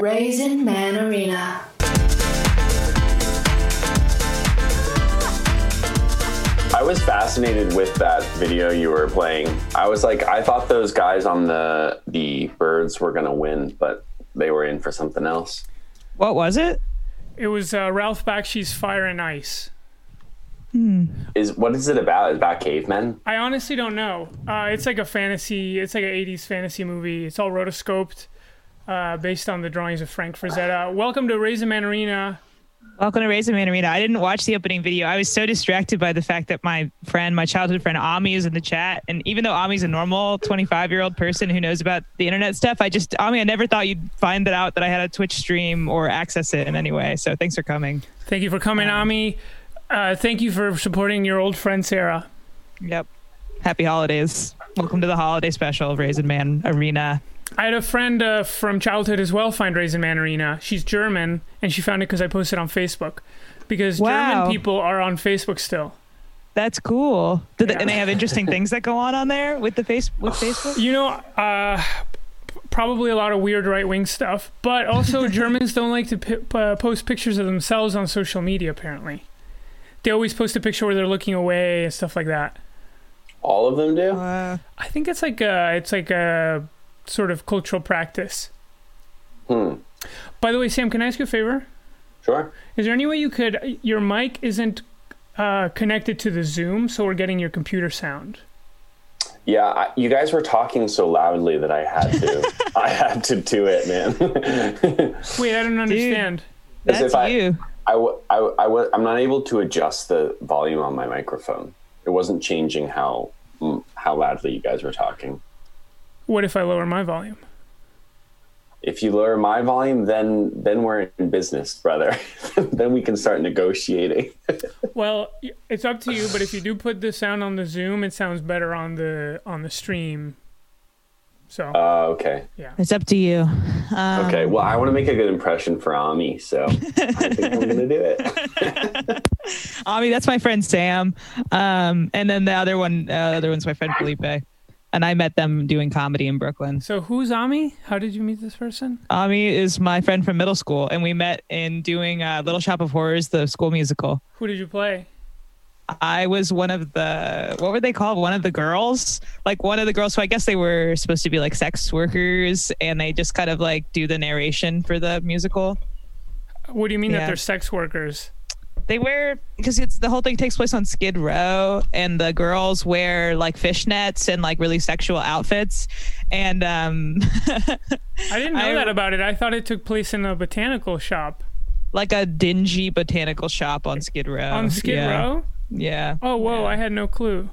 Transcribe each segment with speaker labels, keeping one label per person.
Speaker 1: Raisin Man Arena.
Speaker 2: I was fascinated with that video you were playing. I was like, I thought those guys on the the birds were gonna win, but they were in for something else.
Speaker 3: What was it?
Speaker 4: It was uh, Ralph Bakshi's Fire and Ice.
Speaker 3: Hmm.
Speaker 2: Is what is it about? Is it about cavemen?
Speaker 4: I honestly don't know. Uh, it's like a fantasy. It's like an '80s fantasy movie. It's all rotoscoped, uh, based on the drawings of Frank Frazetta. Welcome to Raisin Man Arena.
Speaker 3: Welcome to Raisin Man Arena. I didn't watch the opening video. I was so distracted by the fact that my friend, my childhood friend Ami, is in the chat. And even though Ami's a normal 25 year old person who knows about the internet stuff, I just, Ami, I never thought you'd find that out that I had a Twitch stream or access it in any way. So thanks for coming.
Speaker 4: Thank you for coming, Ami. Uh, thank you for supporting your old friend Sarah.
Speaker 3: Yep. Happy holidays. Welcome to the holiday special of Raisin Man Arena.
Speaker 4: I had a friend uh, from childhood as well find Raisin Man Arena. She's German, and she found it because I posted on Facebook. Because
Speaker 3: Wow.
Speaker 4: German people are on Facebook still.
Speaker 3: That's cool. Did they, and they have interesting things that go on on there with the face with Facebook.
Speaker 4: You know, uh, p- probably a lot of weird right wing stuff, but also Germans don't like to pi uh, post pictures of themselves on social media, apparently. They always post a picture where they're looking away and stuff like that.
Speaker 2: All of them do.
Speaker 3: Uh,
Speaker 4: I think it's like a, it's like a sort of cultural practice.
Speaker 2: Hmm.
Speaker 4: By the way, Sam, can I ask you a favor?
Speaker 2: Sure.
Speaker 4: Is there any way you could? Your mic isn't uh, connected to the Zoom, so we're getting your computer sound.
Speaker 2: Yeah, I, you guys were talking so loudly that I had to. I had to do it, man.
Speaker 4: Wait, I don't understand.
Speaker 2: As
Speaker 3: that's
Speaker 2: if I-
Speaker 3: you.
Speaker 2: I, w- I, w- I w- I'm not able to adjust the volume on my microphone. It wasn't changing how mm, how loudly you guys were talking.
Speaker 4: What if I lower my volume?
Speaker 2: If you lower my volume, then then we're in business, brother. then we can start negotiating.
Speaker 4: Well, y- it's up to you, but if you do put the sound on the Zoom, it sounds better on the on the stream. So
Speaker 2: Uh, okay,
Speaker 3: It's up to you. Um,
Speaker 2: okay. Well, I want to make a good impression for Ami, so I think I'm gonna do it.
Speaker 3: Ami, that's my friend Sam. Um, and then the other one, uh, the other one's my friend Felipe. And I met them doing comedy in Brooklyn.
Speaker 4: so who's Ami? How did you meet this person?
Speaker 3: Ami is my friend from middle school, and we met in doing uh, Little Shop of Horrors, the school musical.
Speaker 4: Who did you play?
Speaker 3: I was one of the what were they called? One of the girls, like one of the girls. So I guess they were supposed to be like sex workers, and they just kind of like do the narration for the musical.
Speaker 4: What do you mean that
Speaker 3: Yeah.
Speaker 4: they're sex workers?
Speaker 3: they wear because it's the whole thing takes place on Skid Row, and the girls wear like fishnets and like really sexual outfits, and um,
Speaker 4: I didn't know
Speaker 3: I-
Speaker 4: that about it. I thought it took place in a botanical shop
Speaker 3: like a dingy botanical shop on Skid Row.
Speaker 4: on Skid
Speaker 3: Oh, yeah.
Speaker 4: Row.
Speaker 3: Yeah.
Speaker 4: Oh, whoa! I had no clue.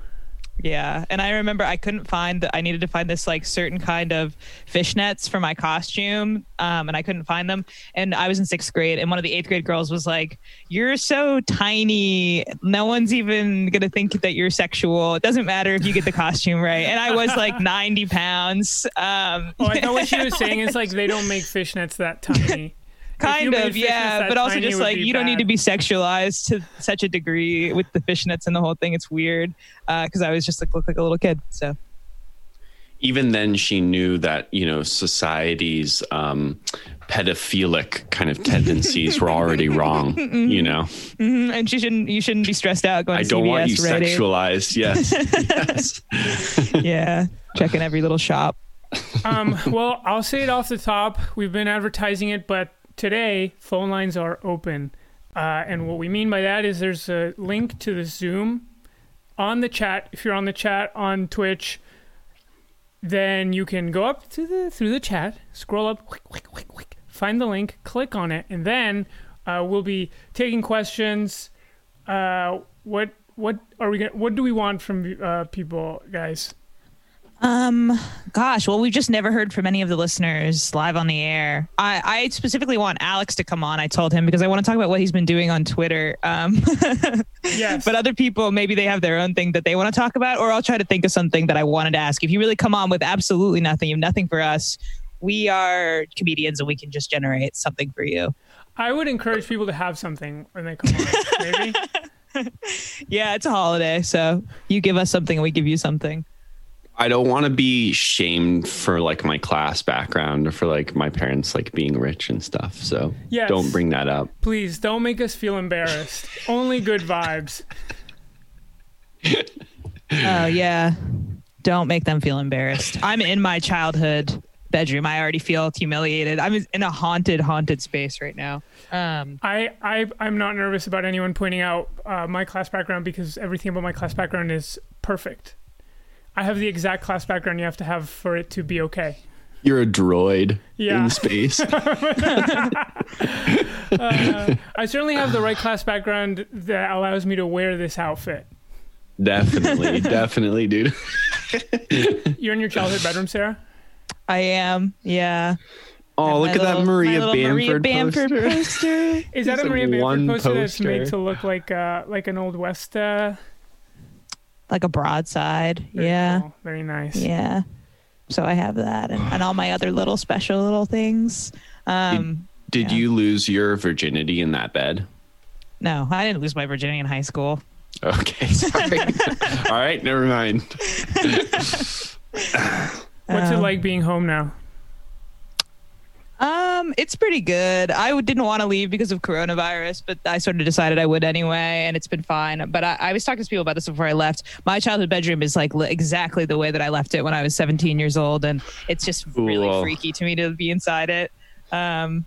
Speaker 3: Yeah, and I remember I couldn't find. I needed to find this like certain kind of fishnets for my costume, um, and I couldn't find them. And I was in sixth grade, and one of the eighth grade girls was like, "You're so tiny. No one's even gonna think that you're sexual. It doesn't matter if you get the costume right." And I was like ninety pounds. Um,
Speaker 4: Oh, I thought what she was saying is like they don't make fishnets that tiny.
Speaker 3: kind
Speaker 4: made
Speaker 3: of
Speaker 4: fishnets
Speaker 3: yeah
Speaker 4: that
Speaker 3: but also
Speaker 4: tiny, it
Speaker 3: just
Speaker 4: would
Speaker 3: like
Speaker 4: be
Speaker 3: you don't need
Speaker 4: bad.
Speaker 3: to be sexualized to such a degree with the fishnets and the whole thing it's weird because i was just like look like a little kid so
Speaker 5: even then she knew that you know society's um pedophilic kind of tendencies were already wrong you know
Speaker 3: Mhm, and she shouldn't you shouldn't be stressed out going
Speaker 5: i
Speaker 3: to
Speaker 5: don't
Speaker 3: CVS
Speaker 5: want you
Speaker 3: Rite Aid.
Speaker 5: sexualized yes, yes.
Speaker 3: yeah checking every little shop
Speaker 4: Um, well, I'll say it off the top. We've been advertising it, but today phone lines are open. Uh, and what we mean by that is there's a link to the Zoom on the chat. If you're on the chat on Twitch, then you can go up to the through the chat, scroll up, quick, quick, quick, quick, find the link, click on it, and then uh, we'll be taking questions. Uh, what what are we gonna, what do we want from uh, people, guys?
Speaker 3: Um, gosh, well, we've just never heard from any of the listeners live on the air. I, I specifically want Alex to come on. I told him because I want to talk about what he's been doing on Twitter. Um,
Speaker 4: Yes.
Speaker 3: but other people, maybe they have their own thing that they want to talk about, or I'll try to think of something that I wanted to ask. If you really come on with absolutely nothing, you have nothing for us. We are comedians and we can just generate something for you.
Speaker 4: I would encourage people to have something when they come on. Maybe.
Speaker 3: Yeah, it's a holiday. So you give us something and we give you something.
Speaker 5: I don't want to be shamed for like my class background or for like my parents like being rich and stuff. So
Speaker 4: Yes.
Speaker 5: don't bring that up.
Speaker 4: Please don't make us feel embarrassed. Only good vibes.
Speaker 3: Oh yeah. Don't make them feel embarrassed. I'm in my childhood bedroom. I already feel humiliated. I'm in a haunted, haunted space right now. Um,
Speaker 4: I, I I'm not nervous about anyone pointing out uh, my class background because everything about my class background is perfect. I have the exact class background you have to have for it to be okay.
Speaker 5: You're a droid
Speaker 4: Yeah.
Speaker 5: in space.
Speaker 4: Uh, I certainly have the right class background that allows me to wear this outfit.
Speaker 5: definitely, definitely, dude.
Speaker 4: You're in your childhood bedroom, Sarah.
Speaker 3: I am. Yeah.
Speaker 5: Oh, look
Speaker 3: My
Speaker 5: at that
Speaker 3: little-
Speaker 5: Maria
Speaker 3: my little
Speaker 5: Bamford,
Speaker 3: Maria Bamford
Speaker 5: poster.
Speaker 3: poster.
Speaker 4: Is that
Speaker 5: It's
Speaker 4: a
Speaker 5: like
Speaker 4: Maria Bamford
Speaker 5: one
Speaker 4: poster, that's made
Speaker 5: poster.
Speaker 4: to look like uh, like an old west? Uh,
Speaker 3: like a broadside.
Speaker 4: very
Speaker 3: Yeah.
Speaker 4: cool, very nice.
Speaker 3: Yeah. So I have that and, and all my other little special little things. Um,
Speaker 5: Did
Speaker 3: Yeah.
Speaker 5: you lose your virginity in that bed?
Speaker 3: no, I didn't lose my virginity in high school.
Speaker 5: Okay, sorry. All right, never mind.
Speaker 4: What's it
Speaker 3: Um,
Speaker 4: like being home now?
Speaker 3: Um, it's pretty good. I w- didn't want to leave because of coronavirus, but I sort of decided I would anyway, and it's been fine. But I, I was talking to people about this before I left. My childhood bedroom is like li- exactly the way that I left it when I was 17 years old, and it's just really
Speaker 5: Cool.
Speaker 3: freaky to me to be inside it. Um,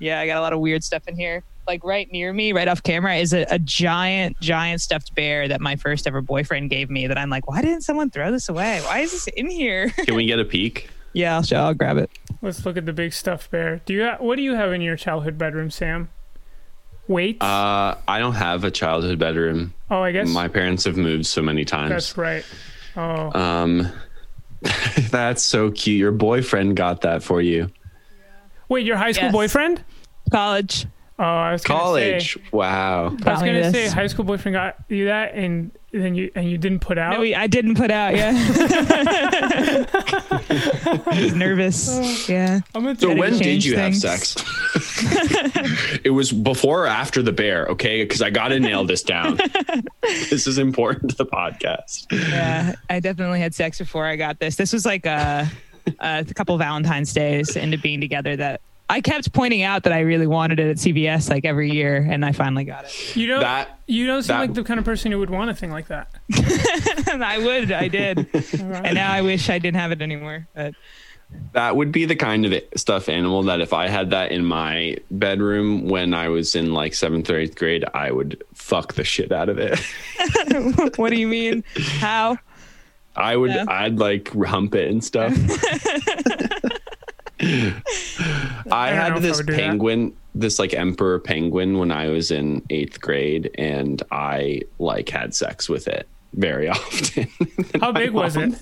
Speaker 3: yeah, I got a lot of weird stuff in here. Like right near me, right off camera, is a, a giant, giant stuffed bear that my first ever boyfriend gave me. That I'm like, why didn't someone throw this away? Why is this in here?
Speaker 5: Can we get a peek?
Speaker 3: yeah, I'll show. I'll grab it.
Speaker 4: Let's look at the big stuffed bear. Do you ha- what do you have in your childhood bedroom, Sam? Weights.
Speaker 5: Uh, I don't have a childhood bedroom.
Speaker 4: oh, I guess
Speaker 5: My parents have moved so many times.
Speaker 4: that's right. Oh,
Speaker 5: Um, that's so cute. Your boyfriend got that for you.
Speaker 4: wait, your high school
Speaker 3: yes.
Speaker 4: boyfriend?
Speaker 3: College.
Speaker 4: Oh, I was gonna
Speaker 5: College.
Speaker 4: say-
Speaker 5: Wow.
Speaker 4: I was
Speaker 3: Got me
Speaker 4: gonna say
Speaker 3: this.
Speaker 4: high school boyfriend got you that, and then you and you didn't put out.
Speaker 3: No, we- I didn't put out. Yeah, he's nervous. Yeah,
Speaker 4: I'm gonna
Speaker 5: So
Speaker 4: take-
Speaker 5: when did
Speaker 3: change
Speaker 5: you
Speaker 3: things.
Speaker 5: have sex? it was before or after the bear, okay? Because I gotta nail this down. this is important to the podcast.
Speaker 3: yeah. I definitely had sex before I got this. This was like a, a couple Valentine's days into being together that I kept pointing out that I really wanted it at CVS like every year, and I finally got it.
Speaker 4: you don't
Speaker 5: That-
Speaker 4: you don't seem
Speaker 5: that-
Speaker 4: like the kind of person who would want a thing like that.
Speaker 3: And I would, I did, and now I wish I didn't have it anymore. But
Speaker 5: That would be the kind of stuff animal that if I had that in my bedroom when I was in like seventh or eighth grade, I would fuck the shit out of it.
Speaker 3: what do you mean? How?
Speaker 5: I would,
Speaker 3: Yeah.
Speaker 5: I'd like hump it and stuff. I,
Speaker 4: don't know
Speaker 5: had
Speaker 4: if I
Speaker 5: this
Speaker 4: would do that.
Speaker 5: penguin, this like emperor penguin when I was in eighth grade, and I like had sex with it very often.
Speaker 4: How big was it?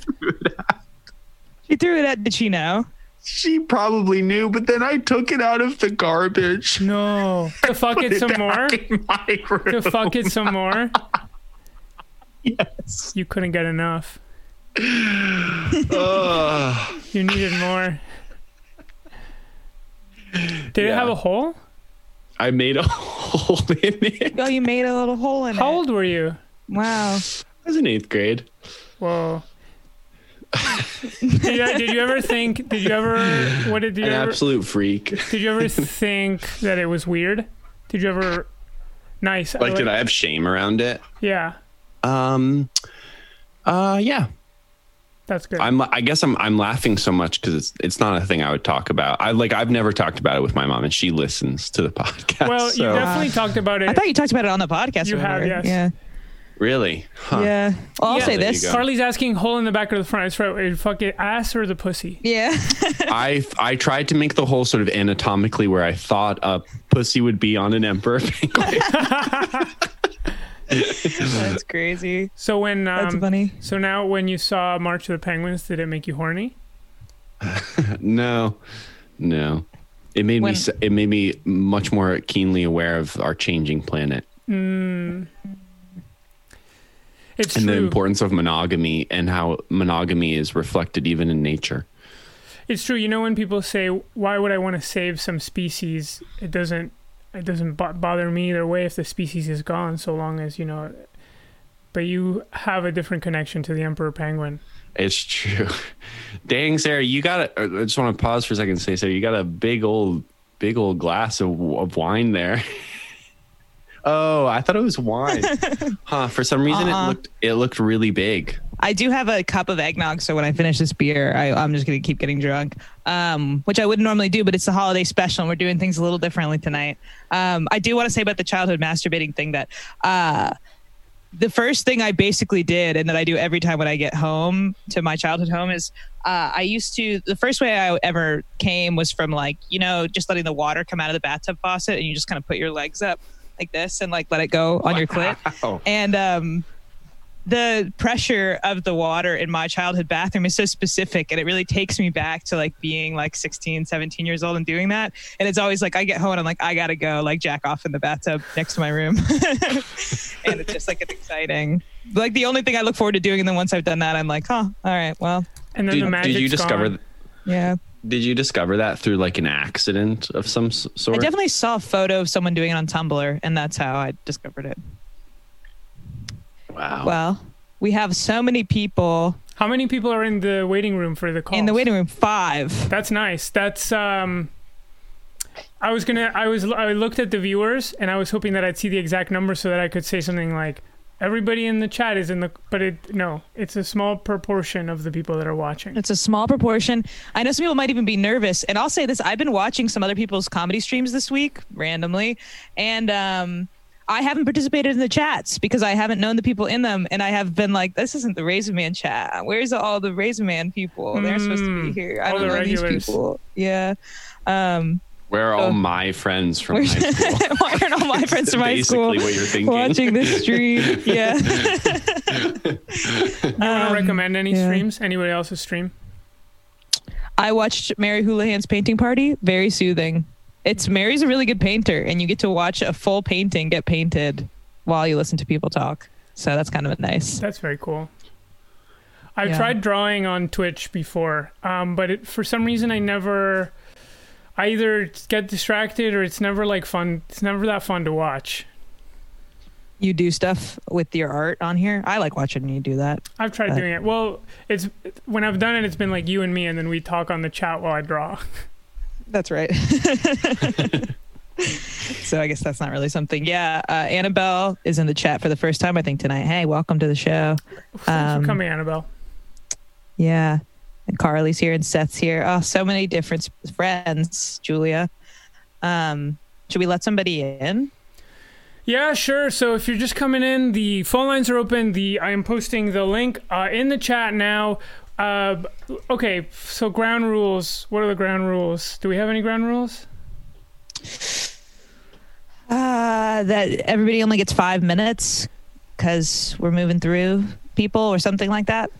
Speaker 3: She threw it at. Did she know?
Speaker 5: she probably knew, but then I took it out of the garbage.
Speaker 4: No, to fuck it some more.
Speaker 5: in my
Speaker 4: To
Speaker 5: room.
Speaker 4: fuck it some more.
Speaker 5: Yes.
Speaker 4: You couldn't get enough. You needed more. Did it
Speaker 5: Yeah.
Speaker 4: have a hole?
Speaker 5: I made a hole in it.
Speaker 3: Oh, you made a little hole in
Speaker 4: How
Speaker 3: it.
Speaker 4: old were you?
Speaker 3: Wow.
Speaker 5: I was in eighth grade.
Speaker 4: Whoa. did, you, did you ever think? Did you ever? What did you
Speaker 5: An
Speaker 4: ever?
Speaker 5: absolute freak.
Speaker 4: Did you ever think that it was weird? Did you ever? Nice.
Speaker 5: Like, did I have shame around it?
Speaker 4: Yeah,
Speaker 5: Um, uh, yeah.
Speaker 4: that's good.
Speaker 5: I'm. I guess I'm. I'm laughing so much because it's. It's not a thing I would talk about. I like. I've never talked about it with my mom, and she listens to the podcast.
Speaker 4: well, you
Speaker 5: so-
Speaker 4: definitely talked about
Speaker 3: I
Speaker 4: it.
Speaker 3: thought you talked about it on the podcast.
Speaker 4: You
Speaker 3: or
Speaker 4: have, yes.
Speaker 3: whatever. Yeah.
Speaker 5: really. Huh.
Speaker 3: Yeah. Well, I'll
Speaker 4: Yeah.
Speaker 3: say
Speaker 5: There you
Speaker 3: this.
Speaker 5: go.
Speaker 4: Carly's asking hole in the back or the front. That's right. Wait, Fuck it, ass or the pussy?
Speaker 3: Yeah.
Speaker 5: I. I tried to make the whole sort of anatomically where I thought a pussy would be on an emperor penguin.
Speaker 3: That's crazy.
Speaker 4: So when um,
Speaker 3: That's funny.
Speaker 4: So now when you saw March of the Penguins, did it make you horny?
Speaker 5: no, no. It made
Speaker 3: When-
Speaker 5: me. s- It made me much more keenly aware of our changing planet.
Speaker 4: Hmm. It's
Speaker 5: and the
Speaker 4: true.
Speaker 5: importance of monogamy and how monogamy is reflected even in nature.
Speaker 4: It's true. You know when people say, "Why would I want to save some species?" It doesn't. It doesn't bo- bother me either way if the species is gone, so long as you know. But you have a different connection to the emperor penguin.
Speaker 5: It's true. Dang, Sarah, you got. I just want to pause for a second and say, Sarah, you got a big old, big old glass of, of wine there. oh, I thought it was wine. huh? For some reason,
Speaker 3: Uh-uh.
Speaker 5: it looked it looked really big.
Speaker 3: I do have a cup of eggnog, so when I finish this beer, I, I'm just gonna keep getting drunk, um, which I wouldn't normally do, but it's the holiday special, and we're doing things a little differently tonight. Um, I do want to say about the childhood masturbating thing that uh, the first thing I basically did, and that I do every time when I get home to my childhood home, is uh, I used to the first way I ever came was from like you know just letting the water come out of the bathtub faucet, and you just kind of put your legs up like this and like let it go on your clit
Speaker 5: Oh,
Speaker 3: and um the pressure of the water in my childhood bathroom is so specific and it really takes me back to like being like 16 17 years old and doing that and it's always like i get home and i'm like i gotta go like jack off in the bathtub next to my room and it's just like it's exciting like the only thing i look forward to doing and then once i've done that i'm like huh all right well
Speaker 4: And then the
Speaker 5: did,
Speaker 4: magic.
Speaker 5: did you discover?
Speaker 4: Gone.
Speaker 3: yeah
Speaker 5: Did you discover that through like an accident of some s-
Speaker 3: i
Speaker 5: sort?
Speaker 3: definitely saw a photo of someone doing it on tumblr and that's how i discovered it
Speaker 5: wow.
Speaker 3: well we have so many people
Speaker 4: How many people are in the waiting room for the call?
Speaker 3: in the waiting room five
Speaker 4: That's nice. That's um. I was gonna. I was. I looked at the viewers, and I was hoping that I'd see the exact number so that I could say something like, "Everybody in the chat is in the." But it no, it's a small proportion of the people that are watching.
Speaker 3: It's a small proportion. I know some people might even be nervous. And I'll say this I've been watching some other people's comedy streams this week randomly. And um, I haven't participated in the chats because I haven't known the people in them. And I have been like, this isn't the Razor Man chat. Where's all the Razor Man people? They're supposed to be
Speaker 4: Mm,
Speaker 3: here. I
Speaker 4: all
Speaker 3: don't
Speaker 4: the
Speaker 3: know
Speaker 4: regulars.
Speaker 3: these people. Yeah. Um,
Speaker 5: Where are all
Speaker 3: So-
Speaker 5: my friends from high
Speaker 3: where's-
Speaker 5: school?
Speaker 3: why aren't all my friends from high
Speaker 5: Basically
Speaker 3: school
Speaker 5: what you're thinking.
Speaker 3: watching this stream? Yeah.
Speaker 4: Do you want
Speaker 3: Um,
Speaker 4: to recommend any
Speaker 3: yeah.
Speaker 4: streams? Anybody else's stream?
Speaker 3: I watched Mary Houlihan's painting party. Very soothing. It's Mary's a really good painter, and you get to watch a full painting get painted while you listen to people talk. So that's kind of nice.
Speaker 4: That's very cool. I've
Speaker 3: Yeah.
Speaker 4: tried drawing on Twitch before, um, but it, for some reason I never. I either get distracted or it's never like fun. It's never that fun to watch.
Speaker 3: You do stuff with your art on Uh, here. I like watching you do that.
Speaker 4: I've tried
Speaker 3: But-
Speaker 4: doing it. Well, it's when I've done it, it's been like you and me, and then we talk on the chat while I draw.
Speaker 3: That's right. so I guess that's not really something. Yeah, uh, Annabelle is in the chat for the first time I think tonight. Hey, welcome to the show.
Speaker 4: Thanks
Speaker 3: Um,
Speaker 4: for coming, Annabelle.
Speaker 3: Yeah. And Carly's here and Seth's here. Oh, so many different s- friends, Julia. Um, should we let somebody in?
Speaker 4: Yeah, sure. So if you're just coming in, the phone lines are open. The I am posting the link uh, in the chat now. Uh, b- okay, so ground rules. What are the ground rules? Do we have any ground rules?
Speaker 3: Uh, that everybody only gets five minutes because we're moving through people or something like that.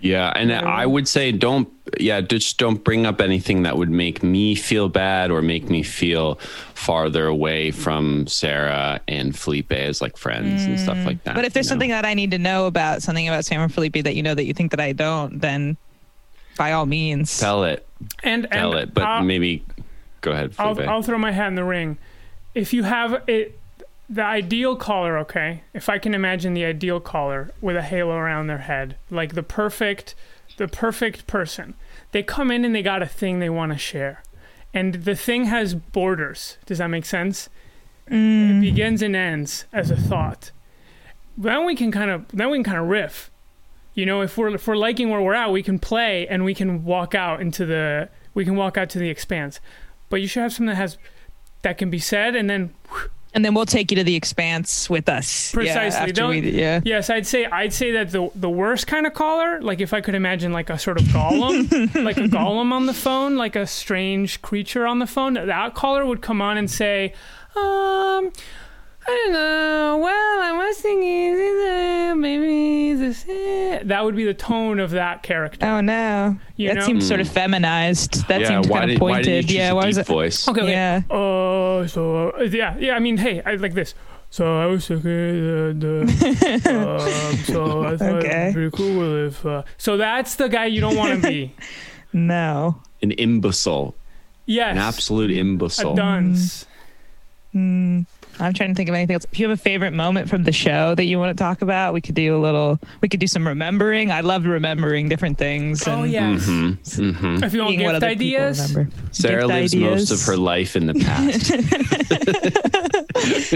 Speaker 5: Yeah, and I would say don't yeah, just don't bring up anything that would make me feel bad or make me feel farther away from Sarah and Felipe as like friends and stuff like that.
Speaker 3: Mm. But if there's
Speaker 5: you know?
Speaker 3: something that I need to know about, something about Sam and Felipe that you know that you think that I don't, then by all means.
Speaker 5: tell it,
Speaker 4: And and
Speaker 5: tell it, but
Speaker 4: uh,
Speaker 5: maybe go ahead, Felipe.
Speaker 4: I'll, I'll throw my hat in the ring. If you have it, the ideal caller, okay? If I can imagine the ideal caller with a halo around their head, like the perfect, the perfect person. They come in and they got a thing they want to share, and the thing has borders. Does that make sense?
Speaker 3: Mm.
Speaker 4: It begins and ends as a thought. Then we can kind of then we can kind of riff. You know, if we're if we're liking where we're at, we can play and we can walk out into the we can walk out to the expanse but you should have something that has that can be said and then
Speaker 3: and then we'll take you to the expanse with us. Yeah,
Speaker 4: Precisely.
Speaker 3: after
Speaker 4: Don't-
Speaker 3: we- yeah.
Speaker 4: yes i'd say i'd say that the the worst kind of caller like if i could imagine like a sort of golem like a golem on the phone like a strange creature on the phone that caller would come on and say um I don't know. Well, I was thinking, uh, maybe this. eh." That would be the tone of that character.
Speaker 3: Oh no.
Speaker 4: You
Speaker 3: that
Speaker 4: know?
Speaker 3: seems sort of feminized. That
Speaker 5: Hmm. yeah,
Speaker 3: seems
Speaker 5: why
Speaker 3: kind of
Speaker 5: did, why did
Speaker 3: pointed.
Speaker 5: you choose
Speaker 3: yeah,
Speaker 5: a
Speaker 3: why was
Speaker 5: deep
Speaker 3: it?
Speaker 5: voice?
Speaker 4: Okay. okay.
Speaker 3: Yeah.
Speaker 4: Oh, so uh, yeah, yeah. I mean, hey, I like this. So I was thinking, uh, the, um, so I thought
Speaker 3: Okay.
Speaker 4: it'd be pretty cool if. Uh, so that's the guy you don't want to be.
Speaker 3: No.
Speaker 5: An imbecile,
Speaker 4: Yes,
Speaker 5: an absolute
Speaker 4: a
Speaker 5: imbecile.
Speaker 4: dunce.
Speaker 3: Mm. I'm trying to think of anything else. If you have a favorite moment from the show that you want to talk about, we could do a little. We could do some remembering. I loved remembering different things. And
Speaker 4: Oh yes.
Speaker 5: Mhm.
Speaker 4: If you want
Speaker 3: Seeing what
Speaker 4: gift
Speaker 3: other
Speaker 4: ideas,
Speaker 3: people remember.
Speaker 5: Sarah
Speaker 3: Gift
Speaker 5: lives
Speaker 3: ideas.
Speaker 5: most of her life in the past.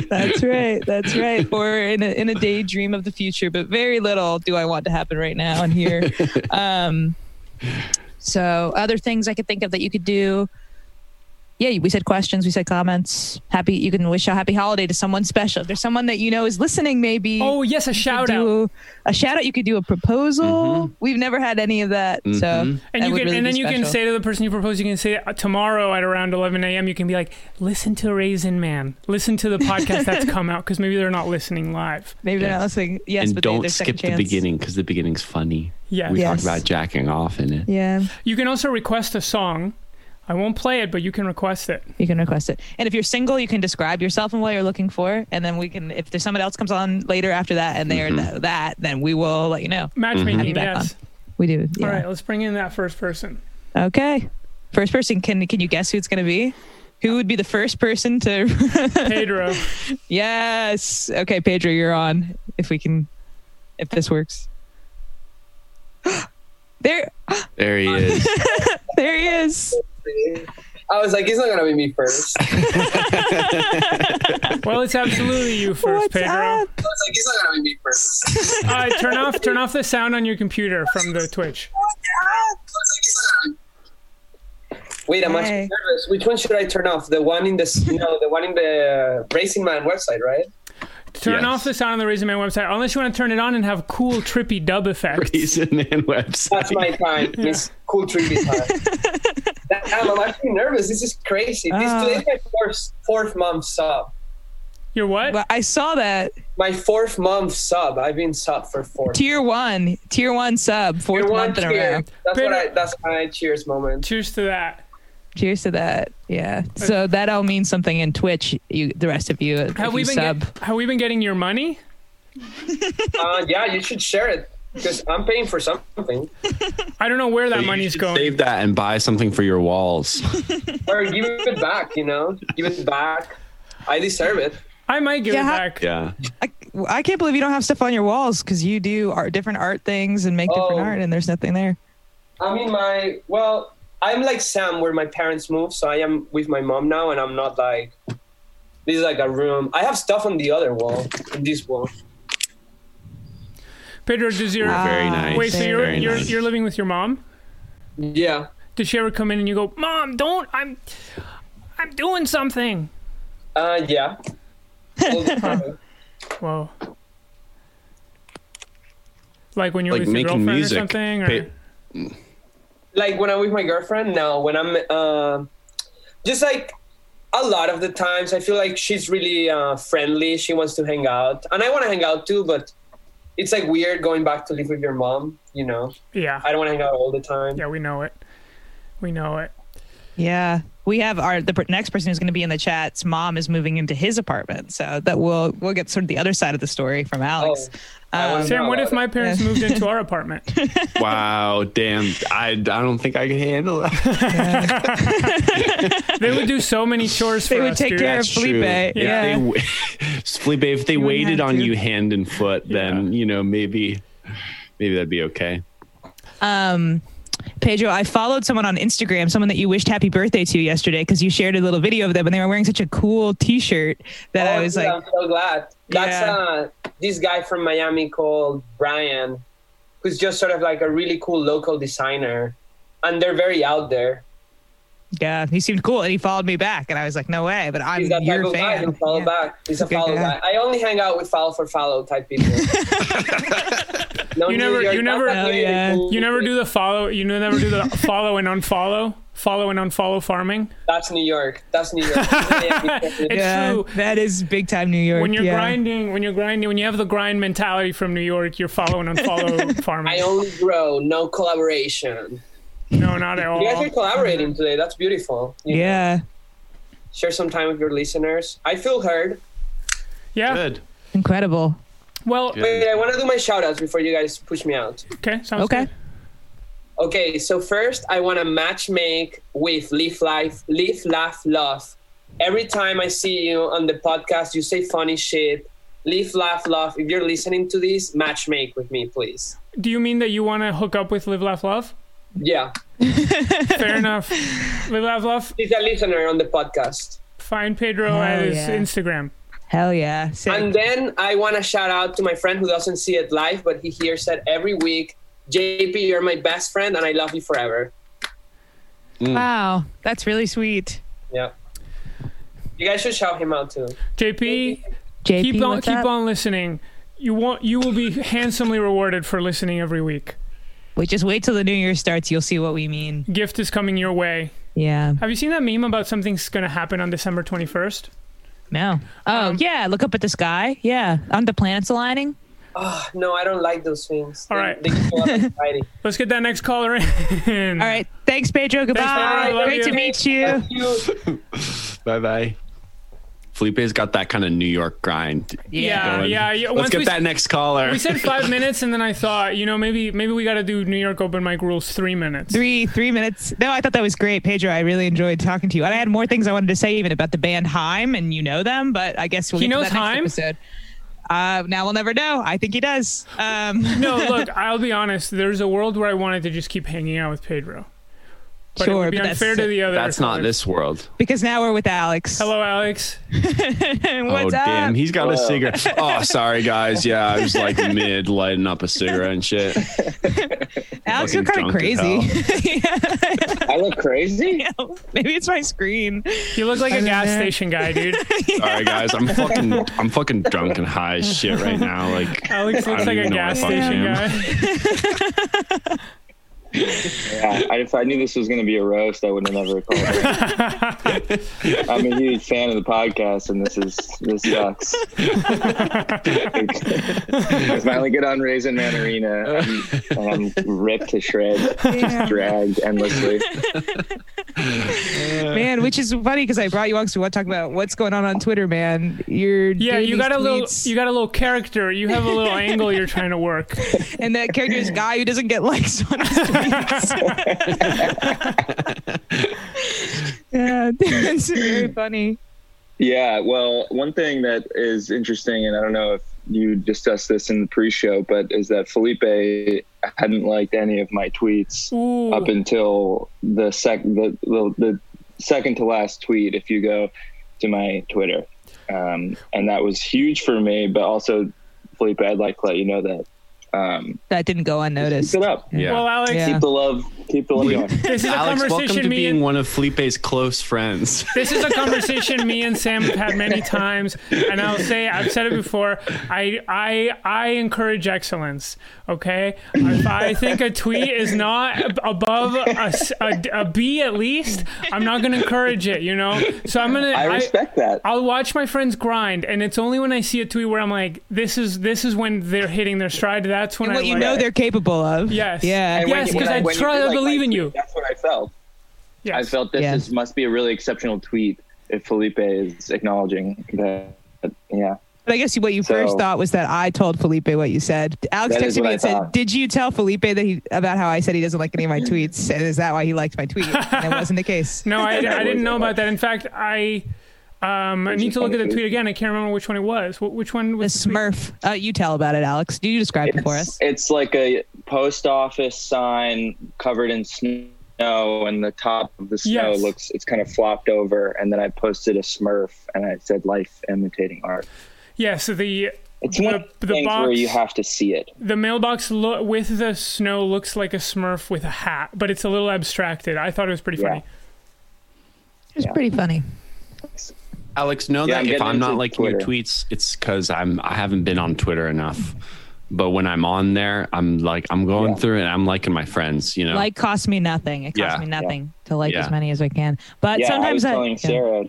Speaker 3: That's right. That's right. Or in a, in a daydream of the future, but very little do I want to happen right now and here. um, so other things I could think of that you could do. Yeah, we said questions, we said comments. Happy, you can wish a happy holiday to someone special. If there's someone that you know is listening, maybe.
Speaker 4: oh yes, a
Speaker 3: you could
Speaker 4: shout out.
Speaker 3: do a shout out. You could do a
Speaker 5: Mm-hmm.
Speaker 3: proposal. We've never had any of that, so
Speaker 5: Mhm.
Speaker 4: And
Speaker 3: that
Speaker 4: you
Speaker 3: would
Speaker 4: can,
Speaker 3: really
Speaker 4: and
Speaker 3: be
Speaker 4: then you can
Speaker 3: special.
Speaker 4: say to the person you propose, you can say uh, tomorrow at around 11 a.m. You can be like, listen to Raisin Man, listen to the podcast that's come out because maybe they're not listening live.
Speaker 3: maybe they're
Speaker 5: Yes.
Speaker 3: not listening. Yes,
Speaker 5: and
Speaker 3: but
Speaker 5: don't
Speaker 3: they, their second
Speaker 5: skip the
Speaker 3: chance.
Speaker 5: beginning because the beginning's funny.
Speaker 4: Yeah,
Speaker 5: We
Speaker 3: Yes.
Speaker 5: talk about jacking off in it.
Speaker 3: Yeah.
Speaker 4: you can also request a song. I won't play it, but you can request it.
Speaker 3: you can request it. And if you're single, you can describe yourself and what you're looking for. And then we can, if there's someone else comes on later after that and they're th- that, then we will let you know. Have
Speaker 4: Matchmaking,
Speaker 3: you back
Speaker 4: yes.
Speaker 3: We do.
Speaker 4: All right, let's bring in that first person.
Speaker 3: Okay. First person, can can you guess who it's going to be? Who would be the first person to?
Speaker 4: Pedro.
Speaker 3: yes. Okay, Pedro, you're on. If we can, if this works. there,
Speaker 5: There he is.
Speaker 3: there he is.
Speaker 1: I was like, he's not gonna be me first. I was
Speaker 4: well, it's absolutely you first,
Speaker 3: What's
Speaker 4: Pedro.
Speaker 3: up?
Speaker 1: like, he's not gonna be me first. I was
Speaker 4: All right, turn off turn off the sound on your computer from the Twitch.
Speaker 1: like, he's not gonna be- Wait, I'm actually
Speaker 3: Hey.
Speaker 1: nervous. Which one should I turn off? The one in the s- no, the one in the Racing Man website, right?
Speaker 4: Turn
Speaker 5: Yes.
Speaker 4: off the sound on the Raisin Man website, unless you want to turn it on and have cool, trippy dub effects.
Speaker 5: He's in man website.
Speaker 1: That's my time. It's cool trivia time. Damn, I'm actually nervous. This is crazy. This
Speaker 3: Ah.
Speaker 1: today's my fourth fourth month sub.
Speaker 4: Your what?
Speaker 3: Well, I saw that
Speaker 1: My fourth month sub. I've been sub for four.
Speaker 3: tier one, tier one sub, fourth
Speaker 1: Tier one
Speaker 3: month in a
Speaker 1: cheer.
Speaker 3: row.
Speaker 1: That's what I.
Speaker 4: Pedro-
Speaker 1: That's my cheers moment.
Speaker 4: Cheers to that.
Speaker 3: Cheers to that. Yeah. So that all means something in Twitch. You, the rest of you, if
Speaker 4: Have we
Speaker 3: you
Speaker 4: been
Speaker 3: sub.
Speaker 4: get- have we been getting your money?
Speaker 1: Uh, yeah, you should share it because I'm paying for something.
Speaker 4: I don't know where that
Speaker 5: You
Speaker 4: money's
Speaker 5: should
Speaker 4: going.
Speaker 5: Save that and buy something for your walls.
Speaker 1: or give it back, you know? Give it back. I deserve it.
Speaker 4: I might give
Speaker 3: Yeah,
Speaker 4: it
Speaker 3: how-
Speaker 4: back.
Speaker 5: yeah.
Speaker 3: I, I can't believe you don't have stuff on your walls because you do art, different art things and make
Speaker 1: Oh.
Speaker 3: different art, and there's nothing there.
Speaker 1: I mean, my, well, I'm like Sam where my parents moved, so I am with my mom now, and I'm not like, this is like a room. I have stuff on the other wall, in this wall.
Speaker 4: Pedro, does your
Speaker 5: Very
Speaker 3: Ah,
Speaker 5: nice.
Speaker 4: wait? So
Speaker 3: very
Speaker 4: you're
Speaker 5: Very
Speaker 4: you're,
Speaker 5: nice.
Speaker 4: you're living with your mom?
Speaker 1: Yeah.
Speaker 4: Does she ever come in and you go, Mom, don't I'm I'm doing something.
Speaker 1: Uh, yeah. All the time.
Speaker 4: Whoa. Like when you're
Speaker 5: Like
Speaker 4: with your
Speaker 5: making
Speaker 4: girlfriend or
Speaker 5: music.
Speaker 4: something, or
Speaker 5: Pa-
Speaker 1: like when I'm with my girlfriend now, when I'm uh, just like a lot of the times, I feel like she's really uh, friendly. She wants to hang out, and I want to hang out too, but it's like weird going back to live with your mom. You know,
Speaker 4: yeah,
Speaker 1: I don't want to hang out all the time.
Speaker 4: yeah, we know it, we know it.
Speaker 3: Yeah. We have our the per- next person who's going to be in the chat's mom is moving into his apartment, so that we'll we'll get sort of the other side of the story from Alex. Um,
Speaker 1: I wanna
Speaker 4: Sam,
Speaker 1: know
Speaker 4: what
Speaker 1: about
Speaker 4: if
Speaker 1: it.
Speaker 4: my parents moved into our apartment?
Speaker 5: wow. Damn. I, I don't think I can handle that.
Speaker 4: They would do so many chores
Speaker 3: They
Speaker 4: for
Speaker 3: would
Speaker 4: us,
Speaker 3: take
Speaker 4: dude.
Speaker 3: care of-
Speaker 5: That's true. If
Speaker 3: Felipe,
Speaker 5: they
Speaker 3: yeah.
Speaker 5: w- Felipe, if they
Speaker 3: wouldn't
Speaker 5: waited
Speaker 3: have
Speaker 5: on
Speaker 3: to.
Speaker 5: you hand and foot, then you know maybe maybe that'd be okay.
Speaker 3: Um, Pedro, I followed someone on Instagram, someone that you wished happy birthday to yesterday because you shared a little video of them, and they were wearing such a cool T-shirt that I
Speaker 1: Oh,
Speaker 3: was
Speaker 1: dude,
Speaker 3: like,
Speaker 1: I'm so glad. That's
Speaker 3: Yeah.
Speaker 1: uh, this guy from Miami called Brian, who's just sort of like a really cool local designer, and they're very out there.
Speaker 3: Yeah, he seemed cool, and he followed me back, and I was like, "No way!" But I'm
Speaker 1: He's that type
Speaker 3: your
Speaker 1: of guy. He'll
Speaker 3: fan.
Speaker 1: follow
Speaker 3: Yeah.
Speaker 1: back. He's a
Speaker 3: Good
Speaker 1: follow
Speaker 3: guy.
Speaker 1: guy. I only hang out with follow for follow type people. no,
Speaker 4: You never-
Speaker 1: York,
Speaker 4: you never-
Speaker 1: not that
Speaker 3: Oh,
Speaker 1: many
Speaker 3: yeah.
Speaker 1: people.
Speaker 4: You never do the follow. You never do the follow and unfollow, follow and unfollow farming.
Speaker 1: That's New York. That's New York.
Speaker 4: It's
Speaker 3: Yeah,
Speaker 4: true.
Speaker 3: that is big time New York.
Speaker 4: When you're
Speaker 3: yeah.
Speaker 4: grinding, when you're grinding, when you have the grind mentality from New York, you're follow and unfollow
Speaker 1: I
Speaker 4: farming.
Speaker 1: only grow, no collaboration.
Speaker 4: No, not at all.
Speaker 1: You guys are collaborating today. That's beautiful. You know,
Speaker 3: yeah,
Speaker 1: share some time with your listeners. I feel heard.
Speaker 4: Yeah.
Speaker 5: Good.
Speaker 3: incredible.
Speaker 4: Well,
Speaker 1: Wait, I want to do my shout outs before you guys push me out.
Speaker 4: okay. Sounds
Speaker 3: Okay,
Speaker 4: Good.
Speaker 1: Okay, so first I want to match make with Live Life, Live Laugh Love every time I see you on the podcast, you say funny shit. Leave, laugh, laugh. If you're listening to this, match make with me, please.
Speaker 4: Do you mean that you want to hook up with Live Laugh Love?
Speaker 1: Yeah.
Speaker 4: Fair enough. Live Laugh Love.
Speaker 1: He's a listener on the podcast.
Speaker 4: Find Pedro
Speaker 3: Hell
Speaker 4: at his
Speaker 3: yeah.
Speaker 4: Instagram.
Speaker 3: Hell yeah. Sick.
Speaker 1: And then I want to shout out to my friend who doesn't see it live, but he hears it every week. JP, you're my best friend, and I love you forever.
Speaker 3: wow. That's really sweet.
Speaker 1: Yeah. You guys should shout him out too.
Speaker 4: JP,
Speaker 6: JP,
Speaker 4: keep on
Speaker 6: what's
Speaker 4: keep
Speaker 6: up?
Speaker 4: on listening. You won't. You will be handsomely rewarded for listening every week.
Speaker 3: We just wait till the new year starts. You'll see what we mean.
Speaker 4: Gift is coming your way.
Speaker 3: Yeah.
Speaker 4: Have you seen that meme about something's gonna happen on December Um, twenty first?
Speaker 3: No. Oh, yeah. Look up at the sky. Yeah. Aren't the planets aligning?
Speaker 1: Ah, no, I don't like those things.
Speaker 4: All
Speaker 1: They-
Speaker 4: right.
Speaker 1: They, give me a lot of anxiety.
Speaker 4: Let's get that next caller in.
Speaker 3: All right. Thanks, Pedro. Goodbye.
Speaker 4: Mm. Pedro. Love
Speaker 3: Great
Speaker 4: you.
Speaker 3: to meet you.
Speaker 1: Thank you.
Speaker 5: Bye bye. Felipe's got that kind of New York grind.
Speaker 4: Yeah,
Speaker 5: going.
Speaker 4: yeah. yeah.
Speaker 5: Let's
Speaker 4: Once
Speaker 5: get
Speaker 4: we
Speaker 5: that next caller.
Speaker 4: We said five minutes, and then I thought, you know, maybe maybe we got to do New York open mic rules three minutes.
Speaker 3: Three three minutes. No, I thought that was great, Pedro. I really enjoyed talking to you, and I had more things I wanted to say even about the band Heim, and you know them, but I guess we'll
Speaker 4: He
Speaker 3: get
Speaker 4: knows
Speaker 3: to that
Speaker 4: Haim?
Speaker 3: next episode. Uh, now we'll never know. I think he does. Um,
Speaker 4: No, look, I'll be honest. There's a world where I wanted to just keep hanging out with Pedro, but it
Speaker 3: Sure,
Speaker 4: would be
Speaker 3: but that's-
Speaker 4: unfair to the other.
Speaker 5: That's not
Speaker 4: callers.
Speaker 5: this world.
Speaker 3: because now we're with Alex.
Speaker 4: Hello, Alex.
Speaker 3: What's
Speaker 5: oh
Speaker 3: up?
Speaker 5: damn, he's got a
Speaker 2: Whoa.
Speaker 5: cigarette. Oh, sorry guys. Yeah, I was like mid lighting up a cigarette and shit.
Speaker 3: Alex, you're
Speaker 5: fucking
Speaker 3: kind
Speaker 5: drunk
Speaker 3: of crazy.
Speaker 5: as
Speaker 2: I look crazy.
Speaker 3: Yeah. Maybe it's my screen.
Speaker 4: You look like a gas
Speaker 3: there.
Speaker 4: station guy, dude.
Speaker 5: Sorry guys, I'm fucking I'm fucking drunk and high as shit right now. Like
Speaker 4: Alex
Speaker 5: I
Speaker 4: looks
Speaker 5: don't
Speaker 4: like a
Speaker 5: even know
Speaker 4: gas
Speaker 5: if I
Speaker 4: station guy.
Speaker 5: am.
Speaker 7: Yeah, I, if I knew this was going to be a roast, I would have never called. It. I'm a huge fan of the podcast, and this is this sucks. I finally get on Raisin Man Arena, and, and I'm ripped to shreds, just dragged endlessly.
Speaker 3: man, which is funny because I brought you on because we want to talk about what's going on on Twitter, man. You're
Speaker 4: Yeah,
Speaker 3: doing
Speaker 4: you
Speaker 3: these
Speaker 4: got a little,
Speaker 3: tweets,
Speaker 4: you got a little character. You have a little angle you're trying to work.
Speaker 3: and that character is a guy who doesn't get likes on his tweets. yeah, it's very funny.
Speaker 7: Yeah, well, one thing that is interesting, and I don't know if you discussed this in the pre-show, but is that Felipe hadn't liked any of my tweets.
Speaker 4: Ooh,
Speaker 7: up until the sec the, the the second to last tweet if you go to my Twitter. Um, and that was huge for me, but also Felipe, I'd like to let you know that. Um,
Speaker 3: That didn't go unnoticed.
Speaker 7: keep it up.
Speaker 5: Yeah.
Speaker 4: Well, Alex,
Speaker 3: Yeah.
Speaker 7: Keep the love. Keep the love going.
Speaker 4: this is a
Speaker 5: Alex, welcome to
Speaker 4: conversation me
Speaker 5: being
Speaker 4: and
Speaker 5: one of Felipe's close friends.
Speaker 4: this is a conversation me and Sam have had many times, and I'll say I've said it before. I I I encourage excellence. Okay, if I think a tweet is not above a, s- a- a B at least, I'm not gonna encourage it. You know, so I'm gonna.
Speaker 7: I
Speaker 4: I,
Speaker 7: respect that.
Speaker 4: I'll watch my friends grind, and it's only when I see a tweet where I'm like, "This is this is when they're hitting their stride." That's when
Speaker 3: What
Speaker 4: I
Speaker 3: you
Speaker 4: like-
Speaker 3: know they're capable of.
Speaker 4: Yes.
Speaker 3: Yeah.
Speaker 7: And when
Speaker 4: yes,
Speaker 7: you- when
Speaker 4: 'cause I
Speaker 7: when you
Speaker 4: try
Speaker 7: did,
Speaker 4: to
Speaker 7: like,
Speaker 4: believe
Speaker 7: my
Speaker 4: in
Speaker 7: tweet,
Speaker 4: you.
Speaker 7: That's what I felt. I
Speaker 4: Yes.
Speaker 7: felt this
Speaker 3: Yeah.
Speaker 7: is, must be a really exceptional tweet if Felipe is acknowledging that. that- Yeah.
Speaker 3: But I guess what you first
Speaker 7: So-
Speaker 3: thought was that I told Felipe what you said. Alex
Speaker 7: That is
Speaker 3: texted
Speaker 7: what
Speaker 3: me
Speaker 7: I
Speaker 3: and said,
Speaker 7: thought.
Speaker 3: "Did you tell Felipe that he about how I said he doesn't like any of my tweets? And is that why he liked my tweet?" And it wasn't the case.
Speaker 4: No, I, I didn't
Speaker 7: was-
Speaker 4: know about that. In fact, I um, I need to look at the tweet again. I can't remember which one it was. Wh- Which one
Speaker 3: The
Speaker 4: was the tweet?
Speaker 3: Smurf. Uh, you tell about it, Alex. You describe it for us.
Speaker 7: It's, it's like a post office sign covered in snow, and the top of the snow
Speaker 4: Yes.
Speaker 7: looks, it's kind of flopped over. And then I posted a smurf and I said, Life imitating art.
Speaker 4: Yeah, so the
Speaker 7: It's
Speaker 4: The-
Speaker 7: one of
Speaker 4: the
Speaker 7: the things where
Speaker 4: box-
Speaker 7: you have to see it.
Speaker 4: the mailbox lo- with the snow looks like a Smurf with a hat, but it's a little abstracted. I thought it was pretty
Speaker 7: Yeah.
Speaker 4: funny.
Speaker 3: It's pretty funny.
Speaker 5: Alex, know
Speaker 7: Yeah,
Speaker 5: that
Speaker 7: I'm
Speaker 5: if
Speaker 7: getting
Speaker 5: I'm not
Speaker 7: into
Speaker 5: liking your
Speaker 7: Twitter.
Speaker 5: tweets, it's because I'm I haven't been on Twitter enough. But when I'm on there, I'm like I'm going through it. and I'm liking my friends, you know.
Speaker 3: Like cost me nothing. It cost
Speaker 5: Yeah.
Speaker 3: me nothing to like
Speaker 5: Yeah.
Speaker 3: as many as I can. But
Speaker 7: yeah, I
Speaker 3: sometimes
Speaker 7: was
Speaker 3: I,
Speaker 7: telling
Speaker 3: yeah.
Speaker 7: Sarah.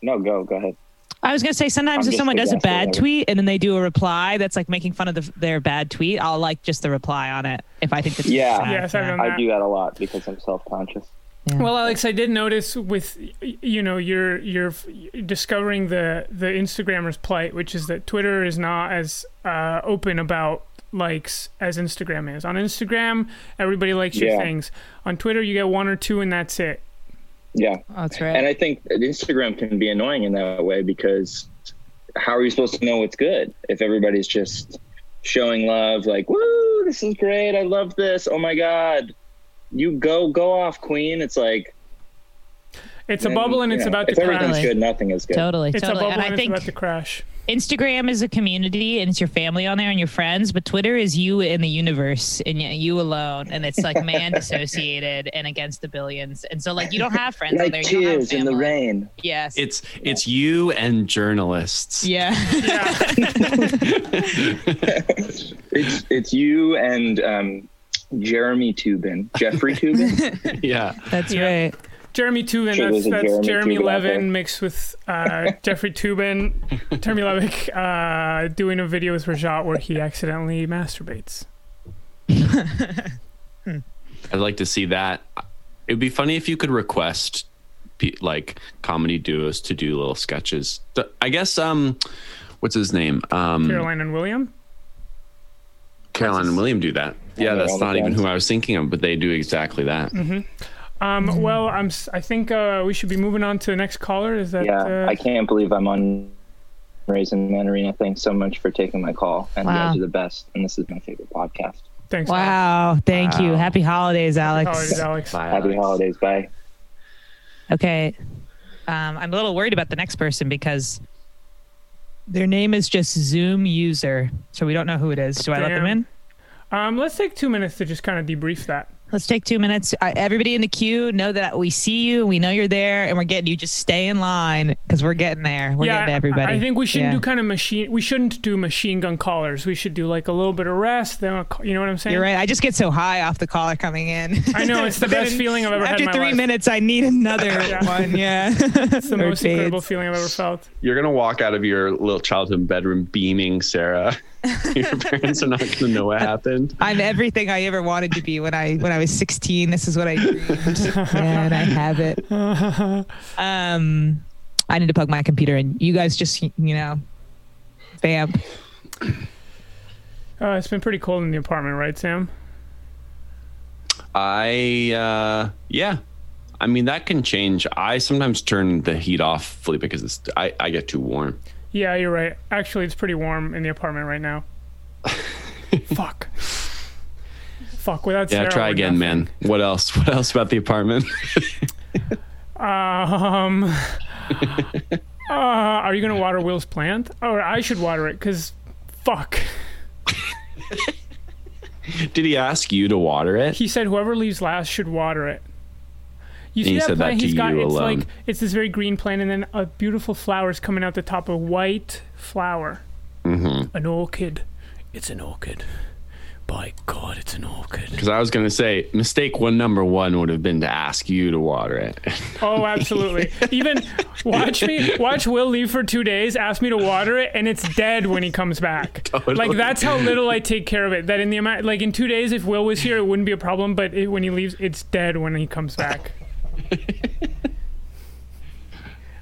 Speaker 7: No, go, go ahead.
Speaker 3: I was gonna say sometimes
Speaker 7: I'm
Speaker 3: if
Speaker 7: just
Speaker 3: someone does a bad
Speaker 7: exasperated.
Speaker 3: tweet and then they do a reply that's like making fun of the, their bad tweet, I'll like just the reply on it if I think that's
Speaker 7: Yeah.
Speaker 3: sad.
Speaker 4: Yes, I've done
Speaker 7: I do that a lot because I'm self conscious.
Speaker 3: Yeah.
Speaker 4: Well, Alex, I did notice with y- you know you're you're f- discovering the the Instagrammer's plight, which is that Twitter is not as uh, open about likes as Instagram is. On Instagram, everybody likes your
Speaker 7: Yeah.
Speaker 4: things. On Twitter, you get one or two, and that's it.
Speaker 7: yeah.
Speaker 3: that's right.
Speaker 7: And I think that Instagram can be annoying in that way because how are you supposed to know what's good if everybody's just showing love like, "Woo, this is great. I love this. Oh my god. You go go off, queen." It's like
Speaker 4: It's a bubble and
Speaker 7: you
Speaker 4: it's
Speaker 7: know,
Speaker 4: about to
Speaker 7: If everything's
Speaker 4: crash.
Speaker 3: crash.
Speaker 7: good, nothing is good.
Speaker 3: totally,
Speaker 4: It's a
Speaker 3: totally.
Speaker 4: bubble
Speaker 3: And I
Speaker 4: and it's
Speaker 3: think
Speaker 4: about to crash.
Speaker 3: Instagram is a community and it's your family on there and your friends, but Twitter is you and the universe and y- you alone. And it's like man dissociated and against the billions. And so, like, you don't have friends on
Speaker 7: Like
Speaker 3: there. You don't have
Speaker 7: tears in the
Speaker 3: family.
Speaker 7: rain.
Speaker 3: Yes.
Speaker 5: It's it's you and journalists.
Speaker 3: yeah.
Speaker 7: It's it's you and um, Jeremy Tubin, Jeffrey Tubin.
Speaker 5: yeah.
Speaker 3: That's
Speaker 4: Yeah.
Speaker 3: right.
Speaker 4: Jeremy Tubin.
Speaker 7: Sure,
Speaker 4: that's
Speaker 7: there's a
Speaker 4: that's Jeremy,
Speaker 7: Jeremy Tubin out there.
Speaker 4: Levin mixed with uh, Jeffrey Tubin, Jeremy Levick, uh, doing a video with Rajat where he accidentally masturbates.
Speaker 5: I'd like to see that. It would be funny if you could request pe- like comedy duos to do little sketches. Th- I guess um what's his name? Um
Speaker 4: Caroline and William.
Speaker 5: Caroline and William do that. Yeah,
Speaker 7: they're
Speaker 5: that's
Speaker 7: all the
Speaker 5: not even
Speaker 7: friends.
Speaker 5: who I was thinking of, but they do exactly that.
Speaker 4: Um, well, I'm. s- I think uh, we should be moving on to the next caller. Is that?
Speaker 7: yeah,
Speaker 4: uh,
Speaker 7: I can't believe I'm on Raisin Man Arena. Thanks so much for taking my call. And you
Speaker 3: Wow.
Speaker 7: guys are the best. And this is my favorite podcast.
Speaker 4: thanks. Alex.
Speaker 3: Wow. Thank you. Happy holidays, Alex.
Speaker 4: Apologies, Alex.
Speaker 7: Happy holidays. Bye.
Speaker 3: Okay. Um, I'm a little worried about the next person because their name is just Zoom user. So we don't know who it is. Do I let them
Speaker 4: Damn.
Speaker 3: in?
Speaker 4: Um, let's take two minutes to just kind of debrief that.
Speaker 3: Let's take two minutes. I, everybody in the queue, know that we see you, we know you're there, and we're getting you. Just stay in line because we're getting there. We're
Speaker 4: yeah,
Speaker 3: getting to everybody.
Speaker 4: I, I think we shouldn't
Speaker 3: Yeah.
Speaker 4: do kind of machine. We shouldn't do machine gun callers. We should do like a little bit of rest. Then a, ca- you know what I'm saying?
Speaker 3: You're right. I just get so high off the caller coming in.
Speaker 4: I know, it's the best feeling I've ever had
Speaker 3: After
Speaker 4: in my
Speaker 3: three
Speaker 4: life.
Speaker 3: minutes, I need another
Speaker 4: Yeah.
Speaker 3: one. Yeah, it's
Speaker 4: It's the most incredible feeling I've ever felt.
Speaker 5: You're going to walk out of your little childhood bedroom beaming, Sarah. your parents are not going to know what happened.
Speaker 3: I'm everything I ever wanted to be when I when I was 16. This is what I dreamed, and I have it. Um, I need to plug my computer in. You guys just you know, bam.
Speaker 4: Uh, it's been pretty cold in the apartment, right, Sam?
Speaker 5: I uh yeah. I mean that can change. I sometimes turn the heat off, Felipe, because it's I, I get too warm.
Speaker 4: Yeah, you're right. Actually, it's pretty warm in the apartment right now. Fuck. Fuck. Without
Speaker 5: Yeah,
Speaker 4: Sarah,
Speaker 5: try
Speaker 4: we're
Speaker 5: again, man. What else? What else about the apartment?
Speaker 4: nothing. Um. uh, are you gonna water Will's plant? Or I should water it? Cause, fuck.
Speaker 5: Did he ask you to water it?
Speaker 4: he said whoever leaves last should water it. You see
Speaker 5: he
Speaker 4: that
Speaker 5: said that
Speaker 4: plant
Speaker 5: to
Speaker 4: he's got?
Speaker 5: you
Speaker 4: It's
Speaker 5: alone.
Speaker 4: like it's this very green plant, and then a beautiful flower is coming out the top. A white flower, mm-hmm. an orchid. It's an orchid. By God, it's an orchid.
Speaker 5: Because I was gonna say mistake one number one would have been to ask you to water it.
Speaker 4: Oh, absolutely. Even watch me watch Will leave for two days, ask me to water it, and it's dead when he comes back. Like
Speaker 5: Totally.
Speaker 4: that's how little I take care of it. That in the amount, like in two days, if Will was here, it wouldn't be a problem. But it, when he leaves, it's dead when he comes back.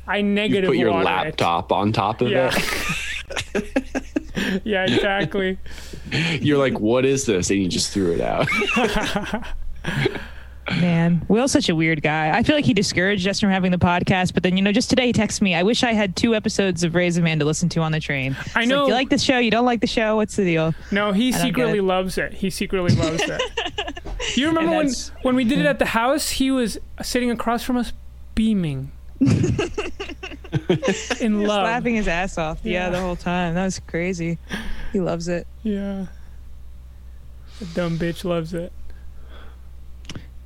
Speaker 4: I
Speaker 5: You
Speaker 4: negative
Speaker 5: put your
Speaker 4: water it.
Speaker 5: laptop on top of
Speaker 4: Yeah.
Speaker 5: it.
Speaker 4: yeah, exactly.
Speaker 5: You're like, what is this? And you just threw it out.
Speaker 3: Man, Will's such a weird guy. I feel like he discouraged us from having the podcast, but then you know, just today he texted me. I wish I had two episodes of Raise a Man to listen to on the train. It's like,
Speaker 4: know.
Speaker 3: you like the show, you don't like the show. What's the deal?
Speaker 4: No, he
Speaker 3: don't get
Speaker 4: secretly
Speaker 3: it.
Speaker 4: loves it. He secretly loves it. You remember
Speaker 3: And
Speaker 4: when
Speaker 3: that's- Hmm.
Speaker 4: when we did it at the house? He was sitting across from us, beaming in
Speaker 3: Just
Speaker 4: love.
Speaker 3: laughing his ass off. Yeah.
Speaker 4: Yeah.
Speaker 3: the whole time. That was crazy. He loves it.
Speaker 4: Yeah, the dumb bitch loves it.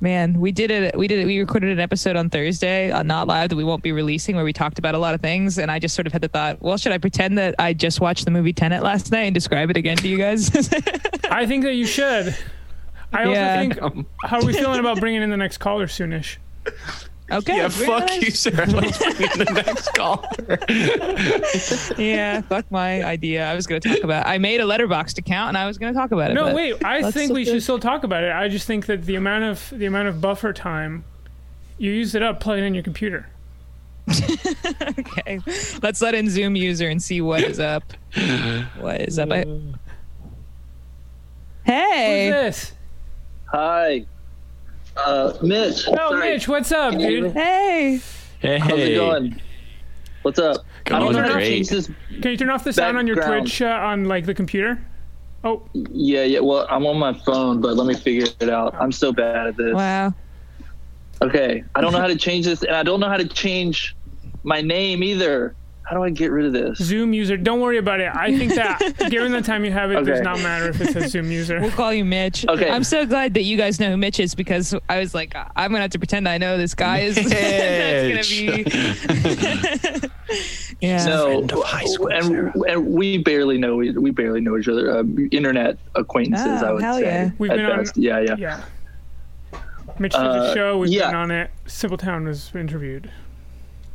Speaker 3: Man, we did it. We did it. We recorded an episode on Thursday on Not Live that we won't be releasing, where we talked about a lot of things. And I just sort of had the thought, well, should I pretend that I just watched the movie Tenet last night and describe it again to you guys?
Speaker 4: I think that you should. I also
Speaker 3: Yeah.
Speaker 4: think. How are we feeling about bringing in the next caller soonish?
Speaker 3: okay.
Speaker 5: yeah,
Speaker 3: we're
Speaker 5: fuck
Speaker 3: gonna-
Speaker 5: you, Sarah. Let's bring in the next caller.
Speaker 3: yeah, fuck my idea. I was going to talk about. I made a letterboxed account and I was going to talk about it.
Speaker 4: No,
Speaker 3: but-
Speaker 4: wait. I
Speaker 3: let's
Speaker 4: think we
Speaker 3: look at-
Speaker 4: should still talk about it. I just think that the amount of the amount of buffer time you used it up plugging in your computer.
Speaker 3: Okay, let's let in Zoom user and see what is up. What is up? I- Hey,
Speaker 4: Who's this?
Speaker 7: Hi.
Speaker 6: Uh, Mitch.
Speaker 4: Oh,
Speaker 6: sorry.
Speaker 4: Mitch, what's up, dude?
Speaker 3: Hey.
Speaker 5: Hey,
Speaker 6: How's it going? What's up? I don't
Speaker 5: going
Speaker 6: know how to
Speaker 5: great.
Speaker 6: change this.
Speaker 4: Can you turn off the sound on your
Speaker 6: Background.
Speaker 4: Twitch uh, on like the computer? Oh,
Speaker 6: Yeah, yeah. Well, I'm on my phone, but let me figure it out. I'm so bad at this.
Speaker 3: Wow.
Speaker 6: Okay. I don't know how to change this, and I don't know how to change my name either. How do I get rid of this?
Speaker 4: Zoom user. Don't worry about it. I think that given the time you have, it does
Speaker 6: Okay.
Speaker 4: not matter if it says Zoom user.
Speaker 3: We'll call you Mitch.
Speaker 6: Okay.
Speaker 3: I'm so glad that you guys know who Mitch is because I was like, I- I'm gonna have to pretend I know this guy is. That's gonna be. yeah.
Speaker 6: No,
Speaker 5: friend of high school,
Speaker 6: and,
Speaker 5: Sarah.
Speaker 6: and we barely know we barely know each other. Uh, internet acquaintances,
Speaker 3: Oh,
Speaker 6: I would
Speaker 3: hell
Speaker 6: say.
Speaker 3: yeah.
Speaker 4: We've
Speaker 6: at
Speaker 4: been on-
Speaker 6: best. yeah, yeah,
Speaker 4: Yeah. Mitch did the
Speaker 6: Uh,
Speaker 4: show. We've
Speaker 6: yeah.
Speaker 4: been on it. Simpletown was interviewed.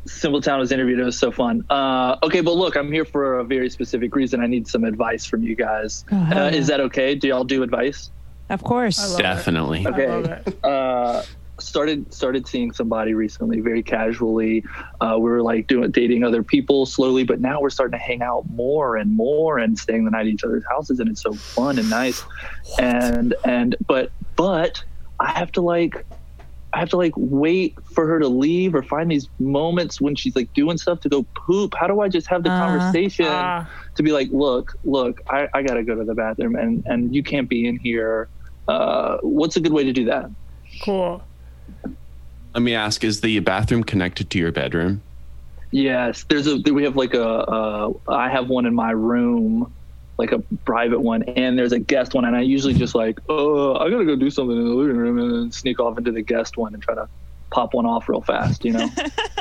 Speaker 6: Simpletown was interviewed. It was so fun. Uh, okay, but look, I'm here for a very specific reason. I need some advice from you guys.
Speaker 3: Oh, hell
Speaker 6: uh,
Speaker 3: yeah.
Speaker 6: Is that okay? Do y'all do advice?
Speaker 3: Of course.
Speaker 4: I love
Speaker 5: Definitely.
Speaker 4: It.
Speaker 6: Okay.
Speaker 4: I love it.
Speaker 6: Uh, started started seeing somebody recently, very casually. Uh, we were like doing dating other people slowly, but now we're starting to hang out more and more and staying the night at each other's houses, and it's so fun and nice. And and but but I have to like. I have to like wait for her to leave or find these moments when she's like doing stuff to go poop. How do I just have the
Speaker 3: Uh,
Speaker 6: conversation?
Speaker 4: Ah,
Speaker 6: to be like, look, look, I, I gotta go to the bathroom and, and you can't be in here. Uh, what's a good way to do that?
Speaker 4: cool.
Speaker 5: Let me ask: Is the bathroom connected to your bedroom?
Speaker 6: Yes, there's a we have like a uh, I have one in my room, like a private one, and there's a guest one, and I usually just like, oh, I gotta go do something in the living room, and then sneak off into the guest one and try to pop one off real fast, you know?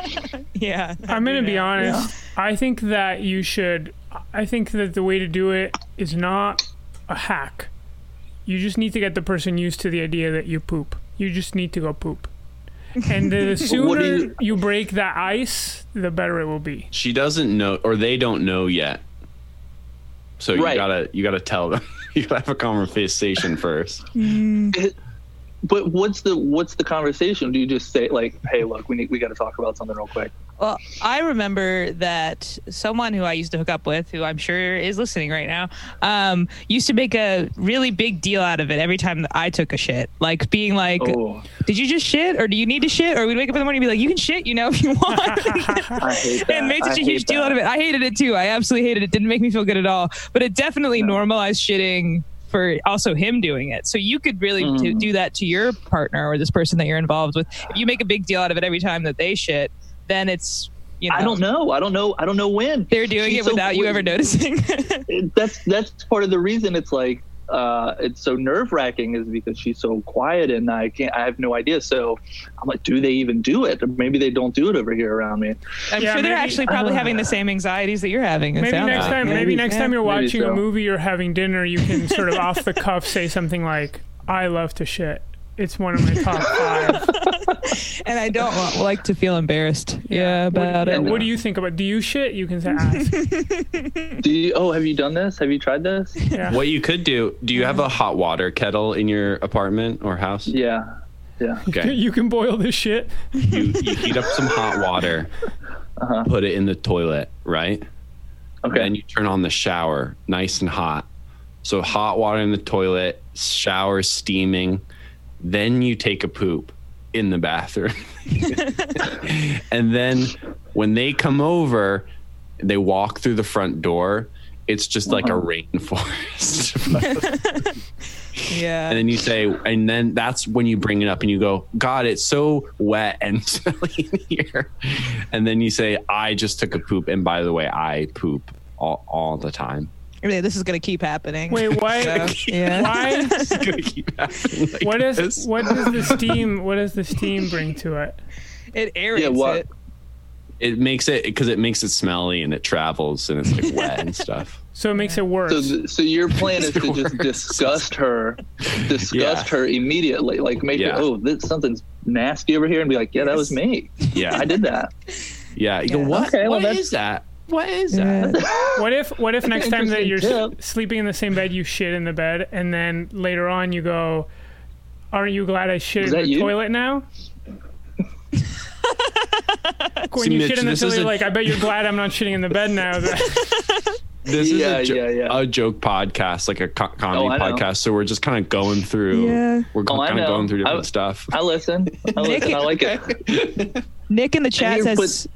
Speaker 3: yeah.
Speaker 4: I'm gonna be honest. I think that you should. I think that the way to do it is not a hack. You just need to get the person used to the idea that you poop. You just need to go poop. And the
Speaker 6: What
Speaker 4: sooner
Speaker 6: do
Speaker 4: you...
Speaker 6: you-
Speaker 4: break that ice, the better it will be.
Speaker 5: She doesn't know, or they don't know yet. So you
Speaker 6: Right.
Speaker 5: gotta you gotta tell them. you gotta have a conversation first.
Speaker 4: Mm.
Speaker 6: but what's the what's the conversation? Do you just say like, hey, look, we need we gotta talk about something real quick?
Speaker 3: Well, I remember that someone who I used to hook up with, who I'm sure is listening right now, um, used to make a really big deal out of it every time that I took a shit. Like being like,
Speaker 6: Oh,
Speaker 3: "Did you just shit, or do you need to shit?" Or we'd wake up in the morning and be like, "You can shit, you know, if you want."
Speaker 6: I hate that.
Speaker 3: and made
Speaker 6: I
Speaker 3: such a
Speaker 6: hate
Speaker 3: huge deal
Speaker 6: that.
Speaker 3: out of it. I hated it too. I absolutely hated it. Didn't make me feel good at all. But it definitely normalized shitting for also him doing it. So you could really do,
Speaker 6: Mm-hmm.
Speaker 3: do that to your partner or this person that you're involved with. If you make a big deal out of it every time that they shit, then it's you know
Speaker 6: I don't know. I don't know. I don't know when
Speaker 3: they're doing
Speaker 6: She's
Speaker 3: it
Speaker 6: so
Speaker 3: without you
Speaker 6: quick.
Speaker 3: ever noticing.
Speaker 6: It- That's that's part of the reason it's like uh, it's so nerve wracking is because she's so quiet and I can't. I have no idea. So I'm like, do they even do it? Or maybe they don't do it over here around me. Uh-huh.
Speaker 3: I'm
Speaker 4: Yeah,
Speaker 3: sure they're
Speaker 4: maybe-
Speaker 3: actually probably having the same anxieties that you're having. it
Speaker 4: Maybe
Speaker 3: sounds
Speaker 4: next
Speaker 3: like.
Speaker 4: time, maybe, next
Speaker 3: yeah.
Speaker 4: time you're
Speaker 6: Maybe
Speaker 4: watching a
Speaker 6: so.
Speaker 4: movie or having dinner, you can sort of off the cuff say something like, "I love to shit." It's one of my top five.
Speaker 3: and I don't want, like to feel embarrassed. Yeah, about it.
Speaker 4: And what do you think about? Do you shit? You can say ask.
Speaker 6: Do you? Oh, have you done this? Have you tried this?
Speaker 4: Yeah.
Speaker 5: What you could do? Do you have a hot water kettle in your apartment or house?
Speaker 6: yeah, yeah.
Speaker 5: Okay.
Speaker 4: You can boil this shit.
Speaker 5: you, you heat up some hot water, put it in the toilet, right?
Speaker 6: Uh-huh. Okay.
Speaker 5: Then you turn on the shower, nice and hot. So hot water in the toilet, shower steaming. Then you take a poop in the bathroom. and then when they come over, they walk through the front door. It's just like a
Speaker 6: Uh-huh.
Speaker 5: rainforest.
Speaker 3: Yeah.
Speaker 5: and then you say, and then that's when you bring it up and you go, God, it's so wet and smelly in here. And then you say, I just took a poop. And by the way, I poop all, all the time.
Speaker 3: Yeah, this is gonna keep happening.
Speaker 4: Wait, why?
Speaker 3: So, yeah.
Speaker 4: Why?
Speaker 5: It's gonna keep happening like
Speaker 4: What
Speaker 5: this.
Speaker 4: is? What does the steam? What does the steam bring to it?
Speaker 3: It aerates
Speaker 6: Yeah, what-
Speaker 3: it.
Speaker 5: It makes it because it makes it smelly and it travels and it's like wet and stuff.
Speaker 4: So it makes it worse.
Speaker 6: So, th- so your plan is to just
Speaker 5: worse.
Speaker 6: disgust her, disgust
Speaker 5: Yeah.
Speaker 6: her immediately, like make
Speaker 5: Yeah.
Speaker 6: her, oh, this something's nasty over here, and be like, yeah, that was me.
Speaker 5: Yeah,
Speaker 6: I did that.
Speaker 5: yeah. You go,
Speaker 3: Yeah.
Speaker 5: what?
Speaker 6: Okay, well,
Speaker 5: what
Speaker 6: that's-
Speaker 5: is that? What is
Speaker 3: Yeah.
Speaker 5: that?
Speaker 4: what if? What if next time that you're
Speaker 6: Interesting
Speaker 4: s- sleeping in the same bed, you shit in the bed, and then later on you go, "Aren't you glad I shit in
Speaker 6: Was
Speaker 4: the
Speaker 6: that you?
Speaker 4: toilet now?" when
Speaker 5: See,
Speaker 4: you
Speaker 5: Mitch,
Speaker 4: shit in the
Speaker 5: this
Speaker 4: toilet,
Speaker 5: isn't-
Speaker 4: like I bet you're glad I'm not shitting in the bed now.
Speaker 5: this
Speaker 6: Yeah,
Speaker 5: is a, jo-
Speaker 6: yeah, yeah.
Speaker 5: a joke podcast, like a co- comedy
Speaker 6: Oh, I know.
Speaker 5: podcast. So we're just kind of going through.
Speaker 3: Yeah.
Speaker 5: We're
Speaker 6: Oh, I
Speaker 5: kind of
Speaker 6: know.
Speaker 5: going through different
Speaker 6: I-
Speaker 5: stuff.
Speaker 6: I listen. I listen. I like it.
Speaker 3: Nick in the chat
Speaker 6: you
Speaker 3: says.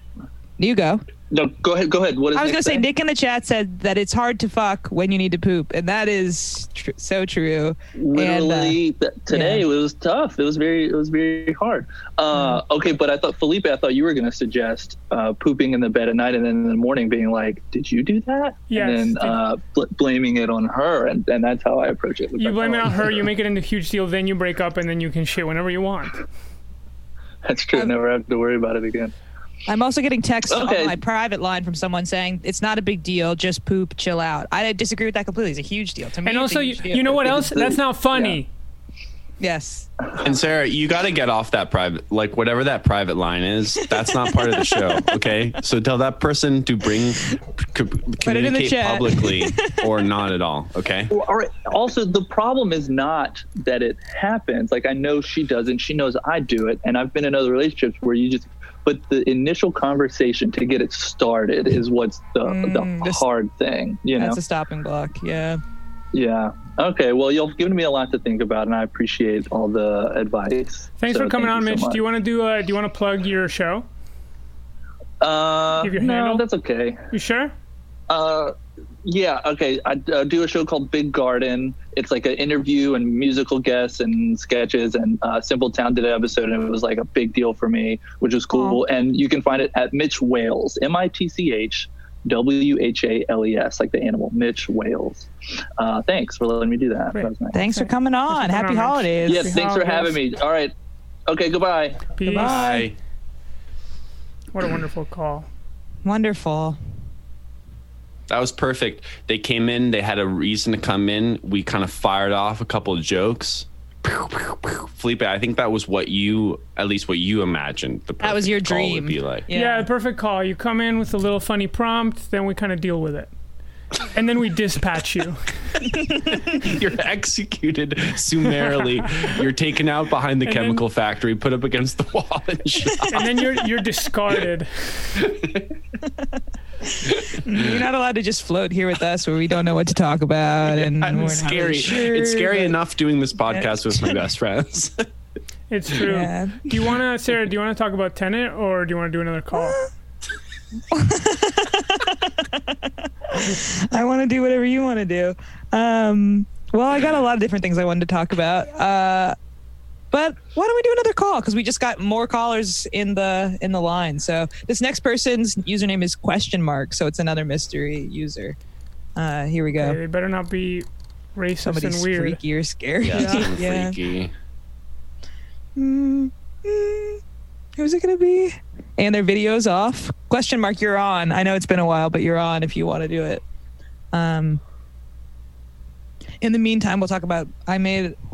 Speaker 3: you go.
Speaker 6: No, go ahead. Go ahead. What is
Speaker 3: I was
Speaker 6: Nick
Speaker 3: gonna say,
Speaker 6: saying?
Speaker 3: Nick in the chat said that it's hard to fuck when you need to poop, and that is tr- so true. uh,
Speaker 6: literally th- today
Speaker 3: yeah.
Speaker 6: it was tough it was very it was very hard uh
Speaker 4: Mm.
Speaker 6: okay but i thought felipe i thought you were gonna suggest uh pooping in the bed at night and then in the morning being like did you do that
Speaker 4: Yes,
Speaker 6: and then
Speaker 4: did-
Speaker 6: uh bl- blaming it on her and, and that's how i approach it
Speaker 4: You blame it on her, you make it into a huge deal, then you break up, and then you can shit whenever you want.
Speaker 6: that's true never have to worry about it again
Speaker 3: I'm also getting texts
Speaker 6: Okay.
Speaker 3: on my private line from someone saying it's not a big deal, just poop, chill out. I disagree with that completely. It's a huge deal to me.
Speaker 4: And
Speaker 3: it's a
Speaker 4: also, you,
Speaker 3: huge deal.
Speaker 4: you know what else? That's not funny.
Speaker 3: Yes.
Speaker 5: And Sarah, you got to get off that private, like whatever that private line is. That's not part of the show. Okay, so tell that person to bring c-
Speaker 3: it in the
Speaker 5: communicate
Speaker 3: chat.
Speaker 5: publicly or not at all. Okay.
Speaker 6: Well, all right. Also, the problem is not that it happens. Like I know she doesn't. She knows I do it, and I've been in other relationships where you just. But the initial conversation to get it started is what's the
Speaker 3: Mm,
Speaker 6: the
Speaker 3: this-
Speaker 6: hard thing. You know.
Speaker 3: That's a stopping block. Yeah.
Speaker 6: yeah. Okay. Well, you've given me a lot to think about, and I appreciate all the advice.
Speaker 4: Thanks
Speaker 6: So
Speaker 4: for coming
Speaker 6: thank
Speaker 4: on,
Speaker 6: you so
Speaker 4: Mitch.
Speaker 6: much.
Speaker 4: do you want to do? Uh, do you want to plug your show?
Speaker 6: Uh,
Speaker 4: give your
Speaker 6: no,
Speaker 4: handle?
Speaker 6: that's okay.
Speaker 4: You sure?
Speaker 6: Uh, yeah, okay. I uh, do a show called Big Garden. It's like an interview and musical guests and sketches. And uh, Simple Town did an episode, and it was like a big deal for me, which was cool. And you can find it at Mitch Wales, M I T C H W H A L E S, like the animal, Mitch Wales. Uh, thanks for letting me do that.
Speaker 4: Great.
Speaker 6: That was nice.
Speaker 3: Thanks for coming on.
Speaker 4: coming
Speaker 3: Happy
Speaker 4: on, Rich.
Speaker 3: holidays.
Speaker 6: Yes, thanks for
Speaker 4: Wales.
Speaker 6: having me. All right. Okay, goodbye.
Speaker 4: Peace.
Speaker 5: Bye.
Speaker 4: What a wonderful call.
Speaker 3: Wonderful.
Speaker 5: That was perfect. They came in. They had a reason to come in. We kind of fired off a couple of jokes. Pew, pew, pew. Felipe, I think that was what you, at least what you imagined. The
Speaker 3: That was
Speaker 5: perfect
Speaker 3: your
Speaker 5: call
Speaker 3: dream.
Speaker 5: Would be like.
Speaker 4: Yeah. the perfect call. You come in with a little funny prompt, then we kind of deal with it. And then we dispatch you.
Speaker 5: You're executed summarily. You're taken out behind the
Speaker 4: then-
Speaker 5: chemical factory, put up against the wall, and shot.
Speaker 4: And then you're you're discarded.
Speaker 3: You're not allowed to just float here with us where we don't know what to talk about. and we're
Speaker 5: It's
Speaker 3: not
Speaker 5: scary.
Speaker 3: really sure,
Speaker 5: it's scary
Speaker 3: but-
Speaker 5: enough doing this podcast with my best friends.
Speaker 4: It's true.
Speaker 3: Yeah.
Speaker 4: Do you want to, Sarah, do you want to talk about Tenant or do you want to do another call?
Speaker 3: I want to do whatever you want to do. Um, well, I got a lot of different things I wanted to talk about. Uh, but why don't we do another call? Because we just got more callers in the in the line. So this next person's username is question mark. So it's another mystery user. Uh, here we
Speaker 4: Hey,
Speaker 3: go.
Speaker 4: they better not be racist
Speaker 3: Somebody's
Speaker 4: and weird.
Speaker 3: freaky or scary.
Speaker 5: Yeah,
Speaker 3: Yeah.
Speaker 5: freaky.
Speaker 3: Mm, mm, who's it gonna be? And their video's off. Question mark. You're on. I know it's been a while, but you're on if you want to do it. Um. In the meantime, we'll talk about. I made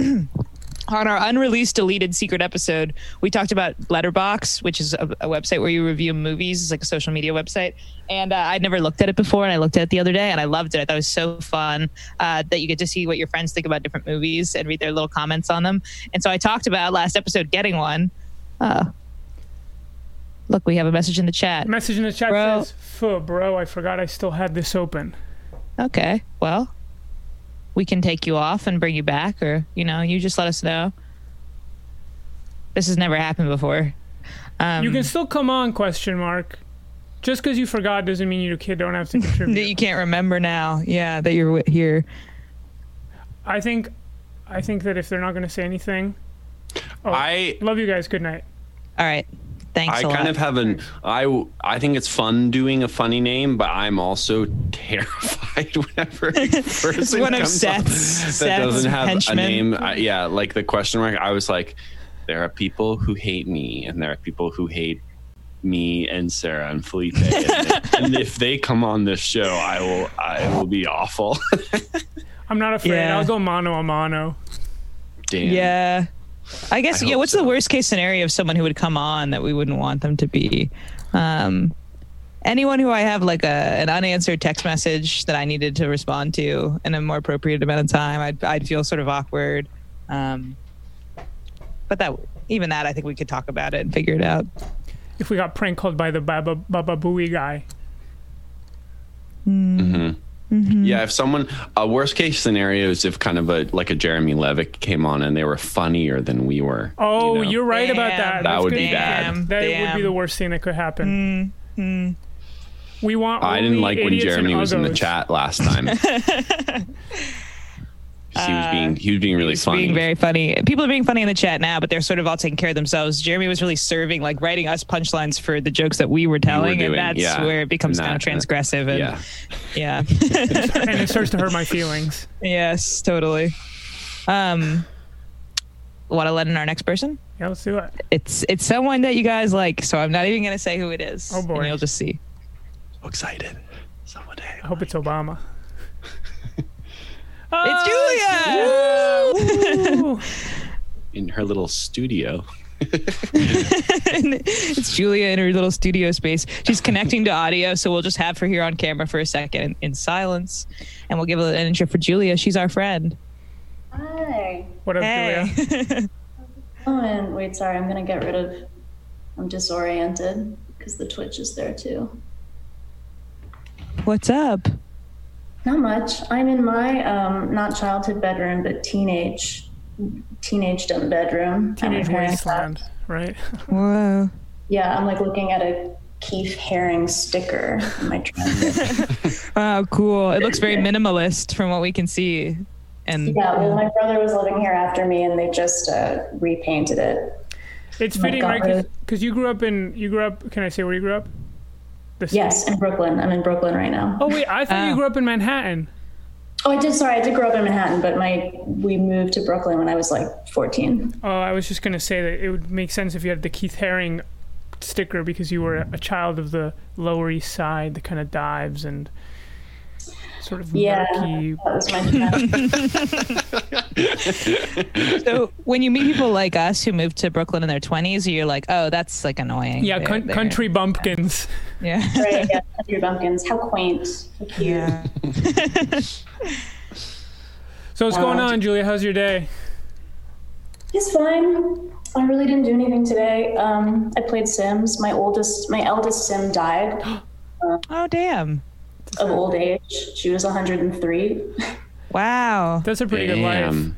Speaker 3: on our unreleased deleted secret episode. We talked about Letterbox, which is a, a website where you review movies. It's like a social media website, and uh, I'd never looked at it before. And I looked at it the other day, and I loved it. I thought it was so fun uh, that you get to see what your friends think about different movies and read their little comments on them. And so I talked about last episode getting one. Uh, look, we have a message in the chat.
Speaker 4: Message in the chat
Speaker 3: Bro.
Speaker 4: says, "Fuh, bro, I forgot I still had this open."
Speaker 3: Okay, well, we can take you off and bring you back, or you know, you just let us know. This has never happened before. Um,
Speaker 4: You can still come on? Question mark. Just because you forgot doesn't mean you kid don't have to
Speaker 3: that
Speaker 4: contribute.
Speaker 3: you can't remember now. Yeah, that you're wi- here.
Speaker 4: I think, I think that if they're not going to say anything, oh,
Speaker 5: I
Speaker 4: love you guys. Good night.
Speaker 3: All right. Thanks
Speaker 5: I
Speaker 3: a
Speaker 5: kind
Speaker 3: lot.
Speaker 5: of have an I I think it's fun doing a funny name, but I'm also terrified whenever a person
Speaker 3: one of
Speaker 5: comes up
Speaker 3: Seth's-
Speaker 5: that
Speaker 3: Seth's
Speaker 5: doesn't have
Speaker 3: henchmen.
Speaker 5: a name. I, yeah, like the question mark. I was like, there are people who hate me, and there are people who hate me and Sarah and Felipe. And, and if they come on this show, I will I will be awful.
Speaker 4: I'm not afraid.
Speaker 3: Yeah.
Speaker 4: I'll go mano a mano.
Speaker 5: Damn.
Speaker 3: yeah. I guess.
Speaker 5: I
Speaker 3: yeah.
Speaker 5: hope
Speaker 3: What's
Speaker 5: so.
Speaker 3: the worst case scenario of someone who would come on that we wouldn't want them to be? Um, anyone who I have like a an unanswered text message that I needed to respond to in a more appropriate amount of time, I'd I'd feel sort of awkward. Um, but that even that, I think we could talk about it and figure it out.
Speaker 4: If we got prank called by the Baba Baba Booey guy,
Speaker 5: Yeah, if someone a worst case scenario is if kind of a like a Jeremy Levick came on and they were funnier than we were.
Speaker 4: Oh,
Speaker 5: know?
Speaker 4: you are right about that.
Speaker 3: Damn.
Speaker 5: That
Speaker 4: That's
Speaker 5: would
Speaker 4: good.
Speaker 5: be bad.
Speaker 3: Damn,
Speaker 4: That would
Speaker 3: damn. Mm,
Speaker 4: be the worst thing that could happen. We want.
Speaker 5: I
Speaker 4: only
Speaker 5: didn't like when
Speaker 4: idiots
Speaker 5: Jeremy
Speaker 4: and
Speaker 5: was in the
Speaker 4: uggos.
Speaker 5: chat last time. 'Cause he was being he was being really funny.
Speaker 3: being very funny. People are being funny in the chat now, but they're sort of all taking care of themselves. Jeremy was really serving, like writing us punchlines for the jokes that we were telling,
Speaker 5: doing,
Speaker 3: and that's
Speaker 5: yeah.
Speaker 3: where it becomes
Speaker 5: And
Speaker 3: kind of
Speaker 5: that- and that-
Speaker 3: transgressive. And
Speaker 5: yeah.
Speaker 3: yeah,
Speaker 4: and it starts to hurt my feelings.
Speaker 3: yes, totally. Um, want to let in our next person?
Speaker 4: Yeah, let's do it.
Speaker 3: It's it's someone that you guys like, so I'm not even gonna say who it is.
Speaker 4: Oh, boy.
Speaker 3: and you'll just see.
Speaker 5: So excited. Someone hey.
Speaker 4: I hope it's Obama.
Speaker 3: It's
Speaker 4: Oh,
Speaker 3: Julia
Speaker 4: Ooh.
Speaker 5: in her little studio.
Speaker 3: it's Julia in her little studio space. She's connecting to audio, so we'll just have her here on camera for a second in, in silence, and we'll give an intro for Julia. She's our friend.
Speaker 8: Hi.
Speaker 4: What up, Julia?
Speaker 8: Oh, and wait, sorry, I'm gonna get rid of. I'm disoriented because the Twitch is there too.
Speaker 3: What's up?
Speaker 8: Not much. I'm in my um, not childhood bedroom, but teenage, teenagedom bedroom. at my
Speaker 4: Teenage
Speaker 8: parents' house.
Speaker 4: wasteland, right?
Speaker 3: Whoa.
Speaker 8: Yeah, I'm like looking at a Keith Haring sticker in my trunk.
Speaker 3: Oh, cool. It looks very minimalist from what we can see. And
Speaker 8: yeah, well, my brother was living here after me, and they just uh, repainted it.
Speaker 4: It's
Speaker 8: Oh my
Speaker 4: fitting,
Speaker 8: God.
Speaker 4: right? Because you grew up in you grew up. Can I say where you grew up? The city?
Speaker 8: Yes, in Brooklyn. I'm in Brooklyn right now.
Speaker 4: Oh wait, I thought you
Speaker 3: Oh.
Speaker 4: grew up in Manhattan.
Speaker 8: Oh, I did. Sorry, I did grow up in Manhattan, but my we moved to Brooklyn when I was like 14.
Speaker 4: Oh, I was just gonna say that it would make sense if you had the Keith Haring sticker because you were a child of the Lower East Side, the kind of dives and sort of
Speaker 8: Yeah,
Speaker 4: murky.
Speaker 8: that was my childhood.
Speaker 3: so when you meet people like us who moved to Brooklyn in their 20s, you're like, oh, that's like annoying.
Speaker 4: Yeah,
Speaker 3: They're-
Speaker 4: con-
Speaker 3: they're-
Speaker 4: country bumpkins.
Speaker 3: Yeah.
Speaker 8: Right, yeah, Country Bumpkins. How quaint. How cute.
Speaker 3: yeah.
Speaker 4: So what's going on, Julia? How's your day?
Speaker 8: It's fine. I really didn't do anything today. Um, I played Sims. My oldest, my eldest Sim died
Speaker 3: Oh, damn.
Speaker 8: of old age. She was 103.
Speaker 3: Wow.
Speaker 4: That's a pretty good life.
Speaker 5: Damn.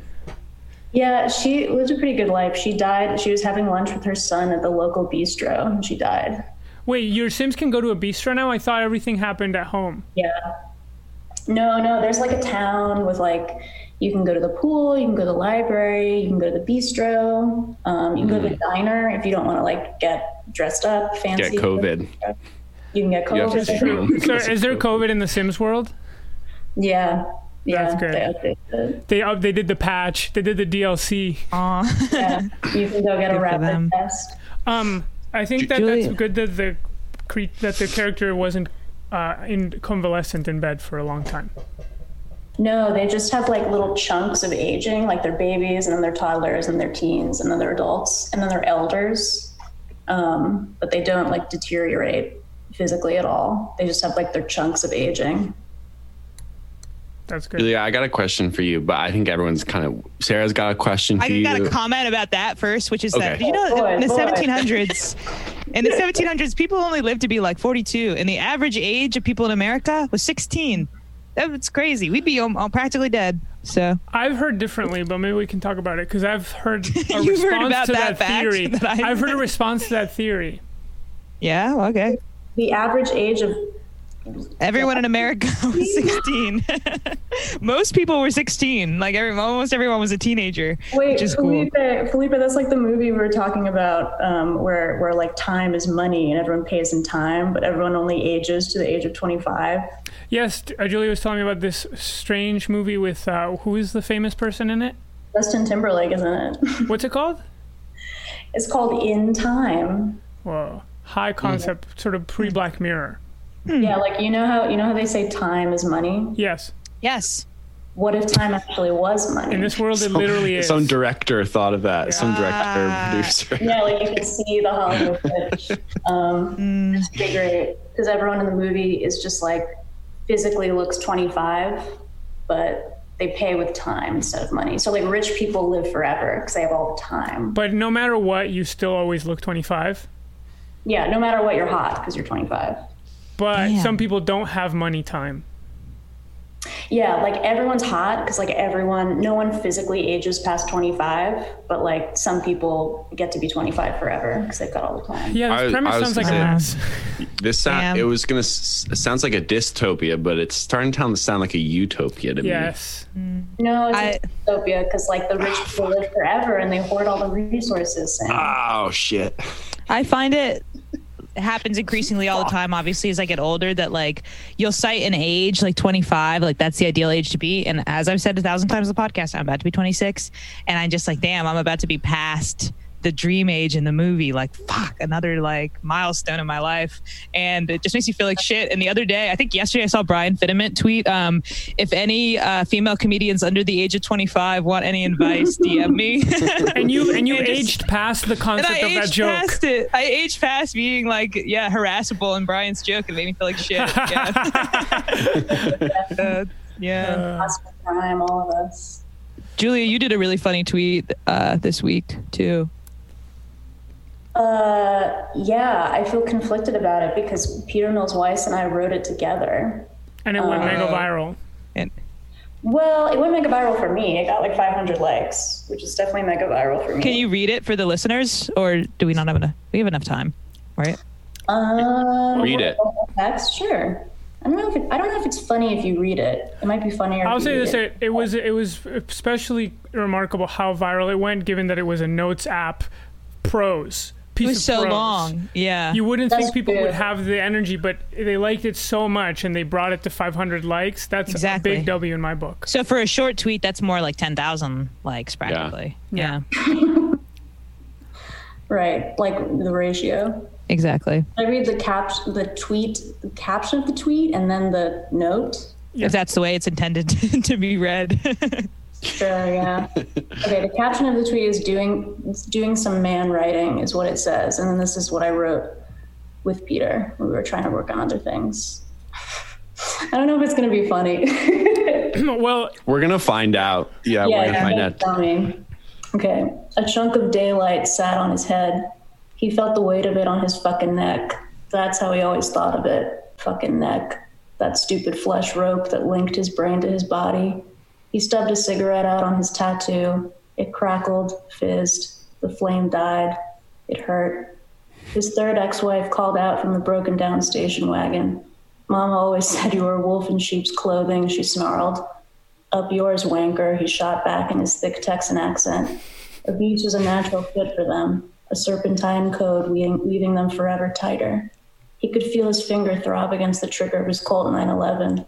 Speaker 8: Yeah, she lived a pretty good life. She died. She was having lunch with her son at the local bistro, and she died.
Speaker 4: Wait, your Sims can go to a bistro now? I thought everything happened at home.
Speaker 8: Yeah. No, no, there's like a town with like you can go to the pool, you can go to the library, you can go to the bistro, um, you can go to the diner if you don't want to like get dressed up, fancy.
Speaker 5: Mm-hmm. Get COVID.
Speaker 8: You can get
Speaker 5: You have to
Speaker 8: COVID.
Speaker 5: stay home.
Speaker 4: So is there COVID in the Sims world?
Speaker 8: yeah. Yeah.
Speaker 4: That's great.
Speaker 8: they updated it.
Speaker 4: They up, they did the patch. They did the DLC.
Speaker 3: Aw.
Speaker 8: Yeah. You can go get a
Speaker 3: them.
Speaker 8: rapid test.
Speaker 4: Um, I think that
Speaker 3: Julia-
Speaker 4: that's good that the cre- that the character wasn't uh, in convalescent in bed for a long time.
Speaker 8: No, they just have like little chunks of aging, like they're babies and then they're toddlers and they're teens and then they're adults and then they're elders. Um, but they don't like deteriorate physically at all. They just have like their chunks of aging.
Speaker 4: That's good.
Speaker 5: Julia, I got a question for you, but I think everyone's kind of Sarah's got a question for
Speaker 3: I
Speaker 5: you.
Speaker 3: got a comment about that first, which is that
Speaker 5: Okay.
Speaker 3: you know in the
Speaker 8: Oh, Boy, boy.
Speaker 3: 1700s, in the 1700s, people only lived to be like 42, and the average age of people in America was 16. That's crazy. We'd be um, um, practically dead. So
Speaker 4: I've heard differently, but maybe we can talk about it because I've heard a response
Speaker 3: You've heard about
Speaker 4: to
Speaker 3: that
Speaker 4: that,
Speaker 3: fact
Speaker 4: theory.
Speaker 3: that I-
Speaker 4: I've heard a response to that theory.
Speaker 3: yeah, well, okay.
Speaker 8: The average age of
Speaker 3: Everyone in America was 16. Most people were 16. Like every, almost everyone was a teenager,
Speaker 8: wait,
Speaker 3: which is cool.
Speaker 8: Felipe, Felipe, that's like the movie we were talking about, um, where where like time is money and everyone pays in time, but everyone only ages to the age of twenty five.
Speaker 4: Yes, uh, Julia was telling me about this strange movie with uh, who is the famous person in it?
Speaker 8: Justin Timberlake, isn't it?
Speaker 4: What's it called?
Speaker 8: It's called In Time.
Speaker 4: Whoa, high
Speaker 3: Mm.
Speaker 4: concept, sort of pre Black Mirror.
Speaker 8: Yeah, like you know how you know how they say time is money.
Speaker 4: Hmm. Yes,
Speaker 3: Yes.
Speaker 8: What if time actually was money?
Speaker 4: in this world, it literally is.
Speaker 5: Some director thought of that. Some director, producer.
Speaker 8: Yeah, like you can see the Hollywood pitch. Um, It's pretty great because everyone in the movie is just like physically looks 25, but they pay with time instead of money. So like rich people live forever because they have all the
Speaker 3: Mm.
Speaker 8: time.
Speaker 4: but no matter what, you still always look 25.
Speaker 8: Yeah, no matter what, you're hot because you're 25.
Speaker 4: But
Speaker 3: Damn.
Speaker 4: some people don't have money time.
Speaker 8: yeah, like everyone's hot because like everyone, no one physically ages past 25, but like some people get to be 25 forever because they've got all the time.
Speaker 4: Yeah,
Speaker 5: I-
Speaker 4: this
Speaker 5: I
Speaker 4: premise
Speaker 5: was
Speaker 4: sounds like
Speaker 5: gonna
Speaker 4: ass.
Speaker 5: This
Speaker 3: Damn.
Speaker 5: sound, it was gonna s- it sounds like a dystopia, but it's starting to sound like a utopia to me.
Speaker 4: Yes.
Speaker 8: No, it's
Speaker 3: Mm-hmm. I-
Speaker 8: a dystopia because like the rich people live forever and they hoard all the resources. And
Speaker 5: Oh shit!
Speaker 3: I find it happens increasingly all the time obviously as i get older that like you'll cite an age like 25 like that's the ideal age to be and as i've said a thousand times on the podcast i'm about to be 26 and i'm just like damn i'm about to be past the dream age in the movie like fuck another like milestone in my life and it just makes you feel like shit and the other day i think yesterday i saw brian fittiment tweet um if any uh, female comedians under the age of 25 want any advice dm me
Speaker 4: And you and you
Speaker 3: It just-
Speaker 4: aged past the
Speaker 3: and
Speaker 4: concept
Speaker 3: I
Speaker 4: of that
Speaker 3: aged
Speaker 4: joke.
Speaker 3: past it. I aged past being like, yeah, harassable and Brian's joke. It made me feel like shit. Yeah. Uh, yeah.
Speaker 8: Cosmic crime, all of us.
Speaker 3: Julia, you did a really funny tweet uh, this week, too.
Speaker 8: Uh, yeah, I feel conflicted about it because Peter Mills Weiss and I wrote it together.
Speaker 4: and it
Speaker 8: Uh,
Speaker 4: went mega viral.
Speaker 3: And
Speaker 8: Well, it went mega viral for me. It got like 500 likes, which is definitely mega viral for me.
Speaker 3: can you read it for the listeners, or do we not have enough? We have enough time, right?
Speaker 8: um,
Speaker 5: Read it.
Speaker 8: Text? Sure. I don't know if it, I don't know if it's funny if you read it. It might be funnier. if
Speaker 4: I'll
Speaker 8: you
Speaker 4: say
Speaker 8: read
Speaker 4: this: it, it was it was especially remarkable how viral it went, given that it was a notes app prose piece
Speaker 3: It was
Speaker 4: of
Speaker 3: so
Speaker 4: prose.
Speaker 3: long. Yeah.
Speaker 4: You wouldn't
Speaker 8: That's
Speaker 4: think people
Speaker 8: good.
Speaker 4: would have the energy, but they liked it so much, and they brought it to 500 likes. That's
Speaker 3: Exactly.
Speaker 4: a big W in my book.
Speaker 3: so for a short tweet, that's more like ten thousand likes, practically. Yeah.
Speaker 8: Right, like the ratio.
Speaker 3: Exactly.
Speaker 8: I read the cap, the tweet, the caption of the tweet, and then the note.
Speaker 3: If that's the way it's intended to be read.
Speaker 8: Sure, yeah. okay, the caption of the tweet is doing it's doing some man writing is what it says, and then this is what I wrote with Peter. when We were trying to work on other things. I don't know if it's gonna be funny.
Speaker 4: well,
Speaker 5: We're gonna find out. Yeah, we're gonna find out.
Speaker 8: tell me. Okay, a chunk of daylight sat on his head. He felt the weight of it on his fucking neck. That's how he always thought of it. Fucking neck. That stupid flesh rope that linked his brain to his body. He stubbed a cigarette out on his tattoo. It crackled, fizzed. The flame died. It hurt. His third ex wife called out from the broken down station wagon. Mom always said you were a wolf in sheep's clothing, she snarled. Up yours, wanker, he shot back in his thick Texan accent. Abuse was a natural fit for them, a serpentine code weaving, weaving them forever tighter. He could feel his finger throb against the trigger of his Colt 911.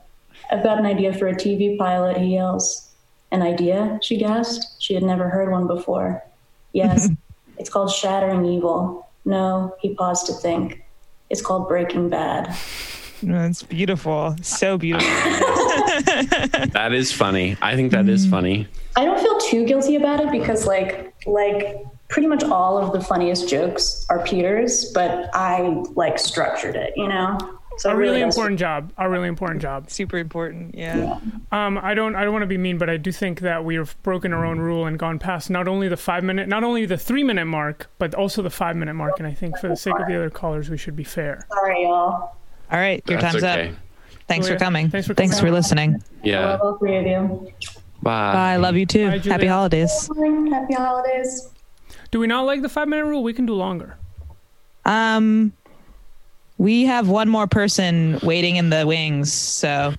Speaker 8: I've got an idea for a TV pilot, he yells. An idea? She gasped. She had never heard one before. Yes, it's called Shattering Evil. No, he paused to think. It's called Breaking Bad.
Speaker 3: That's beautiful. So beautiful.
Speaker 5: That is funny. I think that
Speaker 4: Mm-hmm.
Speaker 5: is funny.
Speaker 8: I don't feel too guilty about it because like like pretty much all of the funniest jokes are Peter's, but I like structured it, you know. So
Speaker 4: a
Speaker 8: it
Speaker 4: really
Speaker 8: does-
Speaker 4: important job. A really important job.
Speaker 3: Super important. Yeah.
Speaker 4: Um, I don't. I don't want to be mean, but I do think that we have broken our own rule and gone past not only the five minute, not only the three minute mark, but also the five minute mark. And I think for the sake of the other callers, we should be fair.
Speaker 8: Sorry, y'all.
Speaker 3: All right. Your
Speaker 5: That's
Speaker 3: time's
Speaker 5: okay.
Speaker 3: up. Thanks
Speaker 4: Julia,
Speaker 3: for coming.
Speaker 4: thanks for
Speaker 3: thanks
Speaker 4: coming.
Speaker 3: for listening.
Speaker 8: I
Speaker 5: Yeah.
Speaker 8: love all three of you.
Speaker 5: Bye.
Speaker 3: I love you too.
Speaker 4: Bye,
Speaker 3: Happy
Speaker 4: Julia.
Speaker 3: holidays.
Speaker 8: Happy holidays.
Speaker 4: Do we not like the five minute rule? We can do longer.
Speaker 3: Um, we have one more person waiting in the wings, so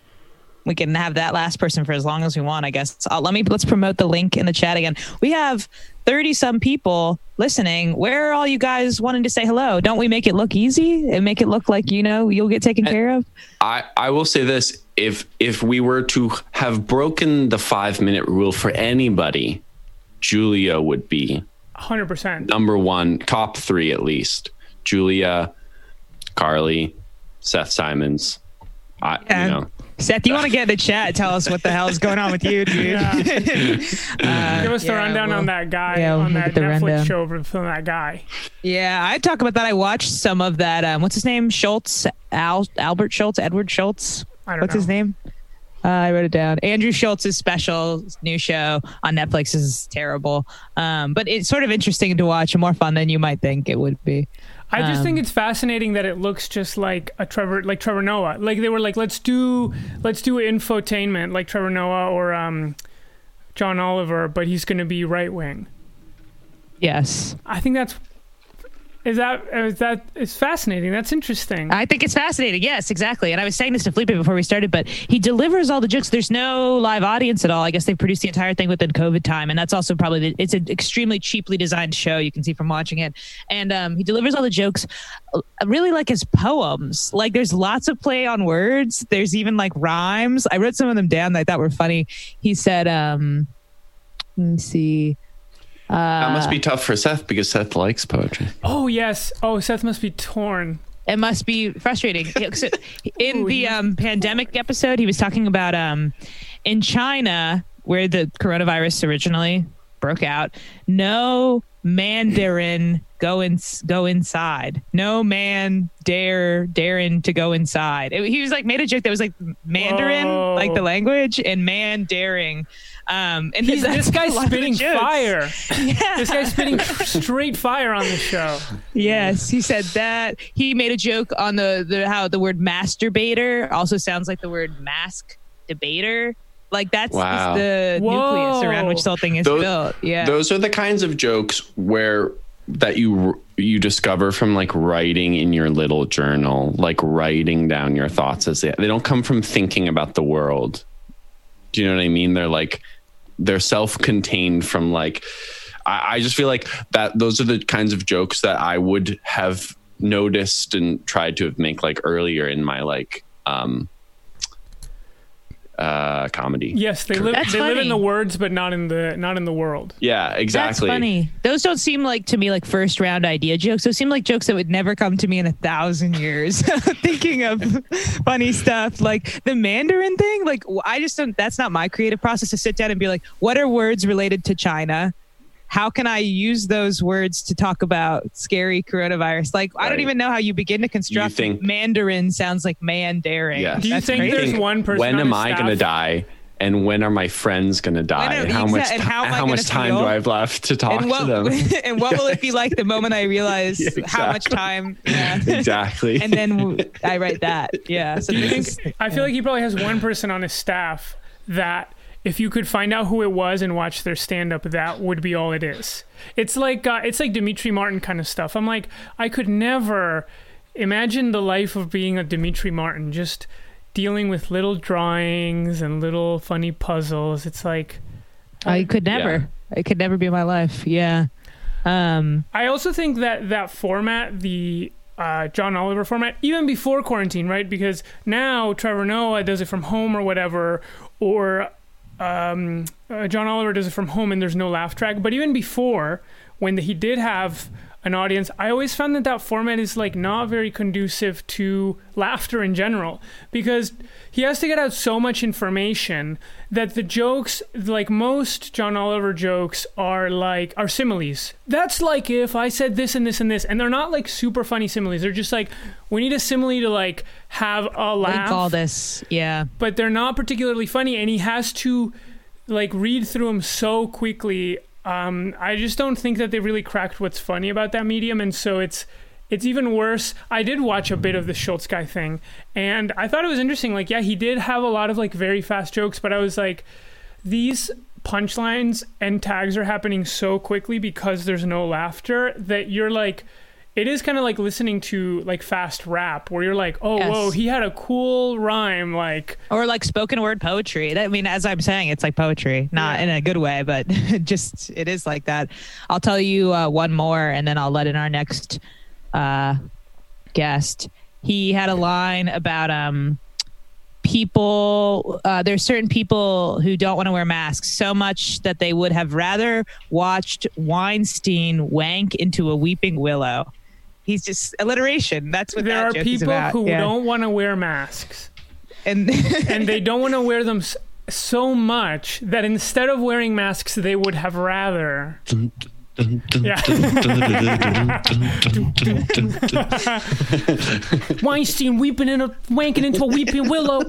Speaker 3: we can have that last person for as long as we want. I guess. Uh, let me let's promote the link in the chat again. We have thirty some people listening. Where are all you guys wanting to say hello? Don't we make it look easy and make it look like you know you'll get taken care of?
Speaker 5: I, I will say this if if we were to have broken the five minute rule for anybody, Julia would be
Speaker 4: Hundred percent.
Speaker 5: number one, top three at least. Julia, Carly, Seth Simons. I
Speaker 3: Yeah.
Speaker 5: you know.
Speaker 3: Seth, you want to get in the chat? Tell us what the hell's going on with you, dude.
Speaker 4: Give us the
Speaker 3: Uh, yeah,
Speaker 4: rundown
Speaker 3: we'll-
Speaker 4: on that guy
Speaker 3: yeah, we'll
Speaker 4: on that
Speaker 3: get the
Speaker 4: Netflix
Speaker 3: rundown.
Speaker 4: show over the film. That guy.
Speaker 3: Yeah, I talk about that. I watched some of that. Um, what's his name? Schultz, Al, Albert Schultz, Edward Schultz.
Speaker 4: I don't
Speaker 3: What's
Speaker 4: know.
Speaker 3: his name? Uh, I wrote it down. Andrew Schultz's special new show on Netflix is terrible, um, but it's sort of interesting to watch and more fun than you might think it would be.
Speaker 4: I just
Speaker 3: Um,
Speaker 4: think it's fascinating that it looks just like a Trevor, like Trevor Noah. Like they were like, let's do, let's do infotainment like Trevor Noah or um, John Oliver, but he's going to be right wing.
Speaker 3: Yes.
Speaker 4: I think that's is that is that is fascinating. That's interesting.
Speaker 3: I think it's fascinating. Yes, exactly. And I was saying this to Felipe before we started, but he delivers all the jokes. There's no live audience at all. I guess they produced the entire thing within COVID time, and that's also probably the, it's an extremely cheaply designed show. You can see from watching it, and um, he delivers all the jokes uh, really like his poems. Like there's lots of play on words. There's even like rhymes. I wrote some of them down that I thought were funny. He said, um, "Let me see." Uh,
Speaker 5: that must be tough for Seth because Seth likes poetry.
Speaker 4: oh yes. Oh, Seth must be torn.
Speaker 3: it must be frustrating. Yeah, so In the um, pandemic episode, he was talking about um, in China, where the coronavirus originally broke out, no Mandarin go in, go inside. No man dare daring to go inside. It- he was like made a joke that was like Mandarin,
Speaker 4: Whoa.
Speaker 3: like the language, and man daring. Um, and
Speaker 4: He's,
Speaker 3: that's
Speaker 4: this guy's
Speaker 3: a lot of the
Speaker 4: spitting
Speaker 3: jokes.
Speaker 4: fire. This guy's spitting straight fire on the show.
Speaker 3: Yes, he said that. He made a joke on the, the how the word masturbator also sounds like the word mask debater. Like that's is
Speaker 5: Wow.
Speaker 3: the nucleus around which the whole thing is
Speaker 5: Those-
Speaker 3: built. Yeah.
Speaker 5: Those are the kinds of jokes where that you you discover from like writing in your little journal, like writing down your thoughts as they, they don't come from thinking about the world. Do you know what I mean? They're like they're self-contained from like I, I just feel like that those are the kinds of jokes that I would have noticed and tried to make like earlier in my like um uh comedy.
Speaker 4: Yes, they live.
Speaker 3: That's
Speaker 4: they live in
Speaker 3: funny.
Speaker 4: the words, but not in the not in the world.
Speaker 5: Yeah, exactly.
Speaker 3: That's funny. Those don't seem like to me like first round idea jokes. Those seem like jokes that would never come to me in a thousand years. Thinking of funny stuff like the Mandarin thing, like w- I just don't. That's not my creative process to sit down and be like, what are words related to China? How can I use those words to talk about scary coronavirus? Like I don't
Speaker 5: Right.
Speaker 3: even know how you begin to construct
Speaker 5: think-
Speaker 3: Mandarin sounds like man daring.
Speaker 5: Yeah.
Speaker 4: Do you
Speaker 3: That's
Speaker 4: think
Speaker 3: crazy.
Speaker 4: there's one person?
Speaker 5: when
Speaker 4: on
Speaker 5: am
Speaker 4: his
Speaker 5: I
Speaker 4: staff-
Speaker 5: going to die? And when are my friends going to die?
Speaker 3: are-
Speaker 5: and how much,
Speaker 3: exa- and how am I
Speaker 5: how much
Speaker 3: gonna
Speaker 5: time
Speaker 3: feel?
Speaker 5: do I have left to talk
Speaker 3: And what,
Speaker 5: to them?
Speaker 3: and what will it be like the moment I realize
Speaker 5: Yeah,
Speaker 3: how much
Speaker 5: exactly.
Speaker 3: time? Yeah.
Speaker 5: exactly.
Speaker 3: and then w- I write that. Yeah. So
Speaker 4: Do you
Speaker 3: this
Speaker 4: think?
Speaker 3: is-
Speaker 4: I feel like he probably has one person on his staff that, if you could find out who it was and watch their stand up, that would be all it is. It's like uh, it's like Dimitri Martin kind of stuff. I'm like, I could never imagine the life of being a Dimitri Martin, just dealing with little drawings and little funny puzzles. It's like
Speaker 3: I could never. It could never be my life. Yeah. Um,
Speaker 4: I also think that that format, the uh, John Oliver format, even before quarantine, right? Because now Trevor Noah does it from home or whatever, or um, uh, John Oliver does it from home and there's no laugh track. But even before, when he did have an audience, I always found that that format is like not very conducive to laughter in general because he has to get out so much information that the jokes, like most John Oliver jokes, are like are similes. That's like if I said this and this and this, and they're not like super funny similes. They're just like we need a simile to like have a
Speaker 3: we
Speaker 4: laugh
Speaker 3: call this. Yeah.
Speaker 4: but they're not particularly funny and he has to like read through them so quickly um i just don't think that they really cracked what's funny about that medium and so it's it's even worse i did watch a bit of the schultz guy thing and i thought it was interesting like yeah he did have a lot of like very fast jokes but i was like these punchlines and tags are happening so quickly because there's no laughter that you're like it is kind of like listening to like fast rap where you're like oh
Speaker 3: Yes.
Speaker 4: whoa he had a cool rhyme like
Speaker 3: Or like spoken word poetry. That- I mean, as I'm saying, it's like poetry, not in a good way, but just it is like that. I'll tell you uh, one more, and then I'll let in our next uh, guest. He had a line about um, people uh, there's certain people who don't want to wear masks so much that they would have rather watched weinstein wank into a weeping willow he's just alliteration that's what
Speaker 4: there
Speaker 3: that
Speaker 4: are
Speaker 3: joke is
Speaker 4: people
Speaker 3: about.
Speaker 4: who
Speaker 3: Yeah.
Speaker 4: don't want to wear masks
Speaker 3: and
Speaker 4: and they don't want to wear them s- so much that instead of wearing masks they would have rather yeah. Weinstein weeping in a wanking into a weeping willow.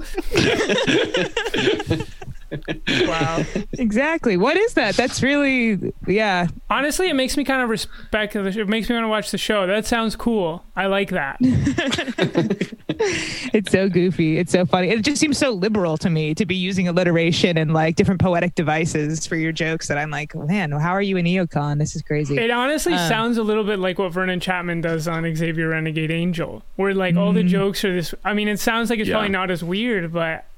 Speaker 4: Wow.
Speaker 3: Exactly. What is that? That's really yeah.
Speaker 4: Honestly, it makes me kind of respect. The sh- it makes me want to watch the show. That sounds cool. I like that.
Speaker 3: It's so goofy. It's so funny. It just seems so liberal to me to be using alliteration and like different poetic devices for your jokes that I'm like, man, how are you a neocon? This is crazy. Um,
Speaker 4: It honestly
Speaker 3: Uh.
Speaker 4: sounds a little bit like what Vernon Chapman does on Xavier Renegade Angel, where like all the jokes are this. I mean, it sounds like it's
Speaker 5: Yeah.
Speaker 4: probably not as weird, but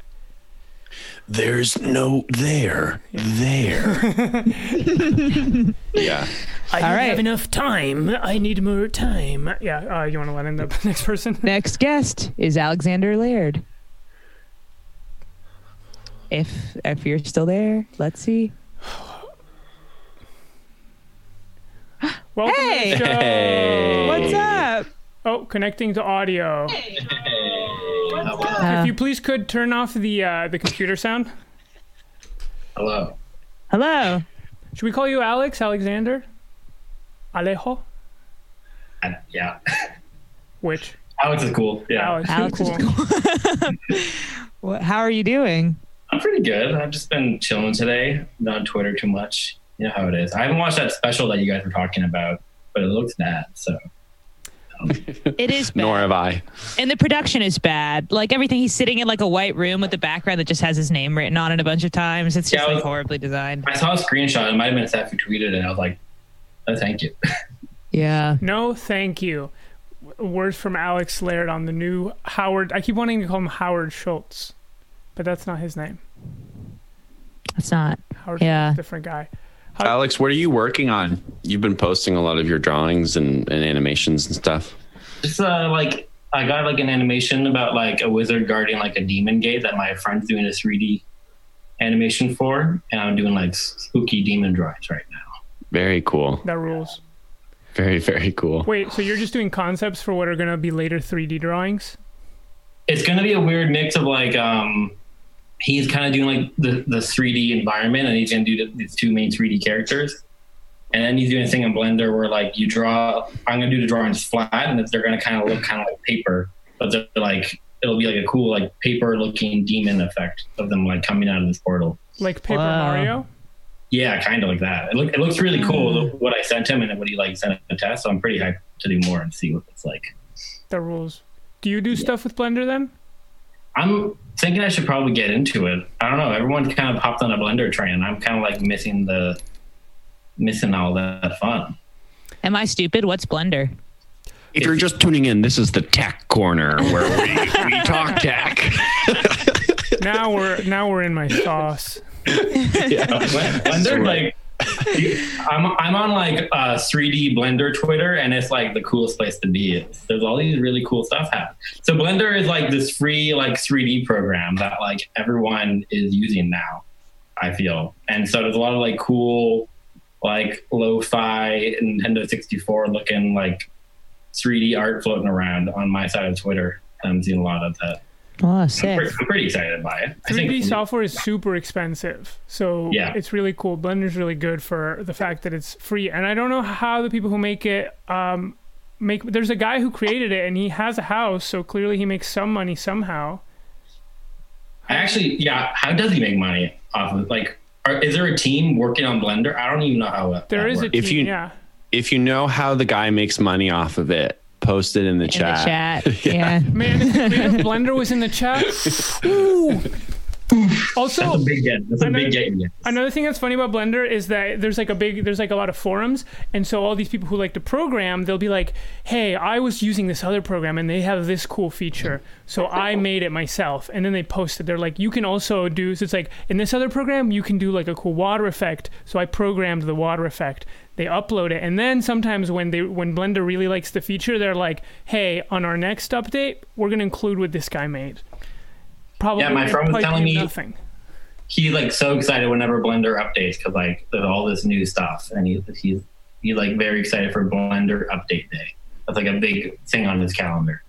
Speaker 5: There's no there, there. yeah.
Speaker 4: I
Speaker 3: don't right. have
Speaker 4: enough time. I need more time. Yeah. Uh, you want to let in the next person?
Speaker 3: Next guest is Alexander Laird. If if you're still there, let's see.
Speaker 4: Welcome to
Speaker 3: Hey!
Speaker 4: the show.
Speaker 5: Hey.
Speaker 3: What's up?
Speaker 4: Oh, connecting to audio.
Speaker 3: Uh,
Speaker 4: If you please could turn off the uh, the computer sound.
Speaker 9: Hello.
Speaker 3: hello.
Speaker 4: Should we call you Alex, Alexander, Alejo?
Speaker 9: I- Uh, yeah.
Speaker 4: Which
Speaker 9: Alex is cool. Yeah.
Speaker 4: Alex? you're
Speaker 3: Alex is
Speaker 4: cool.
Speaker 3: What, how are you doing?
Speaker 9: I'm pretty good. I've just been chilling today, not on Twitter too much. You know how it is. I haven't watched that special that you guys were talking about, but it looks bad. So
Speaker 3: It is bad.
Speaker 5: Nor have I.
Speaker 3: And the production is bad. Like everything, he's sitting in like a white room with the background that just has his name written on it a bunch of times. It's just
Speaker 9: Yeah, I
Speaker 3: like
Speaker 9: was-
Speaker 3: horribly designed.
Speaker 9: I saw a screenshot. It might have been Seth who tweeted it. And I was like, oh, thank you.
Speaker 3: Yeah.
Speaker 4: No, thank you. W- Words from Alex Laird on the new Howard. I keep wanting to call him Howard Schultz, but that's not his name.
Speaker 3: It's not.
Speaker 4: Howard
Speaker 3: Yeah.
Speaker 4: Schultz, different guy.
Speaker 5: Alex, what are you working on? You've been posting a lot of your drawings and, and animations and stuff.
Speaker 9: Just uh, like, I got like an animation about like a wizard guarding like a demon gate that my friend's doing a 3D animation for. And I'm doing like spooky demon drawings right now.
Speaker 5: Very cool.
Speaker 4: That rules.
Speaker 5: Very, very cool.
Speaker 4: Wait, so you're just doing concepts for what are going to be later 3D drawings?
Speaker 9: it's going to be a weird mix of like um he's kind of doing like the, the 3d environment and he's going to do the, these two main 3d characters and then he's doing a thing in blender where like you draw i'm going to do the drawings flat and they're going to kind of look kind of like paper but they're like it'll be like a cool like paper looking demon effect of them like coming out of this portal
Speaker 4: Like Paper
Speaker 3: Wow.
Speaker 4: Mario?
Speaker 9: yeah kind of like that it, look, it looks really cool what i sent him and then what he like sent a test so i'm pretty hyped to do more and see what it's like
Speaker 4: That rules. Do you do stuff with Blender then?
Speaker 9: I'm thinking I should probably get into it. I don't know. Everyone kind of hopped on a Blender train. I'm kind of like missing the missing all that fun.
Speaker 3: Am I stupid? What's Blender?
Speaker 5: If you're just tuning in, this is the tech corner where we, we talk tech.
Speaker 4: Now we're now we're in my sauce.
Speaker 9: Blender, like, I'm I'm on like uh, 3D Blender Twitter, and it's like the coolest place to be. It's, there's all these really cool stuff happening. So Blender is like this free like 3D program that like everyone is using now. I feel, and so there's a lot of like cool, like lo-fi Nintendo 64 looking like 3D art floating around on my side of Twitter. I'm seeing a lot of that.
Speaker 3: Oh,
Speaker 9: I'm,
Speaker 3: sick.
Speaker 9: pre- I'm pretty excited by it. I
Speaker 4: 3D
Speaker 9: think
Speaker 4: software is super expensive. So
Speaker 9: Yeah.
Speaker 4: it's really cool. Blender's really good for the fact that it's free. And I don't know how the people who make it um, make there's a guy who created it and he has a house, so clearly he makes some money somehow.
Speaker 9: I actually, yeah. How does he make money off of like? Are, is there a team working on Blender? I don't even know how. that
Speaker 4: There is a
Speaker 9: works.
Speaker 4: team,
Speaker 5: If you-
Speaker 4: yeah.
Speaker 5: If you know how the guy makes money off of it, post it in the,
Speaker 3: In
Speaker 5: chat.
Speaker 3: the chat. yeah.
Speaker 4: Man, if the creator of Blender was in the chat. Ooh.
Speaker 9: That's
Speaker 4: Also,
Speaker 9: a big get. That's a
Speaker 4: know-
Speaker 9: big get. you get.
Speaker 4: another thing that's funny about blender is that there's like a big there's like a lot of forums and so all these people who like to program they'll be like hey i was using this other program and they have this cool feature so i made it myself and then they post it they're like you can also do so it's like in this other program you can do like a cool water effect so i programmed the water effect they upload it and then sometimes when they when blender really likes the feature they're like hey on our next update we're going to include what this guy made probably
Speaker 9: Yeah, my friend was
Speaker 4: probably
Speaker 9: telling me-
Speaker 4: nothing
Speaker 9: He's like so excited whenever Blender updates because like there's all this new stuff, and he he's he's like very excited for Blender update day. That's like a big thing on his calendar.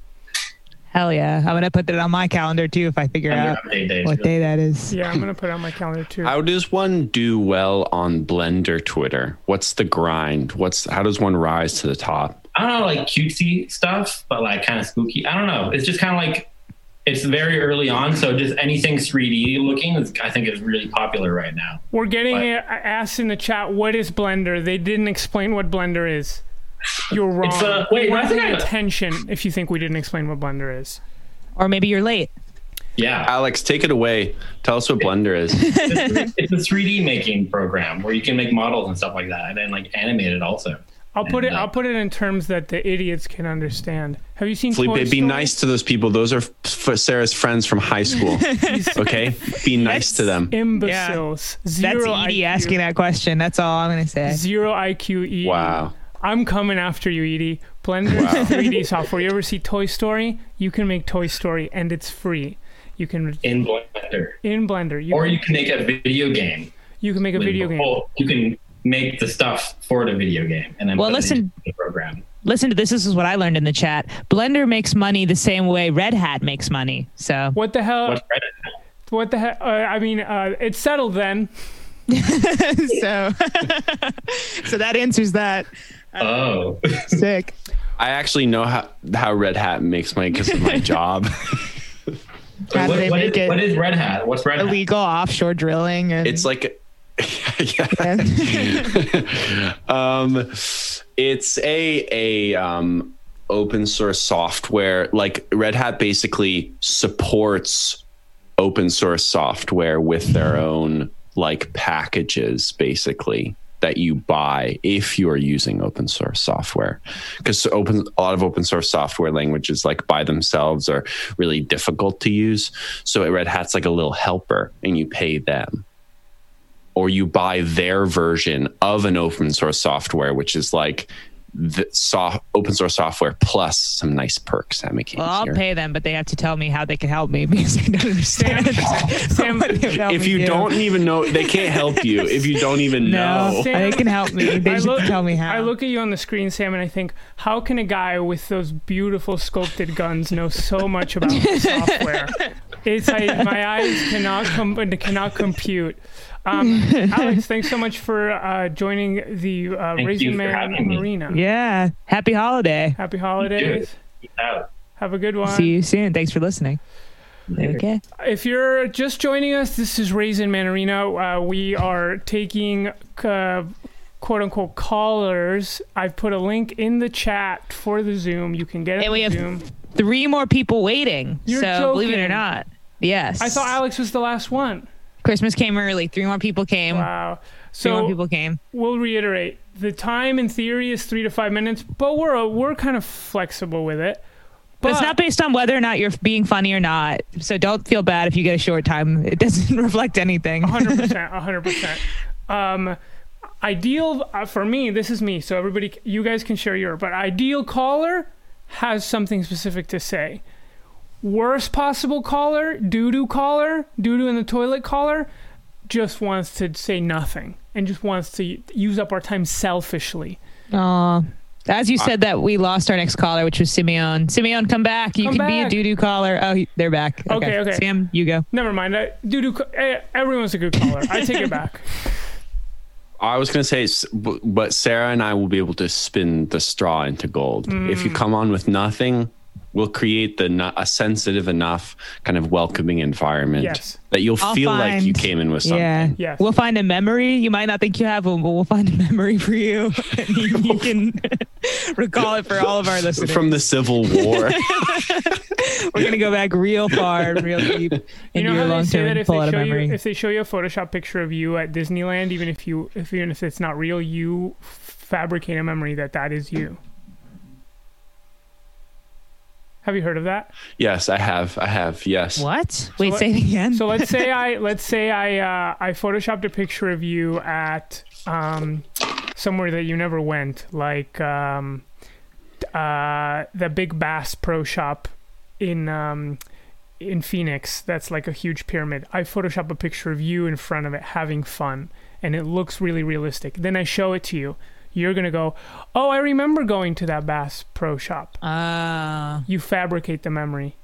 Speaker 3: Hell yeah. I'm going to put that on my calendar too if I figure
Speaker 9: Blender
Speaker 3: out
Speaker 9: update day. is
Speaker 3: what
Speaker 9: really-
Speaker 3: day that is.
Speaker 4: yeah i'm going to put it on my calendar too
Speaker 5: How does one do well on Blender Twitter? What's the grind? What's how does one rise to the top?
Speaker 9: I don't know, like cutesy stuff, but like kind of spooky. I don't know. It's just kind of like it's very early on, so just anything 3D looking, is, I think, is really popular right now.
Speaker 4: We're getting
Speaker 9: But-
Speaker 4: a- asked in the chat, what is Blender? They didn't explain what Blender is. You're wrong.
Speaker 9: It's, uh, wait,
Speaker 4: you
Speaker 9: no, I
Speaker 4: weren't
Speaker 9: think
Speaker 4: paying
Speaker 9: I-
Speaker 4: attention if you think we didn't explain what Blender is.
Speaker 3: Or maybe you're late.
Speaker 9: Yeah,
Speaker 5: Alex, take it away. Tell us what Blender is.
Speaker 9: it's a 3D making program where you can make models and stuff like that, and then like animate it also.
Speaker 4: I'll put it.
Speaker 9: Yeah.
Speaker 4: I'll put it in terms that the idiots can understand. Have you seen Toy
Speaker 5: Felipe, be
Speaker 4: Story?
Speaker 5: nice to those people. Those are f- Sarah's friends from high school. Okay, be nice to them.
Speaker 4: Imbeciles.
Speaker 3: That's
Speaker 4: Zero
Speaker 3: Edie
Speaker 4: IQ.
Speaker 3: asking that question. That's all I'm gonna say.
Speaker 4: Zero IQ. Edie. E.
Speaker 5: Wow.
Speaker 4: I'm coming after you, Edie. Blender is 3D software. You ever see Toy Story? You can make Toy Story, and it's free. You can
Speaker 9: in Blender,
Speaker 4: in Blender. You
Speaker 9: or
Speaker 4: can,
Speaker 9: you can make a video game.
Speaker 4: you can make a video game.
Speaker 9: Well, you can make the stuff for the video game, and then
Speaker 3: Well,
Speaker 9: put it
Speaker 3: listen-
Speaker 9: into the program.
Speaker 3: Listen to this. This is what I learned in the chat. Blender makes money the same way Red Hat makes money. So
Speaker 4: What the hell?
Speaker 9: What's
Speaker 4: What,
Speaker 9: Reddit?
Speaker 4: the hell? Uh, I mean, uh, it's settled then.
Speaker 3: so so that answers that.
Speaker 9: Oh,
Speaker 3: Sick.
Speaker 5: I actually know how, how Red Hat makes money because of my job.
Speaker 3: How do
Speaker 9: What-
Speaker 3: they
Speaker 9: what,
Speaker 3: make
Speaker 9: is, what
Speaker 3: it
Speaker 9: is Red Hat? What's Red Hat?
Speaker 3: illegal offshore drilling? And
Speaker 5: It's like, yeah.
Speaker 3: Yeah.
Speaker 5: um, it's a a um, open source software. Like Red Hat basically supports open source software with their own like packages, basically that you buy if you are using open source software because open a lot of open source software languages like by themselves are really difficult to use so red hat's like a little helper and you pay them or you buy their version of an open source software, which is like the soft, open source software plus some nice perks that make it
Speaker 3: well, I'll
Speaker 5: easier.
Speaker 3: pay them, but they have to tell me how they can help me because I don't understand.
Speaker 4: Sam,
Speaker 5: if you don't even know, they can't help you. If you don't even
Speaker 3: no,
Speaker 5: know,
Speaker 3: they can help me. They
Speaker 4: I
Speaker 3: just
Speaker 4: look-
Speaker 3: tell me how.
Speaker 4: I look at you on the screen, Sam, and I think, how can a guy with those beautiful sculpted guns know so much about the software? It's I, my eyes cannot com- cannot compute. Um, Alex, thanks so much for uh, joining the uh,
Speaker 9: Thank
Speaker 4: Raising
Speaker 9: you for
Speaker 4: Man
Speaker 9: having me.
Speaker 4: Arena.
Speaker 3: yeah. Happy holiday.
Speaker 4: Happy holidays.
Speaker 9: Out.
Speaker 4: Have a good one.
Speaker 3: See you soon. Thanks for listening. Okay.
Speaker 4: If you're just joining us, this is Raisin Man Arena. Uh, we are taking uh, quote unquote callers. I've put a link in the chat for the Zoom. You can get it.
Speaker 3: And
Speaker 4: on
Speaker 3: we have-
Speaker 4: Zoom.
Speaker 3: Three more people waiting.
Speaker 4: You're
Speaker 3: so believe it or
Speaker 4: joking.
Speaker 3: not. Yes.
Speaker 4: I thought Alex was the last one.
Speaker 3: Christmas came early. Three more people came.
Speaker 4: Wow.
Speaker 3: Three more
Speaker 4: So
Speaker 3: people came.
Speaker 4: we'll reiterate the time in theory is three to five minutes, but we're we're kind of flexible with it.
Speaker 3: But it's
Speaker 4: but-
Speaker 3: not based on whether or not you're being funny or not. So don't feel bad if you get a short time. It doesn't reflect anything.
Speaker 4: hundred percent, hundred percent. Um, ideal uh, for me, this is me. So everybody, you guys can share your. But ideal caller has something specific to say. Worst possible caller, doo doo caller, doo doo in the toilet caller, just wants to say nothing and just wants to use up our time selfishly.
Speaker 3: Aw. As you said that we lost our next caller, which was Simeon. Simeon, come back. You
Speaker 4: Come
Speaker 3: can be a
Speaker 4: back.
Speaker 3: doo doo caller. Oh, he- they're back.
Speaker 4: Okay, okay.
Speaker 3: Sam, you go.
Speaker 4: Never mind. I, doo doo. Everyone's a good caller. I take it back.
Speaker 5: I was going to say, s- b- but Sarah and I will be able to spin the straw into gold. If
Speaker 3: Mm.
Speaker 5: you come on with nothing, we'll create the no- a sensitive enough kind of welcoming environment
Speaker 4: Yes.
Speaker 5: that you'll
Speaker 3: I'll
Speaker 5: feel like you
Speaker 3: find-
Speaker 5: came in with something.
Speaker 3: Yeah.
Speaker 4: Yes.
Speaker 3: We'll find a memory you might not think you have, but we'll find a memory for you. And you, you can recall it for all of our listeners.
Speaker 5: From the Civil War.
Speaker 3: We're going to go back real far and real deep into
Speaker 4: You know
Speaker 3: your
Speaker 4: how
Speaker 3: long
Speaker 4: they say
Speaker 3: term
Speaker 4: that
Speaker 3: and
Speaker 4: if
Speaker 3: pull
Speaker 4: they
Speaker 3: out a
Speaker 4: show
Speaker 3: memory.
Speaker 4: you if they show you a Photoshop picture of you at Disneyland, even if you if even if it's not real, you fabricate a memory that that is you. Have you heard of that?
Speaker 5: yes, I have. I have. Yes.
Speaker 3: what? Wait,
Speaker 4: let-
Speaker 3: say it again.
Speaker 4: So let's say I let's say I uh, I photoshopped a picture of you at um, somewhere that you never went, like um, uh, the Big Bass Pro Shop in um, in Phoenix. That's like a huge pyramid. I photoshop a picture of you in front of it having fun, and it looks really realistic. Then I show it to you. You're gonna go, oh, I remember going to that Bass Pro Shop.
Speaker 3: Ah.
Speaker 4: You fabricate the memory.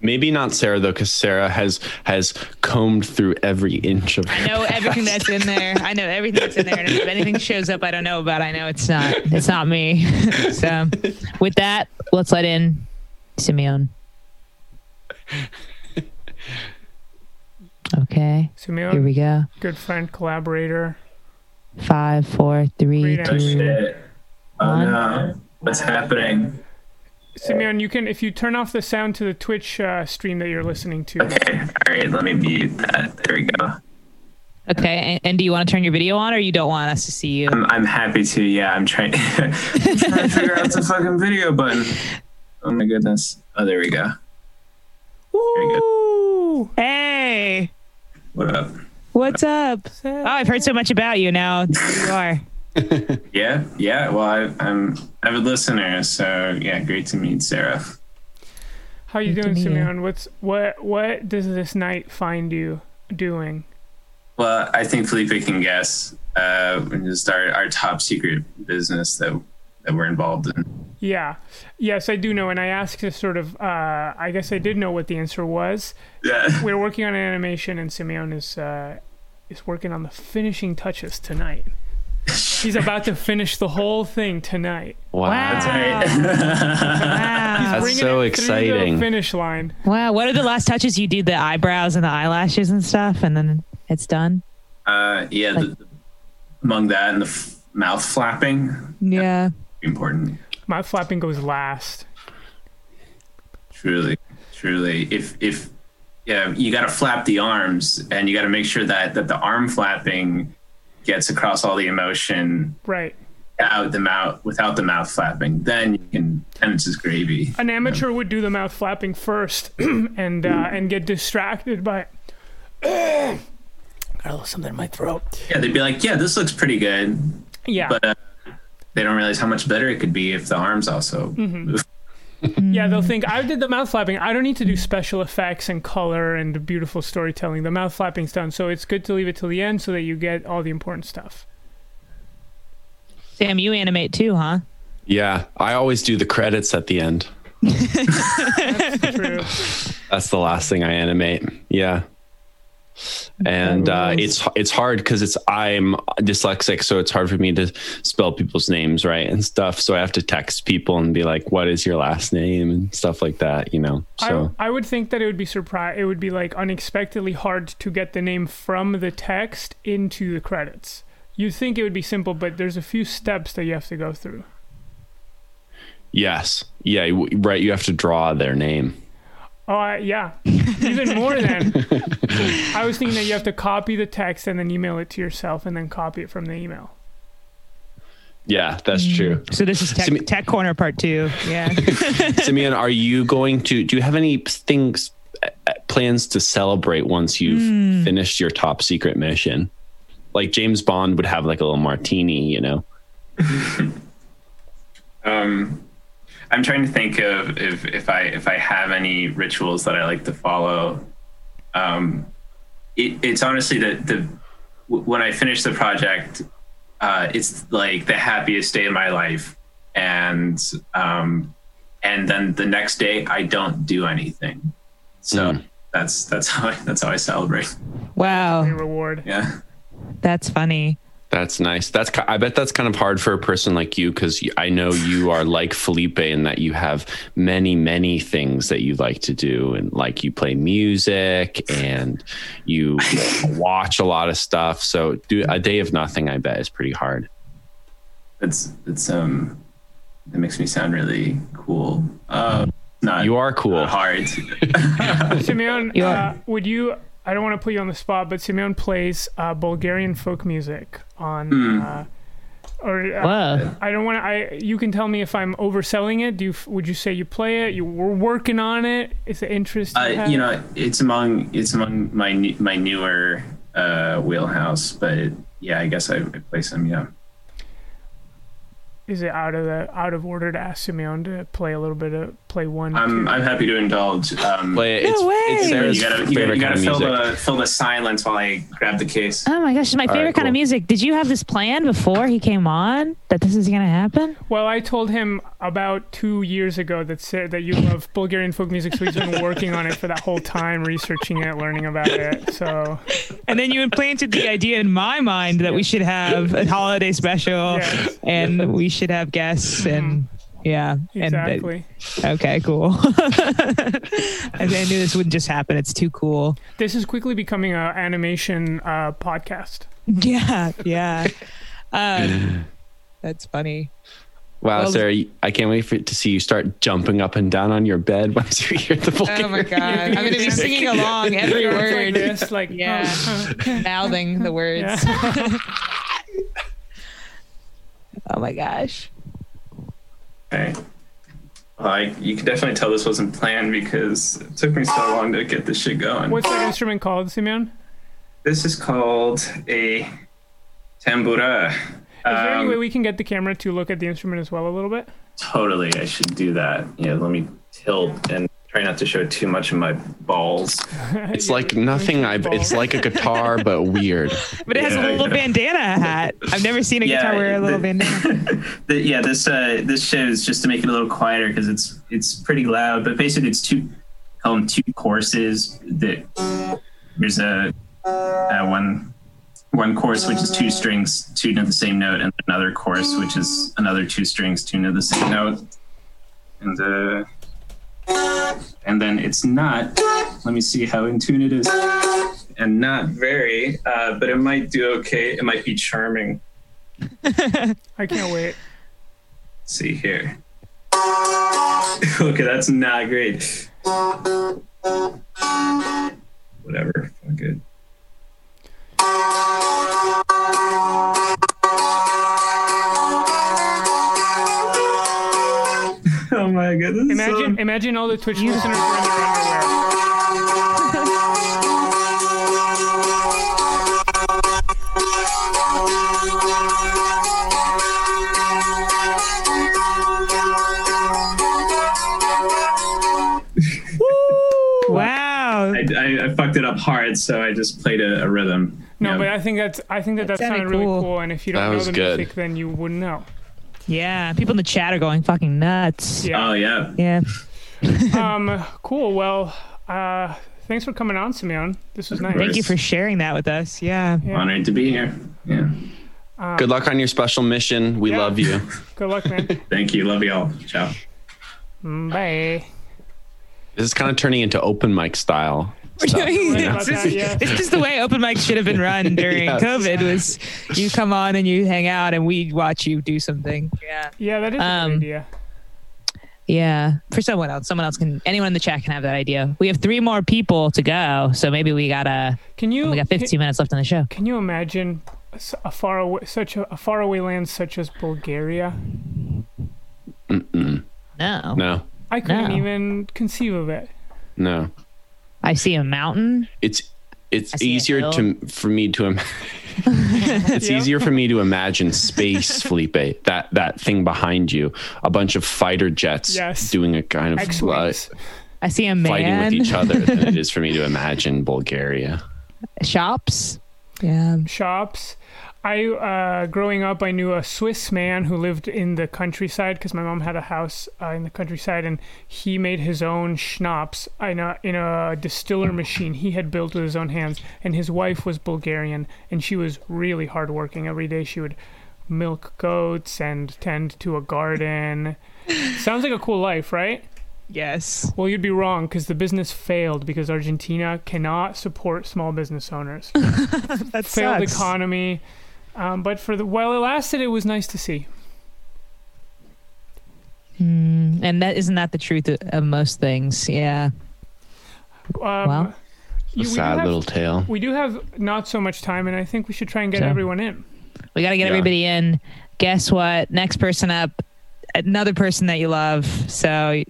Speaker 5: Maybe not Sarah though, because Sarah has has combed through every inch of.
Speaker 3: I know everything that's in there. I know everything that's in there. And if anything shows up I don't know about, I know it's not it's not me. so with that, let's let in Simeon.
Speaker 10: Okay.
Speaker 4: Simeon,
Speaker 10: Here we go.
Speaker 4: good friend, collaborator.
Speaker 10: Five, four, three,
Speaker 4: Great
Speaker 10: two,
Speaker 11: shit. Oh
Speaker 10: one.
Speaker 11: no. What's happening?
Speaker 4: Simeon, you can if you turn off the sound to the Twitch uh, stream that you're listening to.
Speaker 11: Okay. All right. Let me mute that. There we go.
Speaker 3: Okay. And, and do you want to turn your video on or you don't want us to see you?
Speaker 11: I'm, I'm happy to. Yeah. I'm trying, I'm trying to figure out the fucking video button. Oh my goodness. Oh, there we go. Very good.
Speaker 4: Woo!
Speaker 3: Hey,
Speaker 11: What up?
Speaker 3: what's up? Oh, I've heard so much about you now. There you are.
Speaker 11: Yeah. Yeah. Well, I, I'm avid listener. So yeah, great to meet Sarah.
Speaker 4: How you
Speaker 10: Good to
Speaker 4: doing,
Speaker 10: meet you.
Speaker 4: Simeon? What's what what does this night find you doing?
Speaker 11: Well, I think Felipe can guess. Uh, just our, our top secret business that that we're involved in.
Speaker 4: Yeah. Yes, I do know, and I asked to sort of uh, I guess I did know what the answer was.
Speaker 11: Yeah.
Speaker 4: We're working on an animation and Simeon is uh, is working on the finishing touches tonight. He's about to finish the whole thing tonight.
Speaker 5: Wow.
Speaker 3: Wow.
Speaker 5: That's
Speaker 4: Bringing
Speaker 5: so
Speaker 4: it through the
Speaker 5: exciting.
Speaker 4: Finish line.
Speaker 3: wow. What are the last touches you did? The eyebrows and the eyelashes and stuff, and then it's done.
Speaker 11: Uh, yeah. The, among that and the f- mouth flapping,
Speaker 10: Yeah.
Speaker 11: important.
Speaker 4: Mouth flapping goes last.
Speaker 11: Truly, truly. If if yeah, you got to flap the arms, and you got to make sure that that the arm flapping gets across all the emotion
Speaker 4: Right.
Speaker 11: out the mouth without the mouth flapping. Then you can. And it's just gravy.
Speaker 4: An amateur would do the mouth flapping first and uh, and get distracted by got a little something in my throat.
Speaker 11: Yeah, they'd be like, yeah, this looks pretty good,
Speaker 4: Yeah.
Speaker 11: but uh, they don't realize how much better it could be if the arms also. move.
Speaker 4: Mm-hmm. yeah, they'll think I did the mouth flapping. I don't need to do special effects and color and beautiful storytelling. The mouth flapping's done, so it's good to leave it till the end so that you get all the important stuff.
Speaker 3: Sam, you animate too, huh?
Speaker 5: Yeah, I always do the credits at the end.
Speaker 4: True.
Speaker 5: That's the last thing I animate. Yeah. And uh, it's it's hard because it's I'm dyslexic, so it's hard for me to spell people's names right and stuff. So I have to text people and be like, "What is your last name?" and stuff like that. You know. So
Speaker 4: I, I would think that it would be surprise. It would be like unexpectedly hard to get the name from the text into the credits. You think it would be simple, but there's a few steps that you have to go through.
Speaker 5: yes, yeah, you- right. You have to draw their name.
Speaker 4: Oh, I, yeah, even more than. I was thinking that you have to copy the text and then email it to yourself, and then copy it from the email.
Speaker 5: Yeah, that's true.
Speaker 3: So this is tech,
Speaker 5: Simi-
Speaker 3: tech corner part two. Yeah.
Speaker 5: Simeon, are you going to? Do you have any things uh, uh, plans to celebrate once you've finished your top secret mission? Like James Bond would have like a little martini, you know.
Speaker 11: Um, I'm trying to think of if if I if I have any rituals that I like to follow. Um, it, it's honestly the the w- when I finish the project, uh, it's like the happiest day of my life, and um, and then the next day I don't do anything. So
Speaker 5: Mm.
Speaker 11: that's that's how I, that's how I celebrate.
Speaker 4: A
Speaker 3: wow.
Speaker 4: reward.
Speaker 11: Yeah.
Speaker 3: That's funny.
Speaker 5: That's nice. That's ki- I bet that's kind of hard for a person like you because I know you are like Felipe in that you have many many things that you like to do and like you play music and you watch a lot of stuff. So do a day of nothing. I bet is pretty hard.
Speaker 11: It's it's um it makes me sound really cool. Uh not
Speaker 5: You are cool.
Speaker 11: not hard.
Speaker 4: Simeon,
Speaker 3: Yeah.
Speaker 4: uh, would you? I don't want to put you on the spot, but Simeon plays uh, Bulgarian folk music on.
Speaker 12: Hmm.
Speaker 4: Uh, or uh,
Speaker 3: Whoa.
Speaker 4: I don't want to. I you can tell me if I'm overselling it. Do you, would you say you play it? You were working on it. Is it interest? you
Speaker 11: uh,
Speaker 4: have?
Speaker 11: you know, it's among it's among my new- my newer uh wheelhouse, but yeah, I guess I, I play some, yeah.
Speaker 4: is it out of the out of order to ask Simeon to play a little bit of play one?
Speaker 11: I'm
Speaker 4: two?
Speaker 11: I'm happy to indulge. Um
Speaker 5: Play it. it's,
Speaker 3: way.
Speaker 5: it's Sarah's
Speaker 11: you gotta you gotta,
Speaker 5: favorite
Speaker 11: you gotta
Speaker 5: kind
Speaker 11: fill
Speaker 5: of music.
Speaker 11: the fill the silence while I grab the case.
Speaker 3: Oh my gosh, it's my
Speaker 5: right,
Speaker 3: favorite kind
Speaker 5: cool.
Speaker 3: of music. Did you have this plan before he came on that this is going to happen?
Speaker 4: Well, I told him about two years ago that Sa- that you love Bulgarian folk music, so he's been working on it for that whole time, researching it, learning about it. So
Speaker 3: And then you implanted the idea in my mind that we should have a holiday special
Speaker 4: Yes.
Speaker 3: Mm-hmm. and we should have guests and Yeah. And that-
Speaker 4: Exactly.
Speaker 3: okay, cool. I knew this wouldn't just happen. It's too cool.
Speaker 4: This is quickly becoming an animation uh, podcast.
Speaker 3: Yeah, yeah. Um, that's funny.
Speaker 5: Wow,
Speaker 3: Well-
Speaker 5: Sarah, I can't wait for to see you start jumping up and down on your bed once you hear the Bulgarian.
Speaker 3: Oh my god! I'm gonna be singing along every
Speaker 4: It's like
Speaker 3: word,
Speaker 4: this, like
Speaker 3: Yeah.
Speaker 4: oh,
Speaker 3: mouthing the words. oh my gosh!
Speaker 11: Okay. Well, I, you can definitely tell this wasn't planned because it took me so long to get this shit going.
Speaker 4: what's that instrument called, Simeon?
Speaker 11: This is called a tambura.
Speaker 4: Is there any
Speaker 11: Um,
Speaker 4: way we can get the camera to look at the instrument as well a little bit?
Speaker 11: Totally, I should do that. Yeah, let me tilt and try not to show too much of my balls.
Speaker 5: It's like nothing. I. It's like a guitar, but weird.
Speaker 3: But it has a
Speaker 11: Yeah,
Speaker 3: little
Speaker 11: yeah.
Speaker 3: bandana hat. I've never seen a guitar wear a little
Speaker 11: the-
Speaker 3: bandana.
Speaker 11: the- yeah, this uh, this show is just to make it a little quieter because it's it's pretty loud. But basically, it's two call 'em two courses. That there's a, uh one one course which is two strings tuned to the same note, and another course which is another two strings tuned to the same note. And uh, and then it's not. Let me see how in tune it is. And not very, uh, but it might do okay. It might be charming.
Speaker 4: I can't wait.
Speaker 11: see here. okay, that's not great. Whatever. Fuck it. Oh my goodness.
Speaker 4: Imagine, imagine all the Twitch listeners were in their underwear.
Speaker 3: Wow!
Speaker 11: I, I, I fucked it up hard, so I just played a, a rhythm.
Speaker 4: No,
Speaker 11: Yeah.
Speaker 4: but I think that's I think that that,
Speaker 3: That sounded
Speaker 4: sounded really
Speaker 3: cool.
Speaker 4: cool. And if you
Speaker 5: That
Speaker 4: don't know
Speaker 5: was
Speaker 4: the
Speaker 5: good.
Speaker 4: music, then you wouldn't know.
Speaker 3: Yeah, people in the chat are going fucking nuts.
Speaker 4: Yeah.
Speaker 11: oh yeah.
Speaker 3: Yeah.
Speaker 4: um, cool. Well, uh, thanks for coming on, Simeon. This was nice.
Speaker 3: Thank you for sharing that with us. Yeah. Um,
Speaker 11: Honored to be here. Yeah.
Speaker 5: Good luck on your special mission. We
Speaker 4: Yeah.
Speaker 5: love you.
Speaker 4: Good luck, man. Mm,
Speaker 11: Thank you. Love y'all. Ciao.
Speaker 4: Bye.
Speaker 5: This is kind of turning into open mic style.
Speaker 4: Sorry about
Speaker 3: This
Speaker 4: that, yeah.
Speaker 3: is- this is the way open mic should have been run during
Speaker 5: Yes.
Speaker 3: COVID was you come on and you hang out and we watch you do something. Yeah.
Speaker 4: Yeah, that is a
Speaker 3: Um,
Speaker 4: good idea.
Speaker 13: Yeah.
Speaker 3: For someone else. Someone else can anyone in the chat can have that idea. We have three more people to go, so maybe we gotta
Speaker 4: Can you?
Speaker 3: we got
Speaker 4: can-
Speaker 3: fifteen minutes left on the show.
Speaker 4: Can you imagine s- a far away, such a, a far away land such as Bulgaria?
Speaker 3: No.
Speaker 5: No,
Speaker 4: I couldn't
Speaker 3: No.
Speaker 4: even conceive of it.
Speaker 5: no.
Speaker 3: I see a mountain.
Speaker 5: It's it's
Speaker 3: see a
Speaker 5: easier
Speaker 3: hill.
Speaker 5: to for me to. Im- it's easier for me to imagine space, Felipe. That that thing behind you, a bunch of fighter jets
Speaker 4: Yes.
Speaker 5: doing a kind of uh,
Speaker 4: X-wings.
Speaker 3: I see a
Speaker 5: fighting
Speaker 3: man.
Speaker 5: with each other, than it is for me to imagine Bulgaria.
Speaker 3: Shops. Yeah.
Speaker 4: shops. I uh, growing up, I knew a Swiss man who lived in the countryside because my mom had a house uh, in the countryside, and he made his own schnapps in a in a distiller machine he had built with his own hands. And his wife was Bulgarian, and she was really hardworking. Every day she would milk goats and tend to a garden. Sounds like a cool life, right?
Speaker 3: Yes.
Speaker 4: Well, you'd be wrong because the business failed because Argentina cannot support small business owners
Speaker 3: That
Speaker 4: failed
Speaker 3: sucks.
Speaker 4: economy. Um, but for the while it lasted, it was nice to see.
Speaker 3: Mm, and that isn't that the truth of- of most things. Yeah.
Speaker 4: Um,
Speaker 3: Wow.
Speaker 4: you- we, do
Speaker 5: Sad
Speaker 4: have,
Speaker 5: little tale.
Speaker 4: we do have not so much time, and I think we should try and get
Speaker 3: Yeah.
Speaker 4: everyone in.
Speaker 3: We got to get
Speaker 5: Yeah.
Speaker 3: everybody in. Guess what? Next person up, another person that you love. So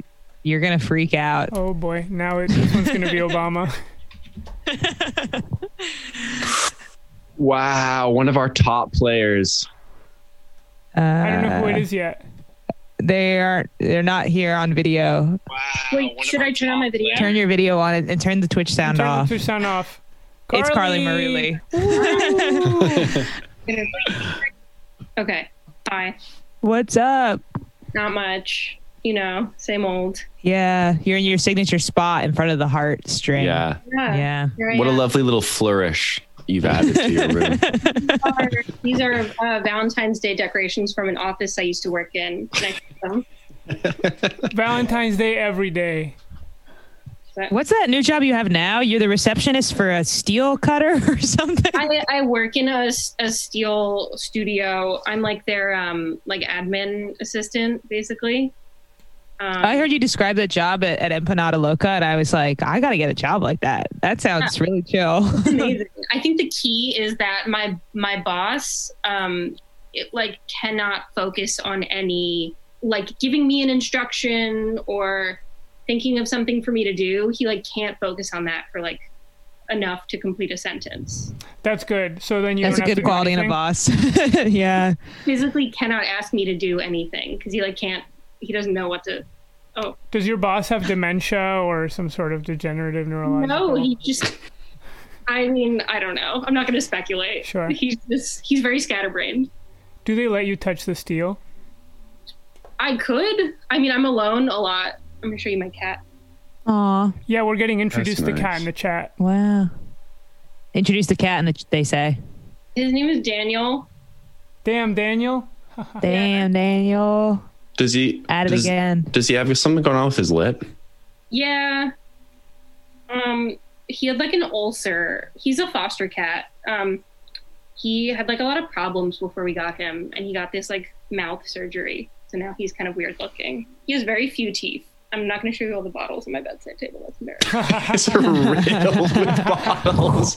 Speaker 3: you're going to freak out.
Speaker 4: Oh boy, now it, this one's going to be Obama.
Speaker 5: Wow, one of our top players.
Speaker 4: I don't know who it
Speaker 3: Uh,
Speaker 4: is yet.
Speaker 3: they aren't, they're not here on video.
Speaker 8: Wait, should I turn on my video?
Speaker 3: Turn your video on and, and turn the Twitch sound
Speaker 4: Turn the
Speaker 3: off.
Speaker 4: Twitch sound off.
Speaker 3: It's Carly Marie.
Speaker 8: Okay. Hi.
Speaker 3: What's up?
Speaker 8: Not much. You know, same old.
Speaker 3: Yeah. You're in your signature spot in front of the heart string.
Speaker 5: Yeah,
Speaker 3: Yeah.
Speaker 8: Here I
Speaker 5: what a
Speaker 8: am.
Speaker 5: lovely little flourish you've added to your room.
Speaker 8: Are- These are uh, Valentine's Day decorations from an office I used to work in. And I took them.
Speaker 4: Valentine's Day every day.
Speaker 3: What's that new job you have now? You're the receptionist for a steel cutter or something?
Speaker 14: I, I work in a, s- a steel studio. I'm like their um like admin assistant basically. Um,
Speaker 3: I heard you describe that job at, at Empanada Loca, and I was like, I got to get a job like that. That sounds
Speaker 14: Yeah.
Speaker 3: really chill.
Speaker 14: It's amazing. I think the key is that my my boss um it like cannot focus on any like giving me an instruction or thinking of something for me to do. He like can't focus on that for like enough to complete a sentence.
Speaker 4: That's good. So then you.
Speaker 3: That's a
Speaker 4: don't have
Speaker 3: good
Speaker 4: to do
Speaker 3: quality in a
Speaker 4: anything.
Speaker 3: boss. yeah.
Speaker 14: Physically cannot ask me to do anything because he like can't he doesn't know what to Oh,
Speaker 4: Does your boss have dementia or some sort of degenerative neurological?
Speaker 14: No, he just. I mean, I don't know. I'm not going to speculate.
Speaker 4: Sure.
Speaker 14: He's just, he's very scatterbrained.
Speaker 4: Do they let you touch the steel?
Speaker 14: I could. I mean, I'm alone a lot. I'm going to show you my cat.
Speaker 3: Aw.
Speaker 4: Yeah, we're getting introduced to
Speaker 3: nice.
Speaker 4: cat in the chat.
Speaker 3: Wow. Introduce the cat, and the, they say,
Speaker 14: His name is Daniel.
Speaker 4: Damn,
Speaker 3: Oh,
Speaker 4: Daniel.
Speaker 3: Damn, Daniel.
Speaker 5: Does he
Speaker 3: At it
Speaker 5: does-
Speaker 3: again.
Speaker 5: Does he have something going on with his lip?
Speaker 14: Yeah. Um, he had like an ulcer. He's a foster cat. Um, he had like a lot of problems before we got him, and he got this like mouth surgery. So now he's kind of weird looking. He has very few teeth. I'm not going to show you all the bottles on my bedside table. That's embarrassing.
Speaker 5: It's riddled with bottles.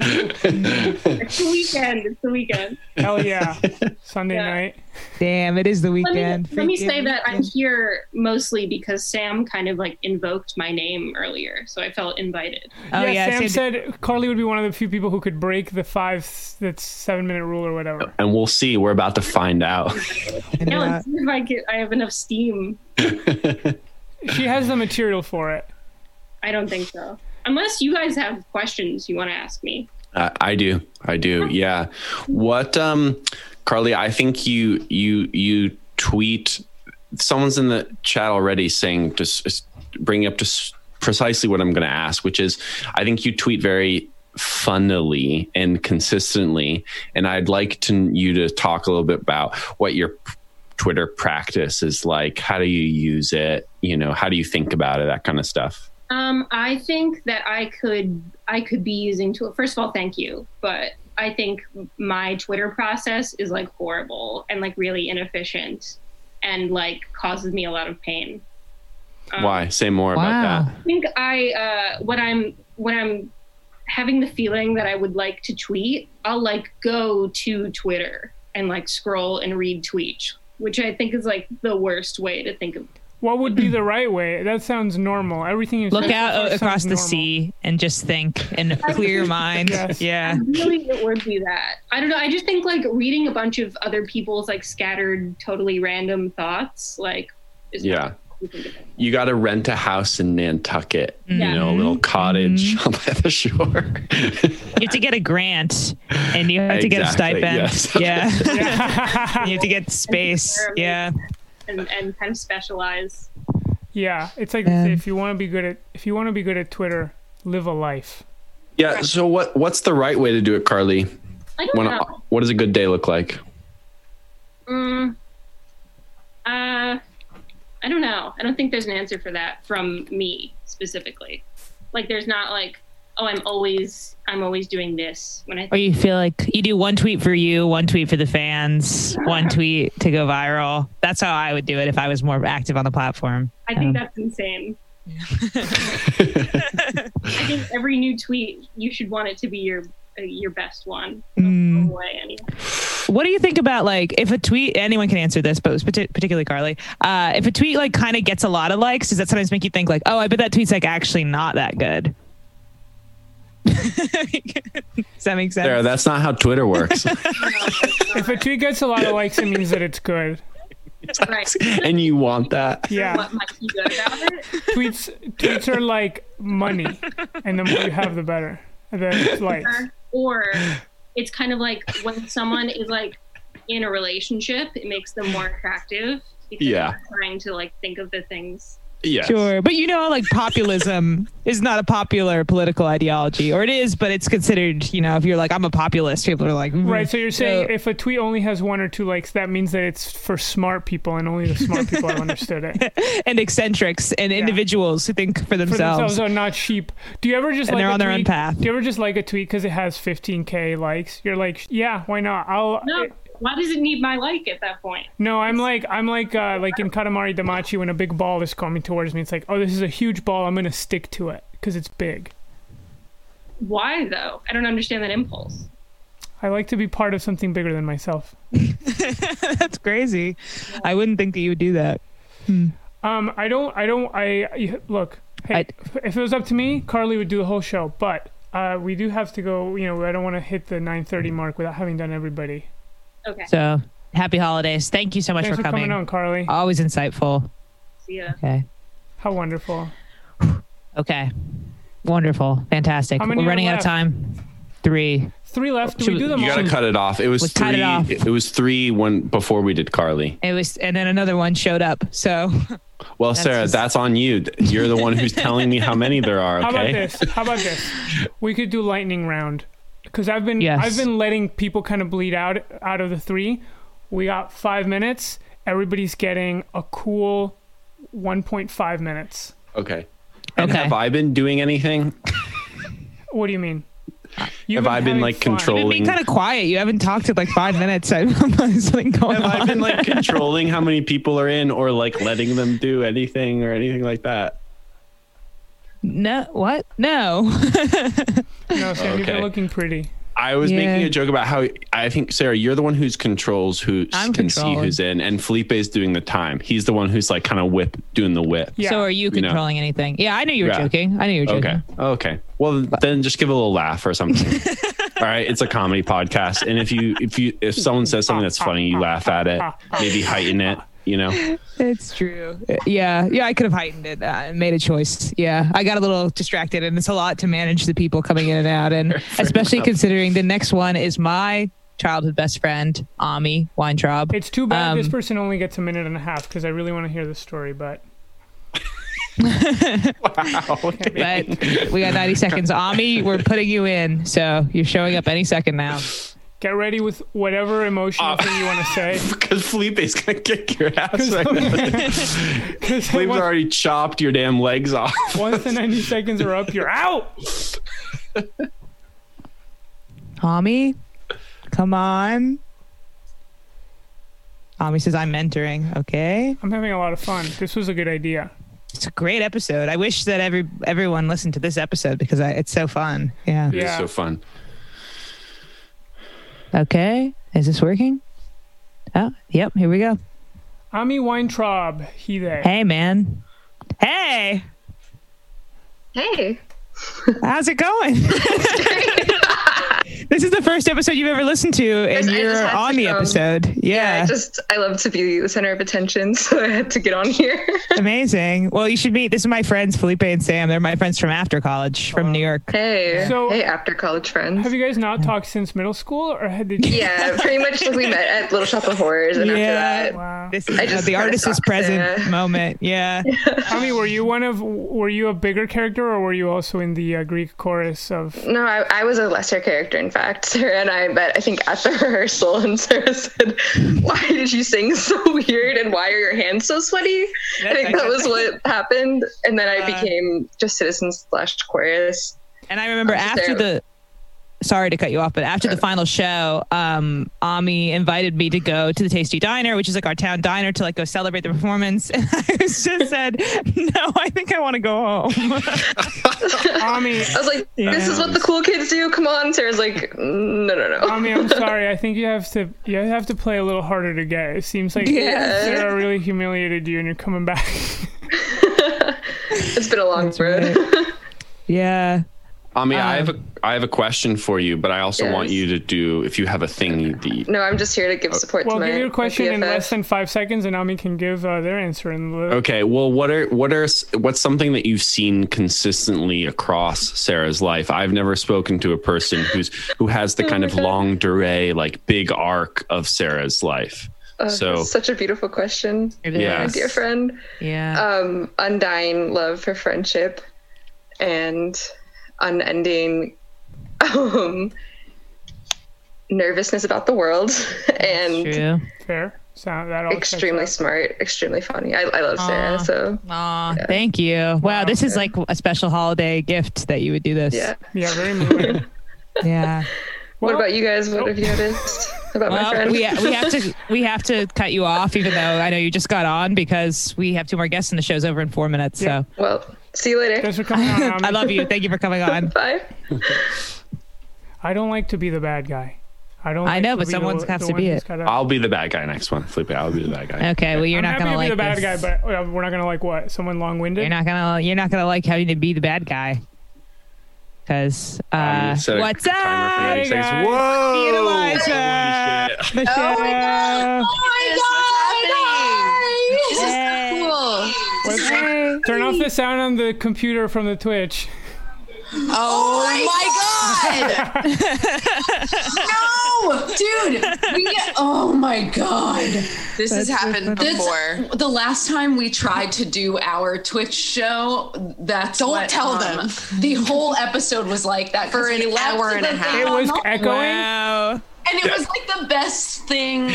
Speaker 14: it's the weekend. It's the weekend.
Speaker 4: Hell yeah. Sunday night.
Speaker 3: Damn, it is the
Speaker 14: Let me,
Speaker 3: weekend.
Speaker 14: let me
Speaker 3: Freaking
Speaker 14: say that I'm
Speaker 3: weekend.
Speaker 14: here mostly because Sam kind of like invoked my name earlier, so I felt invited.
Speaker 3: Oh, yeah,
Speaker 4: Sam
Speaker 3: Sam-
Speaker 4: said Carly would be one of the few people who could break the five, that's seven minute rule or whatever.
Speaker 5: and we'll see. We're about to find out.
Speaker 14: Yeah, let's see if I get, I have enough steam.
Speaker 4: She has the material for it.
Speaker 14: I don't think so. Unless you guys have questions you want to ask me.
Speaker 5: Uh, I do. I do. Yeah. What um Carly, I think you you you tweet someone's in the chat already saying just just bring up just precisely what I'm going to ask, which is I think you tweet very funnily and consistently and I'd like to you to talk a little bit about what your Twitter practice is like, how do you use it, you know, how do you think about it, that kind of stuff.
Speaker 14: Um, I think that I could I could be using to first of all, thank you, but I think my Twitter process is like horrible and like really inefficient and like causes me a lot of pain.
Speaker 5: Why? Say more about that.
Speaker 14: I think I uh, when I'm when I'm having the feeling that I would like to tweet, I'll like go to Twitter and like scroll and read tweets, which I think is like the worst way to think of.
Speaker 4: What would be the right way? That sounds normal. Everything you
Speaker 3: Look
Speaker 4: said
Speaker 3: out
Speaker 4: so
Speaker 3: o-
Speaker 4: far
Speaker 3: across
Speaker 4: sounds
Speaker 3: the
Speaker 4: normal.
Speaker 3: sea and just think and clear your mind.
Speaker 4: Yes.
Speaker 3: Yeah.
Speaker 14: Really, it would be that. I don't know. I just think like reading a bunch of other people's like scattered, totally random thouts, like is
Speaker 5: Yeah.
Speaker 14: You think of it.
Speaker 5: you got to rent a house in Nantucket, you know, a little cottage by the shore.
Speaker 3: You have to get a grant and you have to get a
Speaker 5: Exactly,
Speaker 3: stipend.
Speaker 5: yes.
Speaker 3: Yeah.
Speaker 4: Yeah.
Speaker 3: you have to get space. Yeah.
Speaker 14: and and kind of specialize.
Speaker 4: yeah, it's like
Speaker 3: Yeah.
Speaker 4: if you want to be good at if you want to be good at Twitter, live a life.
Speaker 5: Yeah. So what what's the right way to do it, Carly?
Speaker 14: I don't
Speaker 5: When-
Speaker 14: know.
Speaker 5: what does a good day look like?
Speaker 14: Mm, uh, I don't know. I don't think there's an answer for that from me specifically. Like, there's not like, oh, I'm always, I'm always doing this when I.
Speaker 3: Or you feel like you do one tweet for you, one tweet for the fans, one tweet to go viral. That's how I would do it if I was more active on the platform.
Speaker 14: I think that's insane. I think every new tweet, you should want it to be your uh, your best one.
Speaker 3: Mm.
Speaker 14: Don't throw away any.
Speaker 3: What do you think about like if a tweet? Anyone can answer this, but it was partic- particularly Carly. Uh, if a tweet like kind of gets a lot of likes, does that sometimes make you think like, oh, I bet that tweet's like actually not that good? does that make sense?
Speaker 5: Sarah, that's not how Twitter works.
Speaker 4: If a tweet gets a lot of likes, it means that it's good.
Speaker 14: Right.
Speaker 5: and you want that.
Speaker 4: Yeah,
Speaker 14: What might be good about it?
Speaker 4: tweets tweets are like money, and the more you have, the better. The likes.
Speaker 3: Mm-hmm.
Speaker 14: or it's kind of like when someone is like in a relationship, it makes them more attractive because
Speaker 5: Yeah.
Speaker 14: they're trying to like think of the things
Speaker 5: Yes.
Speaker 3: Sure. But you know, like populism is not a popular political ideology, or it is, but it's considered, you know, if you're like, I'm a populist, people are like, "Mm."
Speaker 4: Right, so you're saying if a tweet only has one or two likes, that means that it's for smart people and only the smart people have understood it.
Speaker 3: and eccentrics and individuals who think for
Speaker 4: For
Speaker 3: themselves.
Speaker 4: themselves are not sheep. Do you ever just
Speaker 3: And
Speaker 4: like
Speaker 3: they're
Speaker 4: a
Speaker 3: on their own
Speaker 4: tweet-
Speaker 3: path.
Speaker 4: Do you ever just like a tweet because it has 15k likes? You're like, yeah, why not? I'll
Speaker 14: No, why does it need my like at that point?
Speaker 4: No, I'm like I'm like uh, like in Katamari Damacy when a big ball is coming towards me. It's like, oh, this is a huge ball. I'm gonna stick to it because it's big.
Speaker 14: Why though? I don't understand that impulse.
Speaker 4: I like to be part of something bigger than myself.
Speaker 3: That's crazy. I wouldn't think that you would do that.
Speaker 4: Um, I don't, I don't, I you- look. Hey, if it was up to me, Carly would do the whole show. But uh, we do have to go. You know, I don't want to hit the 9:30 mark without having done everybody.
Speaker 14: Okay.
Speaker 3: So happy holidays. Thank you so much
Speaker 4: Thanks for coming on, Carly.
Speaker 3: Always insightful.
Speaker 14: See ya.
Speaker 3: Okay.
Speaker 4: How wonderful.
Speaker 3: Okay. Wonderful. Fantastic.
Speaker 4: How many
Speaker 3: We're
Speaker 4: are
Speaker 3: running out of
Speaker 4: left?
Speaker 3: time. Three.
Speaker 4: Three left. Do
Speaker 3: Should
Speaker 4: we
Speaker 3: we-
Speaker 4: do them
Speaker 5: You
Speaker 4: all?
Speaker 5: gotta cut it off. It was
Speaker 3: Let's
Speaker 5: three.
Speaker 3: cut it off.
Speaker 5: It was three when before we did Carly.
Speaker 3: It was, and then another one showed up. So
Speaker 5: Well,
Speaker 3: That's
Speaker 5: Sarah,
Speaker 3: just-
Speaker 5: that's on you. You're the one who's telling me how many there are. Okay.
Speaker 4: How about this? How about this? We could do lightning round because I've been
Speaker 5: Yes.
Speaker 4: I've been letting people kind of bleed out out of the three. We got five minutes. Everybody's getting a cool 1.5 minutes.
Speaker 5: Okay. And have I been doing anything?
Speaker 4: What do you mean?
Speaker 5: have I been like controlling?
Speaker 3: kind of quiet. You haven't talked in like five minutes. I don't know something going
Speaker 5: Have I
Speaker 3: on.
Speaker 5: been like controlling how many people are in, or like letting them do anything, or anything like that?
Speaker 3: no, what? No.
Speaker 4: No, Sam, you've
Speaker 5: Okay.
Speaker 4: been looking pretty.
Speaker 5: I was
Speaker 4: Yeah.
Speaker 5: making a joke about how I think Sarah, you're the one who's controls who
Speaker 4: I'm
Speaker 5: can see
Speaker 4: controlling.
Speaker 5: who's in, and Felipe's doing the time. He's the one who's like kind of whip doing the whip.
Speaker 3: So are you
Speaker 5: know?
Speaker 3: controlling anything? Yeah, I knew you were
Speaker 5: Yeah.
Speaker 3: joking. I knew you were joking.
Speaker 5: Okay. Okay. Well, then just give a little laugh or something. All right, it's a comedy podcast, and if you if you if someone says something that's funny, you laugh at it, maybe heighten it. You know,
Speaker 3: It's true. Yeah, yeah, I could have heightened it uh, and made a choice. Yeah, I got a little distracted, and it's a lot to manage the people coming in and out, and especially
Speaker 13: enough.
Speaker 3: considering the next one is my childhood best friend, Ami Weintraub.
Speaker 4: It's too bad this
Speaker 3: Um,
Speaker 4: person only gets a minute and a half because I really want to hear the story, but
Speaker 3: but we got 90 seconds. Ami, we're putting you in, so you're showing up any second now.
Speaker 4: get ready with whatever emotional thing you want to say.
Speaker 5: Uh, because Felipe's gonna kick your ass. Right now.
Speaker 4: Felipe's
Speaker 5: already chopped your damn legs off.
Speaker 4: Once the 90 seconds are up, you're out.
Speaker 3: Ami, come on. Ami says, I'm mentoring. Okay.
Speaker 4: I'm having a lot of fun. This was a good idea.
Speaker 3: It's a great episode. I wish that every everyone listened to this episode because I, it's so fun. Yeah.
Speaker 5: It's so fun.
Speaker 3: Okay. Is this working? Oh, yep. Here we go.
Speaker 4: Ami Weintraub, he there.
Speaker 3: Hey, man. Hey.
Speaker 15: Hey.
Speaker 3: How's it going? this is the first episode you've ever listened to, and
Speaker 15: I just
Speaker 3: you're
Speaker 15: had to
Speaker 3: on the
Speaker 15: come.
Speaker 3: episode. Yeah.
Speaker 15: I just I love to be the center of attention, so I had to get on here.
Speaker 3: Amazing. Well, you should meet. This is my friends, Felipe and Sam. They're my friends from after college from New York.
Speaker 15: Hey,
Speaker 4: So-
Speaker 15: hey, after college friends.
Speaker 4: Have you guys not talked since middle school, or had did you?
Speaker 15: yeah, pretty much we met at Little Shop of Horrors, and
Speaker 3: Yeah.
Speaker 15: after that,
Speaker 3: This is
Speaker 15: I
Speaker 3: uh,
Speaker 15: just
Speaker 3: the
Speaker 15: kinda
Speaker 3: artist is
Speaker 15: stalked
Speaker 3: present
Speaker 15: Sarah.
Speaker 3: moment. Yeah.
Speaker 4: Ami, were you one of? Were you a bigger character, or were you also in the uh, Greek chorus of?
Speaker 15: No, I, I was a lesser character, in fact. Sarah and I met, I think, at the rehearsal, and Sarah said, Why did you sing so weird and why are your hands so sweaty? I think that was what happened. And then I became just citizen slash chorus.
Speaker 3: Uh, And I remember after the sorry to cut you off, but after the final show, um, Ami invited me to go to the Tasty Diner, which is like our town diner, to like go celebrate the performance. And I was just said, no, I think I want to go home.
Speaker 4: Ami,
Speaker 15: I was like, This is what the cool kids do. Come on. Sarah's like, "Mm, No, no, no.
Speaker 4: Ami, I'm sorry. I think you have to. You have to play a little harder to get. It seems like
Speaker 15: Yeah.
Speaker 4: Sarah really humiliated you, and you're coming back.
Speaker 15: It's been a long road.
Speaker 3: yeah.
Speaker 5: Ami, I have a I have a question for you, but I also want
Speaker 15: Yes.
Speaker 5: you to do if you have a thing you eat.
Speaker 15: No, I'm just here to give support
Speaker 4: Well,
Speaker 15: to my
Speaker 4: give your
Speaker 15: my
Speaker 4: question in
Speaker 15: BFF.
Speaker 4: less than five seconds, and Ami can give uh, their answer in the
Speaker 5: Okay. Well, what are what are s- what's something that you've seen consistently across Sarah's life? I've never spoken to a person who's who has the kind of long durée, like big arc of Sarah's life.
Speaker 15: Oh,
Speaker 5: So-
Speaker 15: that's such a beautiful question,
Speaker 5: It is.
Speaker 15: my dear friend.
Speaker 3: Yeah.
Speaker 15: Um, undying love for friendship and unending um, nervousness about the world and
Speaker 3: True.
Speaker 4: Fair. Sound that all checks
Speaker 15: extremely
Speaker 4: out.
Speaker 15: smart, extremely funny. I, I love Sarah,
Speaker 3: Aw.
Speaker 15: so
Speaker 3: Aw, thank you. Wow, this is like a special holiday gift that you would do this.
Speaker 15: Yeah.
Speaker 4: Yeah, very moving.
Speaker 3: yeah.
Speaker 15: what about you guys? What have
Speaker 4: oh.
Speaker 15: you noticed about my
Speaker 3: Well,
Speaker 15: friend?
Speaker 3: we, we have to we have to cut you off, even though I know you just got on because we have two more guests and the show's over in four minutes. So
Speaker 15: Well, see you later.
Speaker 4: Thanks for coming on. Ami.
Speaker 3: I love you. Thank you for coming on.
Speaker 15: Bye.
Speaker 4: I don't like to be the bad guy. I don't.
Speaker 3: I
Speaker 4: like
Speaker 3: know,
Speaker 4: to
Speaker 3: but
Speaker 4: be
Speaker 3: someone
Speaker 4: the,
Speaker 3: has
Speaker 4: the
Speaker 3: to
Speaker 4: one
Speaker 3: be
Speaker 4: who's
Speaker 3: it.
Speaker 4: gotta-
Speaker 5: I'll be the bad guy next one, Felipe. I'll be the bad guy.
Speaker 3: Okay, well you're
Speaker 4: I'm
Speaker 3: not
Speaker 4: happy
Speaker 3: gonna
Speaker 4: to
Speaker 3: like
Speaker 4: be the bad
Speaker 3: this.
Speaker 4: guy, but uh, we're not gonna like what? Someone long-winded.
Speaker 3: You're not gonna you're not gonna like having to be the bad guy. Cause uh,
Speaker 5: set a
Speaker 3: what's up?
Speaker 5: timer for 90 seconds.
Speaker 3: guys.
Speaker 5: Whoa!
Speaker 3: Theodoliza!
Speaker 5: Holy shit.
Speaker 3: Michelle!
Speaker 16: Oh my god! This is so cool.
Speaker 4: Turn off the sound on the computer from the Twitch.
Speaker 16: Oh my god! no, dude. We get, oh my god. This has happened before. the last time we tried to do our Twitch show, that's don't tell them. The whole episode was like that 'cause
Speaker 17: For an
Speaker 16: we left
Speaker 17: hour and a
Speaker 16: the
Speaker 17: half.
Speaker 16: thing
Speaker 17: It was
Speaker 16: on.
Speaker 4: echoing?
Speaker 3: Wow.
Speaker 16: and it was like the best thing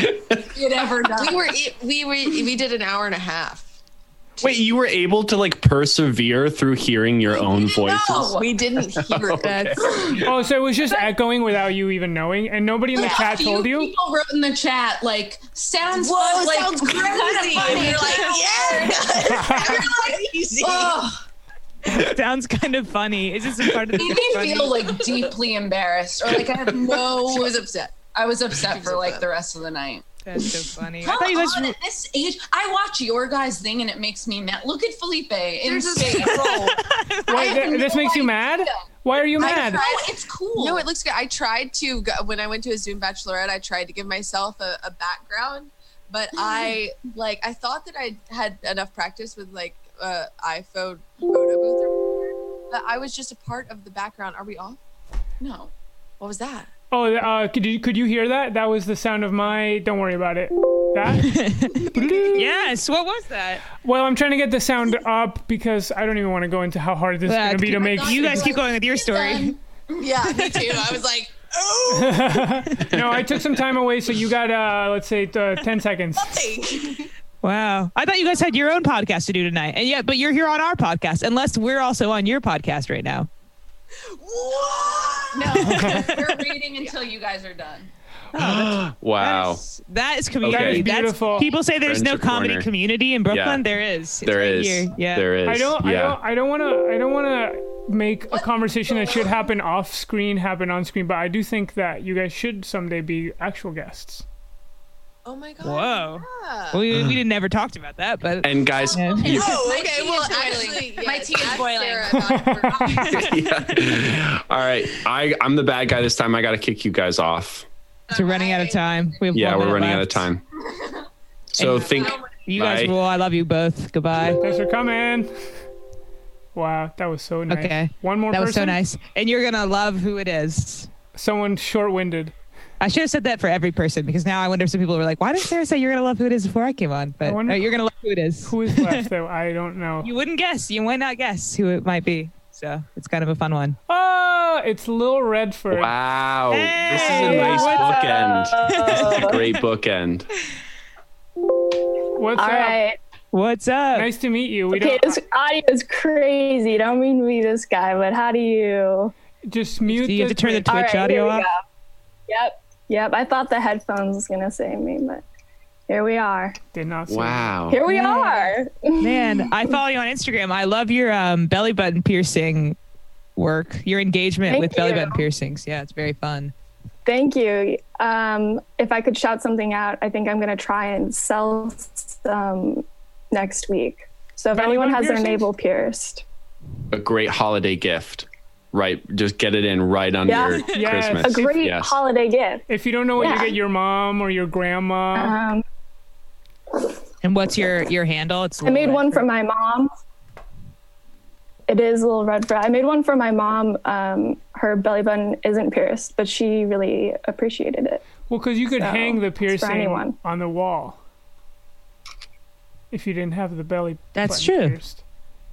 Speaker 16: you'd ever done.
Speaker 17: We were e, we were we did an hour and a half.
Speaker 5: Wait, you were able to like persevere through hearing your own voices?
Speaker 17: we didn't hear it.
Speaker 4: oh, so it was just echoing without you even knowing, and nobody in the
Speaker 16: Yeah,
Speaker 4: chat
Speaker 16: a few
Speaker 4: told you.
Speaker 16: People wrote in the chat like sounds
Speaker 17: Whoa,
Speaker 16: like
Speaker 17: sounds
Speaker 16: kinda
Speaker 17: crazy.
Speaker 16: funny.
Speaker 17: And you're like, yeah.
Speaker 16: Crazy. Ugh,
Speaker 3: Sounds kind of funny. Is this a part of the
Speaker 16: made me feel like deeply embarrassed, or like I have no.
Speaker 17: She was upset.
Speaker 16: I was upset for like the rest of the night.
Speaker 3: That's so funny.
Speaker 16: Come on, at this age, I watch your guys' thing and it makes me mad. Look at Felipe in
Speaker 17: There's a
Speaker 16: space.
Speaker 4: Wait, th- this makes you mad? Why are you mad?
Speaker 17: I tried-
Speaker 16: it's cool.
Speaker 17: No, it looks good. I tried to go- when I went to a Zoom bachelorette. I tried to give myself a, a background, but I like I thought that I had enough practice with like uh, iPhone photo booth. Or whatever, but I was just a part of the background. Are we off? No. What was that?
Speaker 4: Oh, uh, could you could you hear that? That was the sound of my. Don't worry about it. That.
Speaker 3: yes. What was that?
Speaker 4: Well, I'm trying to get the sound up because I don't even want to go into how hard this is
Speaker 3: Well,
Speaker 4: going to be to
Speaker 3: keep-
Speaker 4: make.
Speaker 3: Uh, you guys keep going with your story.
Speaker 17: Yeah, me too. I was like,
Speaker 3: Oh!
Speaker 4: no, I took some time away, so you got uh, let's say uh, ten seconds.
Speaker 3: Wow. I thought you guys had your own podcast to do tonight. And yeah, but you're here on our podcast, unless we're also on your podcast right now.
Speaker 16: No, we're waiting until you guys are done.
Speaker 3: Oh,
Speaker 5: wow.
Speaker 3: That is community.
Speaker 5: Okay.
Speaker 3: That's
Speaker 5: Beautiful.
Speaker 3: People say there's no
Speaker 5: Friendship
Speaker 3: comedy
Speaker 5: corner.
Speaker 3: community in Brooklyn.
Speaker 5: Yeah.
Speaker 3: There is. It's
Speaker 5: There
Speaker 3: right
Speaker 5: is.
Speaker 3: here. Yeah.
Speaker 5: There is.
Speaker 4: I don't, I
Speaker 5: Yeah.
Speaker 4: don't, I don't want to, I don't want to make a conversation that should happen off screen happen on screen, but I do think that you guys should someday be actual guests.
Speaker 17: oh my god.
Speaker 3: Whoa. We, we didn't never talked about that, but
Speaker 5: Mm. And guys, you-
Speaker 17: Oh, okay. Well, actually,
Speaker 16: My
Speaker 17: yes,
Speaker 16: tea is
Speaker 17: ask
Speaker 16: boiling.
Speaker 17: Sarah.
Speaker 5: all right. I I'm the bad guy this time. I got to kick you guys off.
Speaker 3: so we're running out of time. We have
Speaker 5: Yeah,
Speaker 3: one
Speaker 5: we're
Speaker 3: minute
Speaker 5: running
Speaker 3: left.
Speaker 5: out of time. So think.
Speaker 3: You guys
Speaker 5: Bye.
Speaker 3: rule. I love you both. Goodbye.
Speaker 4: Thanks for coming. Wow, that was so nice.
Speaker 3: Okay.
Speaker 4: One more
Speaker 3: That was so
Speaker 4: person?
Speaker 3: nice. And you're going to love who it is.
Speaker 4: Someone short winded.
Speaker 3: I should have said that for every person because now I wonder if some people were like, why did Sarah say you're going to love who it is before I came on? But
Speaker 4: wonder
Speaker 3: no, you're going to love who it is.
Speaker 4: Who is left though? I don't know.
Speaker 3: you wouldn't guess. You might not guess who it might be. So it's kind of a fun one.
Speaker 4: Oh, it's Lil Redford.
Speaker 5: Wow. This is a
Speaker 4: Hey,
Speaker 5: nice
Speaker 4: what's
Speaker 5: bookend. This is
Speaker 4: up?
Speaker 5: a great bookend.
Speaker 4: What's
Speaker 18: All
Speaker 4: up?
Speaker 18: right.
Speaker 3: What's up?
Speaker 4: Nice to meet you. We
Speaker 18: okay,
Speaker 4: don't
Speaker 18: this audio is crazy. Don't mean to be this guy, but how do you?
Speaker 4: just mute.
Speaker 3: Do you have
Speaker 4: the
Speaker 3: to turn the
Speaker 4: Twitch.
Speaker 3: Twitch audio up?
Speaker 18: Yep. Yep. I thought the headphones was gonna save me, but here we are.
Speaker 4: Did not.
Speaker 5: Wow.
Speaker 18: Here we
Speaker 3: Yeah.
Speaker 18: are.
Speaker 3: Man, I follow you on Instagram. I love your um, belly button piercing work, your engagement
Speaker 18: Thank
Speaker 3: with belly
Speaker 18: you.
Speaker 3: button piercings. Yeah, it's very fun.
Speaker 18: Thank you. Um, if I could shout something out, I think I'm gonna try and sell some next week. So if
Speaker 4: Belly
Speaker 18: anyone
Speaker 4: button
Speaker 18: has their
Speaker 4: piercings?
Speaker 18: navel pierced,
Speaker 5: A great holiday gift. Right. Just get it in right under
Speaker 18: yeah,
Speaker 5: Christmas.
Speaker 18: a great
Speaker 5: yes.
Speaker 18: holiday gift.
Speaker 4: If you don't know what
Speaker 18: Yeah.
Speaker 4: you get your mom or your grandma,
Speaker 18: Um,
Speaker 3: And what's your your handle? It's
Speaker 18: I made one for my mom. It is a little red flag. I made one for my mom um, her belly button isn't pierced, but she really appreciated it.
Speaker 4: Well, because you could
Speaker 18: So,
Speaker 4: hang the
Speaker 18: it's for
Speaker 4: piercing
Speaker 18: anyone.
Speaker 4: on the wall if you didn't have the belly.
Speaker 18: That's
Speaker 4: button
Speaker 18: true.
Speaker 4: Pierced.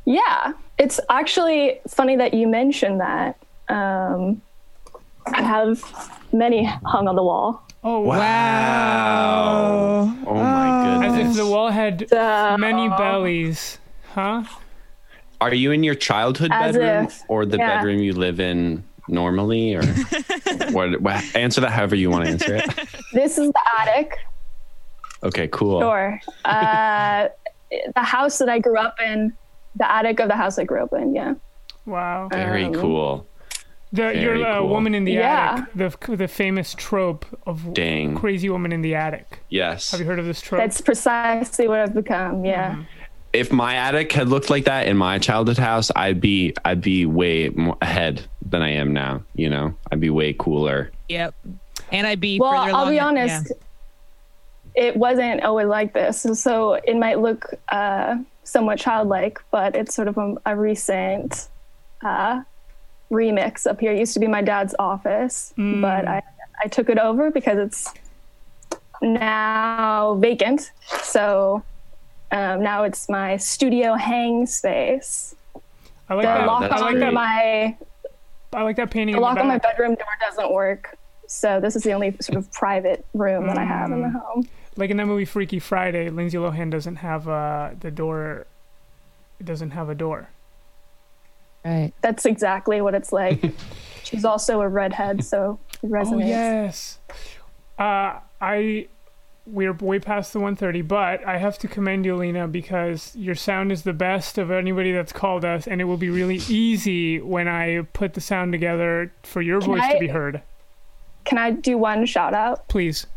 Speaker 18: Yeah, it's actually funny that you mentioned that. Um, I have many hung on the wall.
Speaker 4: Oh
Speaker 5: Wow. Oh my
Speaker 4: Ah. As if
Speaker 5: goodness.
Speaker 4: the wall had many bellies, huh?
Speaker 5: Are you in your childhood
Speaker 4: As
Speaker 5: bedroom
Speaker 4: if,
Speaker 5: or the
Speaker 4: yeah.
Speaker 5: bedroom you live in normally, or what? what- Answer that however you want to answer it.
Speaker 18: This is the attic.
Speaker 5: Okay, cool.
Speaker 18: Sure. Uh, the house that I grew up in, the attic of the house I grew up in. Yeah.
Speaker 4: Wow.
Speaker 5: Very cool.
Speaker 4: The,
Speaker 5: Very
Speaker 4: your uh,
Speaker 5: cool.
Speaker 4: woman in the
Speaker 18: Um, Yeah.
Speaker 4: attic, the the famous trope of
Speaker 5: Dang.
Speaker 4: crazy woman in the attic.
Speaker 5: Yes.
Speaker 4: Have you heard of this trope? Mm-hmm.
Speaker 18: That's precisely what I've become. Yeah.
Speaker 5: If my attic had looked like that in my childhood house, I'd be I'd be way more ahead than I am now. You know, I'd be way cooler.
Speaker 3: Yep. And I'd be
Speaker 18: Well,
Speaker 3: further
Speaker 18: I'll be
Speaker 3: along than-
Speaker 18: honest. It wasn't always like this, so it might look uh, somewhat childlike, but it's sort of a, a recent uh, remix up here. It used to be my dad's office,
Speaker 4: Hmm.
Speaker 18: but I, I took it over because it's now vacant. So um, now it's my studio hang space.
Speaker 4: I like
Speaker 18: the
Speaker 4: that.
Speaker 18: lock
Speaker 4: I like
Speaker 18: on
Speaker 4: that.
Speaker 18: my
Speaker 4: I like that painting.
Speaker 18: the
Speaker 4: in the
Speaker 18: lock on my
Speaker 4: back.
Speaker 18: bedroom door doesn't work. So this is the only sort of private room that I have in the
Speaker 4: Mm.
Speaker 18: home.
Speaker 4: Like in that movie Freaky Friday, Lindsay Lohan doesn't have uh, the door. It doesn't have a door.
Speaker 3: Right.
Speaker 18: That's exactly what it's like. She's also a redhead, so it resonates.
Speaker 4: Oh yes. Uh, I we're way past the 130, but I have to commend you, Lena, because your sound is the best of anybody that's called us, and it will be really easy when I put the sound together for your
Speaker 18: Can
Speaker 4: voice
Speaker 18: I-
Speaker 4: to be heard.
Speaker 18: Can I do one shout out?
Speaker 4: Please.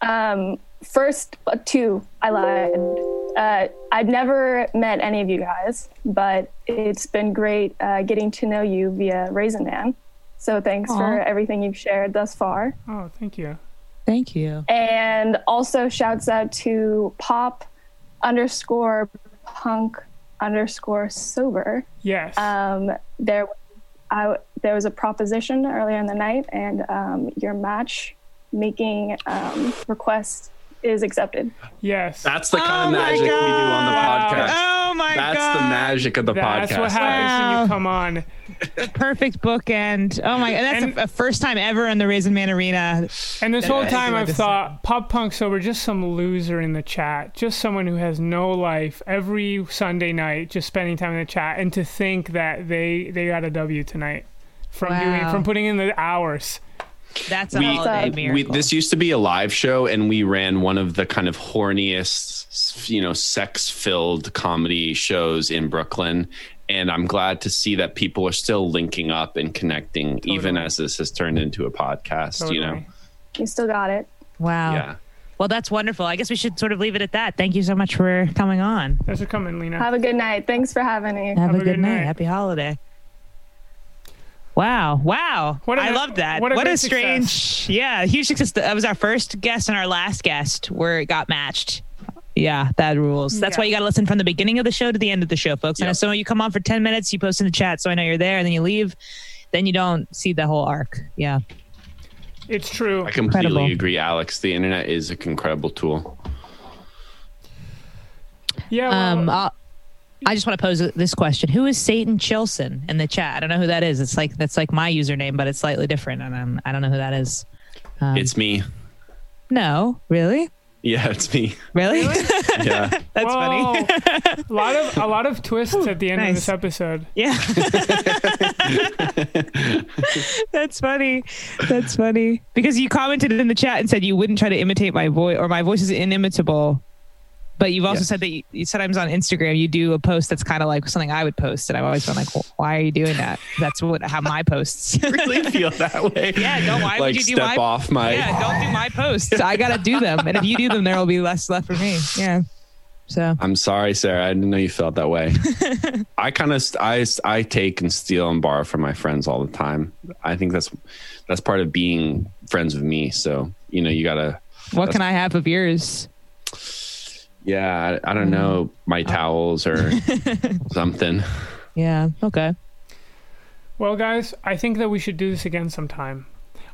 Speaker 18: Um, first, uh, two. I lied. Uh, I've never met any of you guys, but it's been great uh, getting to know you via Raisin Man. So thanks for
Speaker 3: Aw.
Speaker 18: everything you've shared thus far.
Speaker 4: Oh, thank you.
Speaker 3: Thank you.
Speaker 18: And also shouts out to pop underscore punk underscore sober.
Speaker 4: Yes.
Speaker 18: Um, there, I, there was a proposition earlier in the night, and um, your match making um, request is accepted.
Speaker 4: Yes.
Speaker 5: That's the kind
Speaker 4: Oh
Speaker 5: of
Speaker 4: my
Speaker 5: magic we do on the
Speaker 4: God.
Speaker 5: podcast.
Speaker 4: Oh my
Speaker 5: That's the
Speaker 4: God.
Speaker 5: magic of the
Speaker 4: That's
Speaker 5: podcast.
Speaker 4: what happens when you come on.
Speaker 3: The Um, perfect bookend. Oh my and that's a, a first time ever in the Raisin Man Arena.
Speaker 4: And this
Speaker 3: that
Speaker 4: whole
Speaker 3: I
Speaker 4: time
Speaker 3: do
Speaker 4: I've
Speaker 3: this.
Speaker 4: thought pop punk sober, just some loser in the chat, just someone who has no life. Every Sunday night, just spending time in the chat, and to think that they they got a W tonight from doing
Speaker 3: Wow.
Speaker 4: from putting in the hours.
Speaker 3: That's a
Speaker 5: we,
Speaker 3: holiday
Speaker 5: we-
Speaker 3: miracle.
Speaker 5: this used to be a live show and we ran one of the kind of horniest you know sex filled comedy shows in brooklyn and i'm glad to see that people are still linking up and connecting even as this has turned into a podcast you know
Speaker 18: You still got it.
Speaker 3: Wow.
Speaker 5: yeah
Speaker 3: Well, that's wonderful. I guess we should sort of leave it at that. Thank you so much for coming on.
Speaker 4: Thanks for coming, Lena.
Speaker 18: Have a good night. Thanks for having me.
Speaker 3: Have, a, good, night. Happy holiday. Wow. Wow.
Speaker 18: What a-
Speaker 3: I love that.
Speaker 18: what a
Speaker 3: what a
Speaker 18: great
Speaker 3: strange. Yeah. Huge success. That was our first guest and our last guest where it got matched. Yeah, that rules. That's why you got to listen from the beginning of the show to the end of the show, folks. I know some of you come on for 10 minutes, you post in the chat, so I know you're there, and then you leave. Then you don't see the whole arc. Yeah.
Speaker 4: It's true.
Speaker 5: i completely
Speaker 3: Incredible.
Speaker 5: agree alex the internet is an incredible tool
Speaker 4: Yeah.
Speaker 3: um, I'll- I just want to pose this question: Who is Satan Chilson in the chat? I don't know who that is. It's like that's like my username, but it's slightly different, and I'm, I don't know who that is.
Speaker 5: it's me
Speaker 3: No, really,
Speaker 5: yeah it's me
Speaker 3: really.
Speaker 5: yeah
Speaker 3: That's
Speaker 4: funny.
Speaker 18: Oh.
Speaker 4: a lot of a lot of twists at the end of this episode.
Speaker 3: Yeah. That's funny. That's funny. Because you commented in the chat and said you wouldn't try to imitate my voice or my voice is inimitable. But you've also
Speaker 13: Yeah.
Speaker 3: said that you, you sometimes on Instagram you do a post that's kind of like something I would post, and I've always been like, "Wh- "Why are you doing that?" That's what how my posts.
Speaker 5: really feel that way.
Speaker 3: Yeah, don't. Why
Speaker 5: like
Speaker 3: would you do
Speaker 5: step
Speaker 3: my
Speaker 5: off my
Speaker 3: Yeah, don't do my posts. I gotta do them, and if you do them, there will be less left for me. Yeah. So
Speaker 5: I'm sorry, Sarah. I didn't know you felt that way. I kind of I I take and steal and borrow from my friends all the time. I think that's that's part of being friends with me. So you know, you gotta.
Speaker 3: what can I have of yours?
Speaker 5: Yeah, I, I don't know my towels or something.
Speaker 3: Yeah. Okay.
Speaker 4: Well, guys, I think that we should do this again sometime.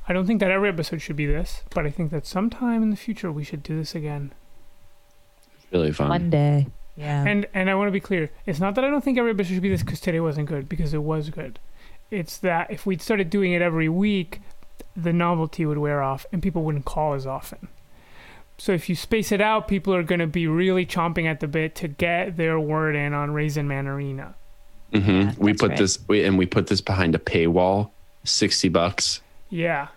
Speaker 4: I don't think that every episode should be this, but I think that sometime in the future we should do this again.
Speaker 5: Really fun.
Speaker 13: Monday. Yeah.
Speaker 4: And and I want to be clear. It's not that I don't think every episode should be this because today wasn't good because it was good. It's that if we'd started doing it every week, the novelty would wear off and people wouldn't call as often. So if you space it out, people are going to be really chomping at the bit to get their word in on Raisin Man Arena.
Speaker 5: Mm-hmm. we put this we, and we put this behind a paywall, sixty bucks.
Speaker 4: Yeah.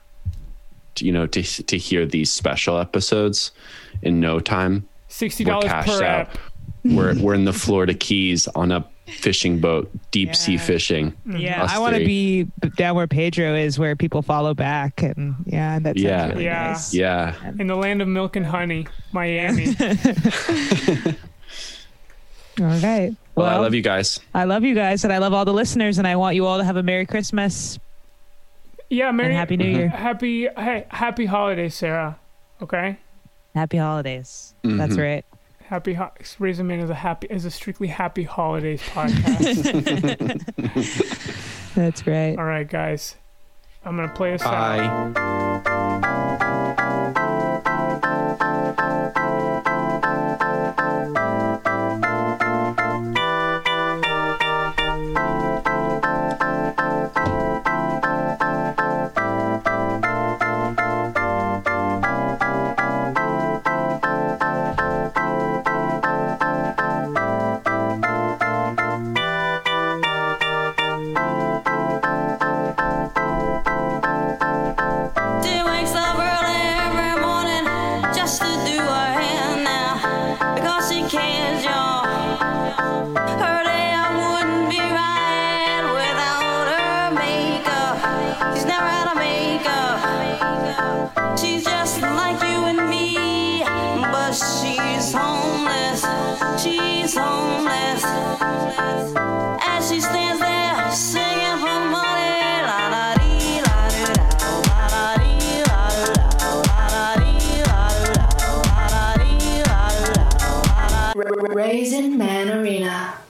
Speaker 5: To, you know, to to hear these special episodes in no time.
Speaker 4: $60
Speaker 5: We're cashed
Speaker 4: per
Speaker 5: out.
Speaker 4: app.
Speaker 5: We're we're in the Florida Keys on a fishing boat, deep sea fishing.
Speaker 3: Hmm.
Speaker 13: Yeah,
Speaker 3: Mm-hmm.
Speaker 5: Us
Speaker 13: I want to be
Speaker 5: three.
Speaker 13: down where Pedro is, where people follow back, and yeah, that's
Speaker 5: yeah,
Speaker 13: really
Speaker 4: Yeah.
Speaker 13: nice.
Speaker 5: yeah.
Speaker 4: In the land of milk and honey, Miami.
Speaker 13: All right.
Speaker 5: Well, I love you guys.
Speaker 13: I love you guys, and I love all the listeners, and I want you all to have a Merry Christmas.
Speaker 4: yeah, Merry
Speaker 13: Happy New Year.
Speaker 4: Happy hey, happy holidays, Sarah. Okay?
Speaker 13: Happy holidays. That's
Speaker 4: Mhm.
Speaker 13: right.
Speaker 4: Happy ho- Raisin Man is a happy is a strictly happy holidays podcast.
Speaker 13: That's right.
Speaker 4: All right, guys. I'm gonna play us out.
Speaker 5: Bye.
Speaker 12: She wakes up early every morning just to do her hair now because she cares, y'all. Her day out wouldn't be right without her makeup. She's never out of makeup. She's just like you and me, but she's homeless. She's homeless. As she stands there singing for money, la la dee la doo da.
Speaker 19: Raisin Man Arena.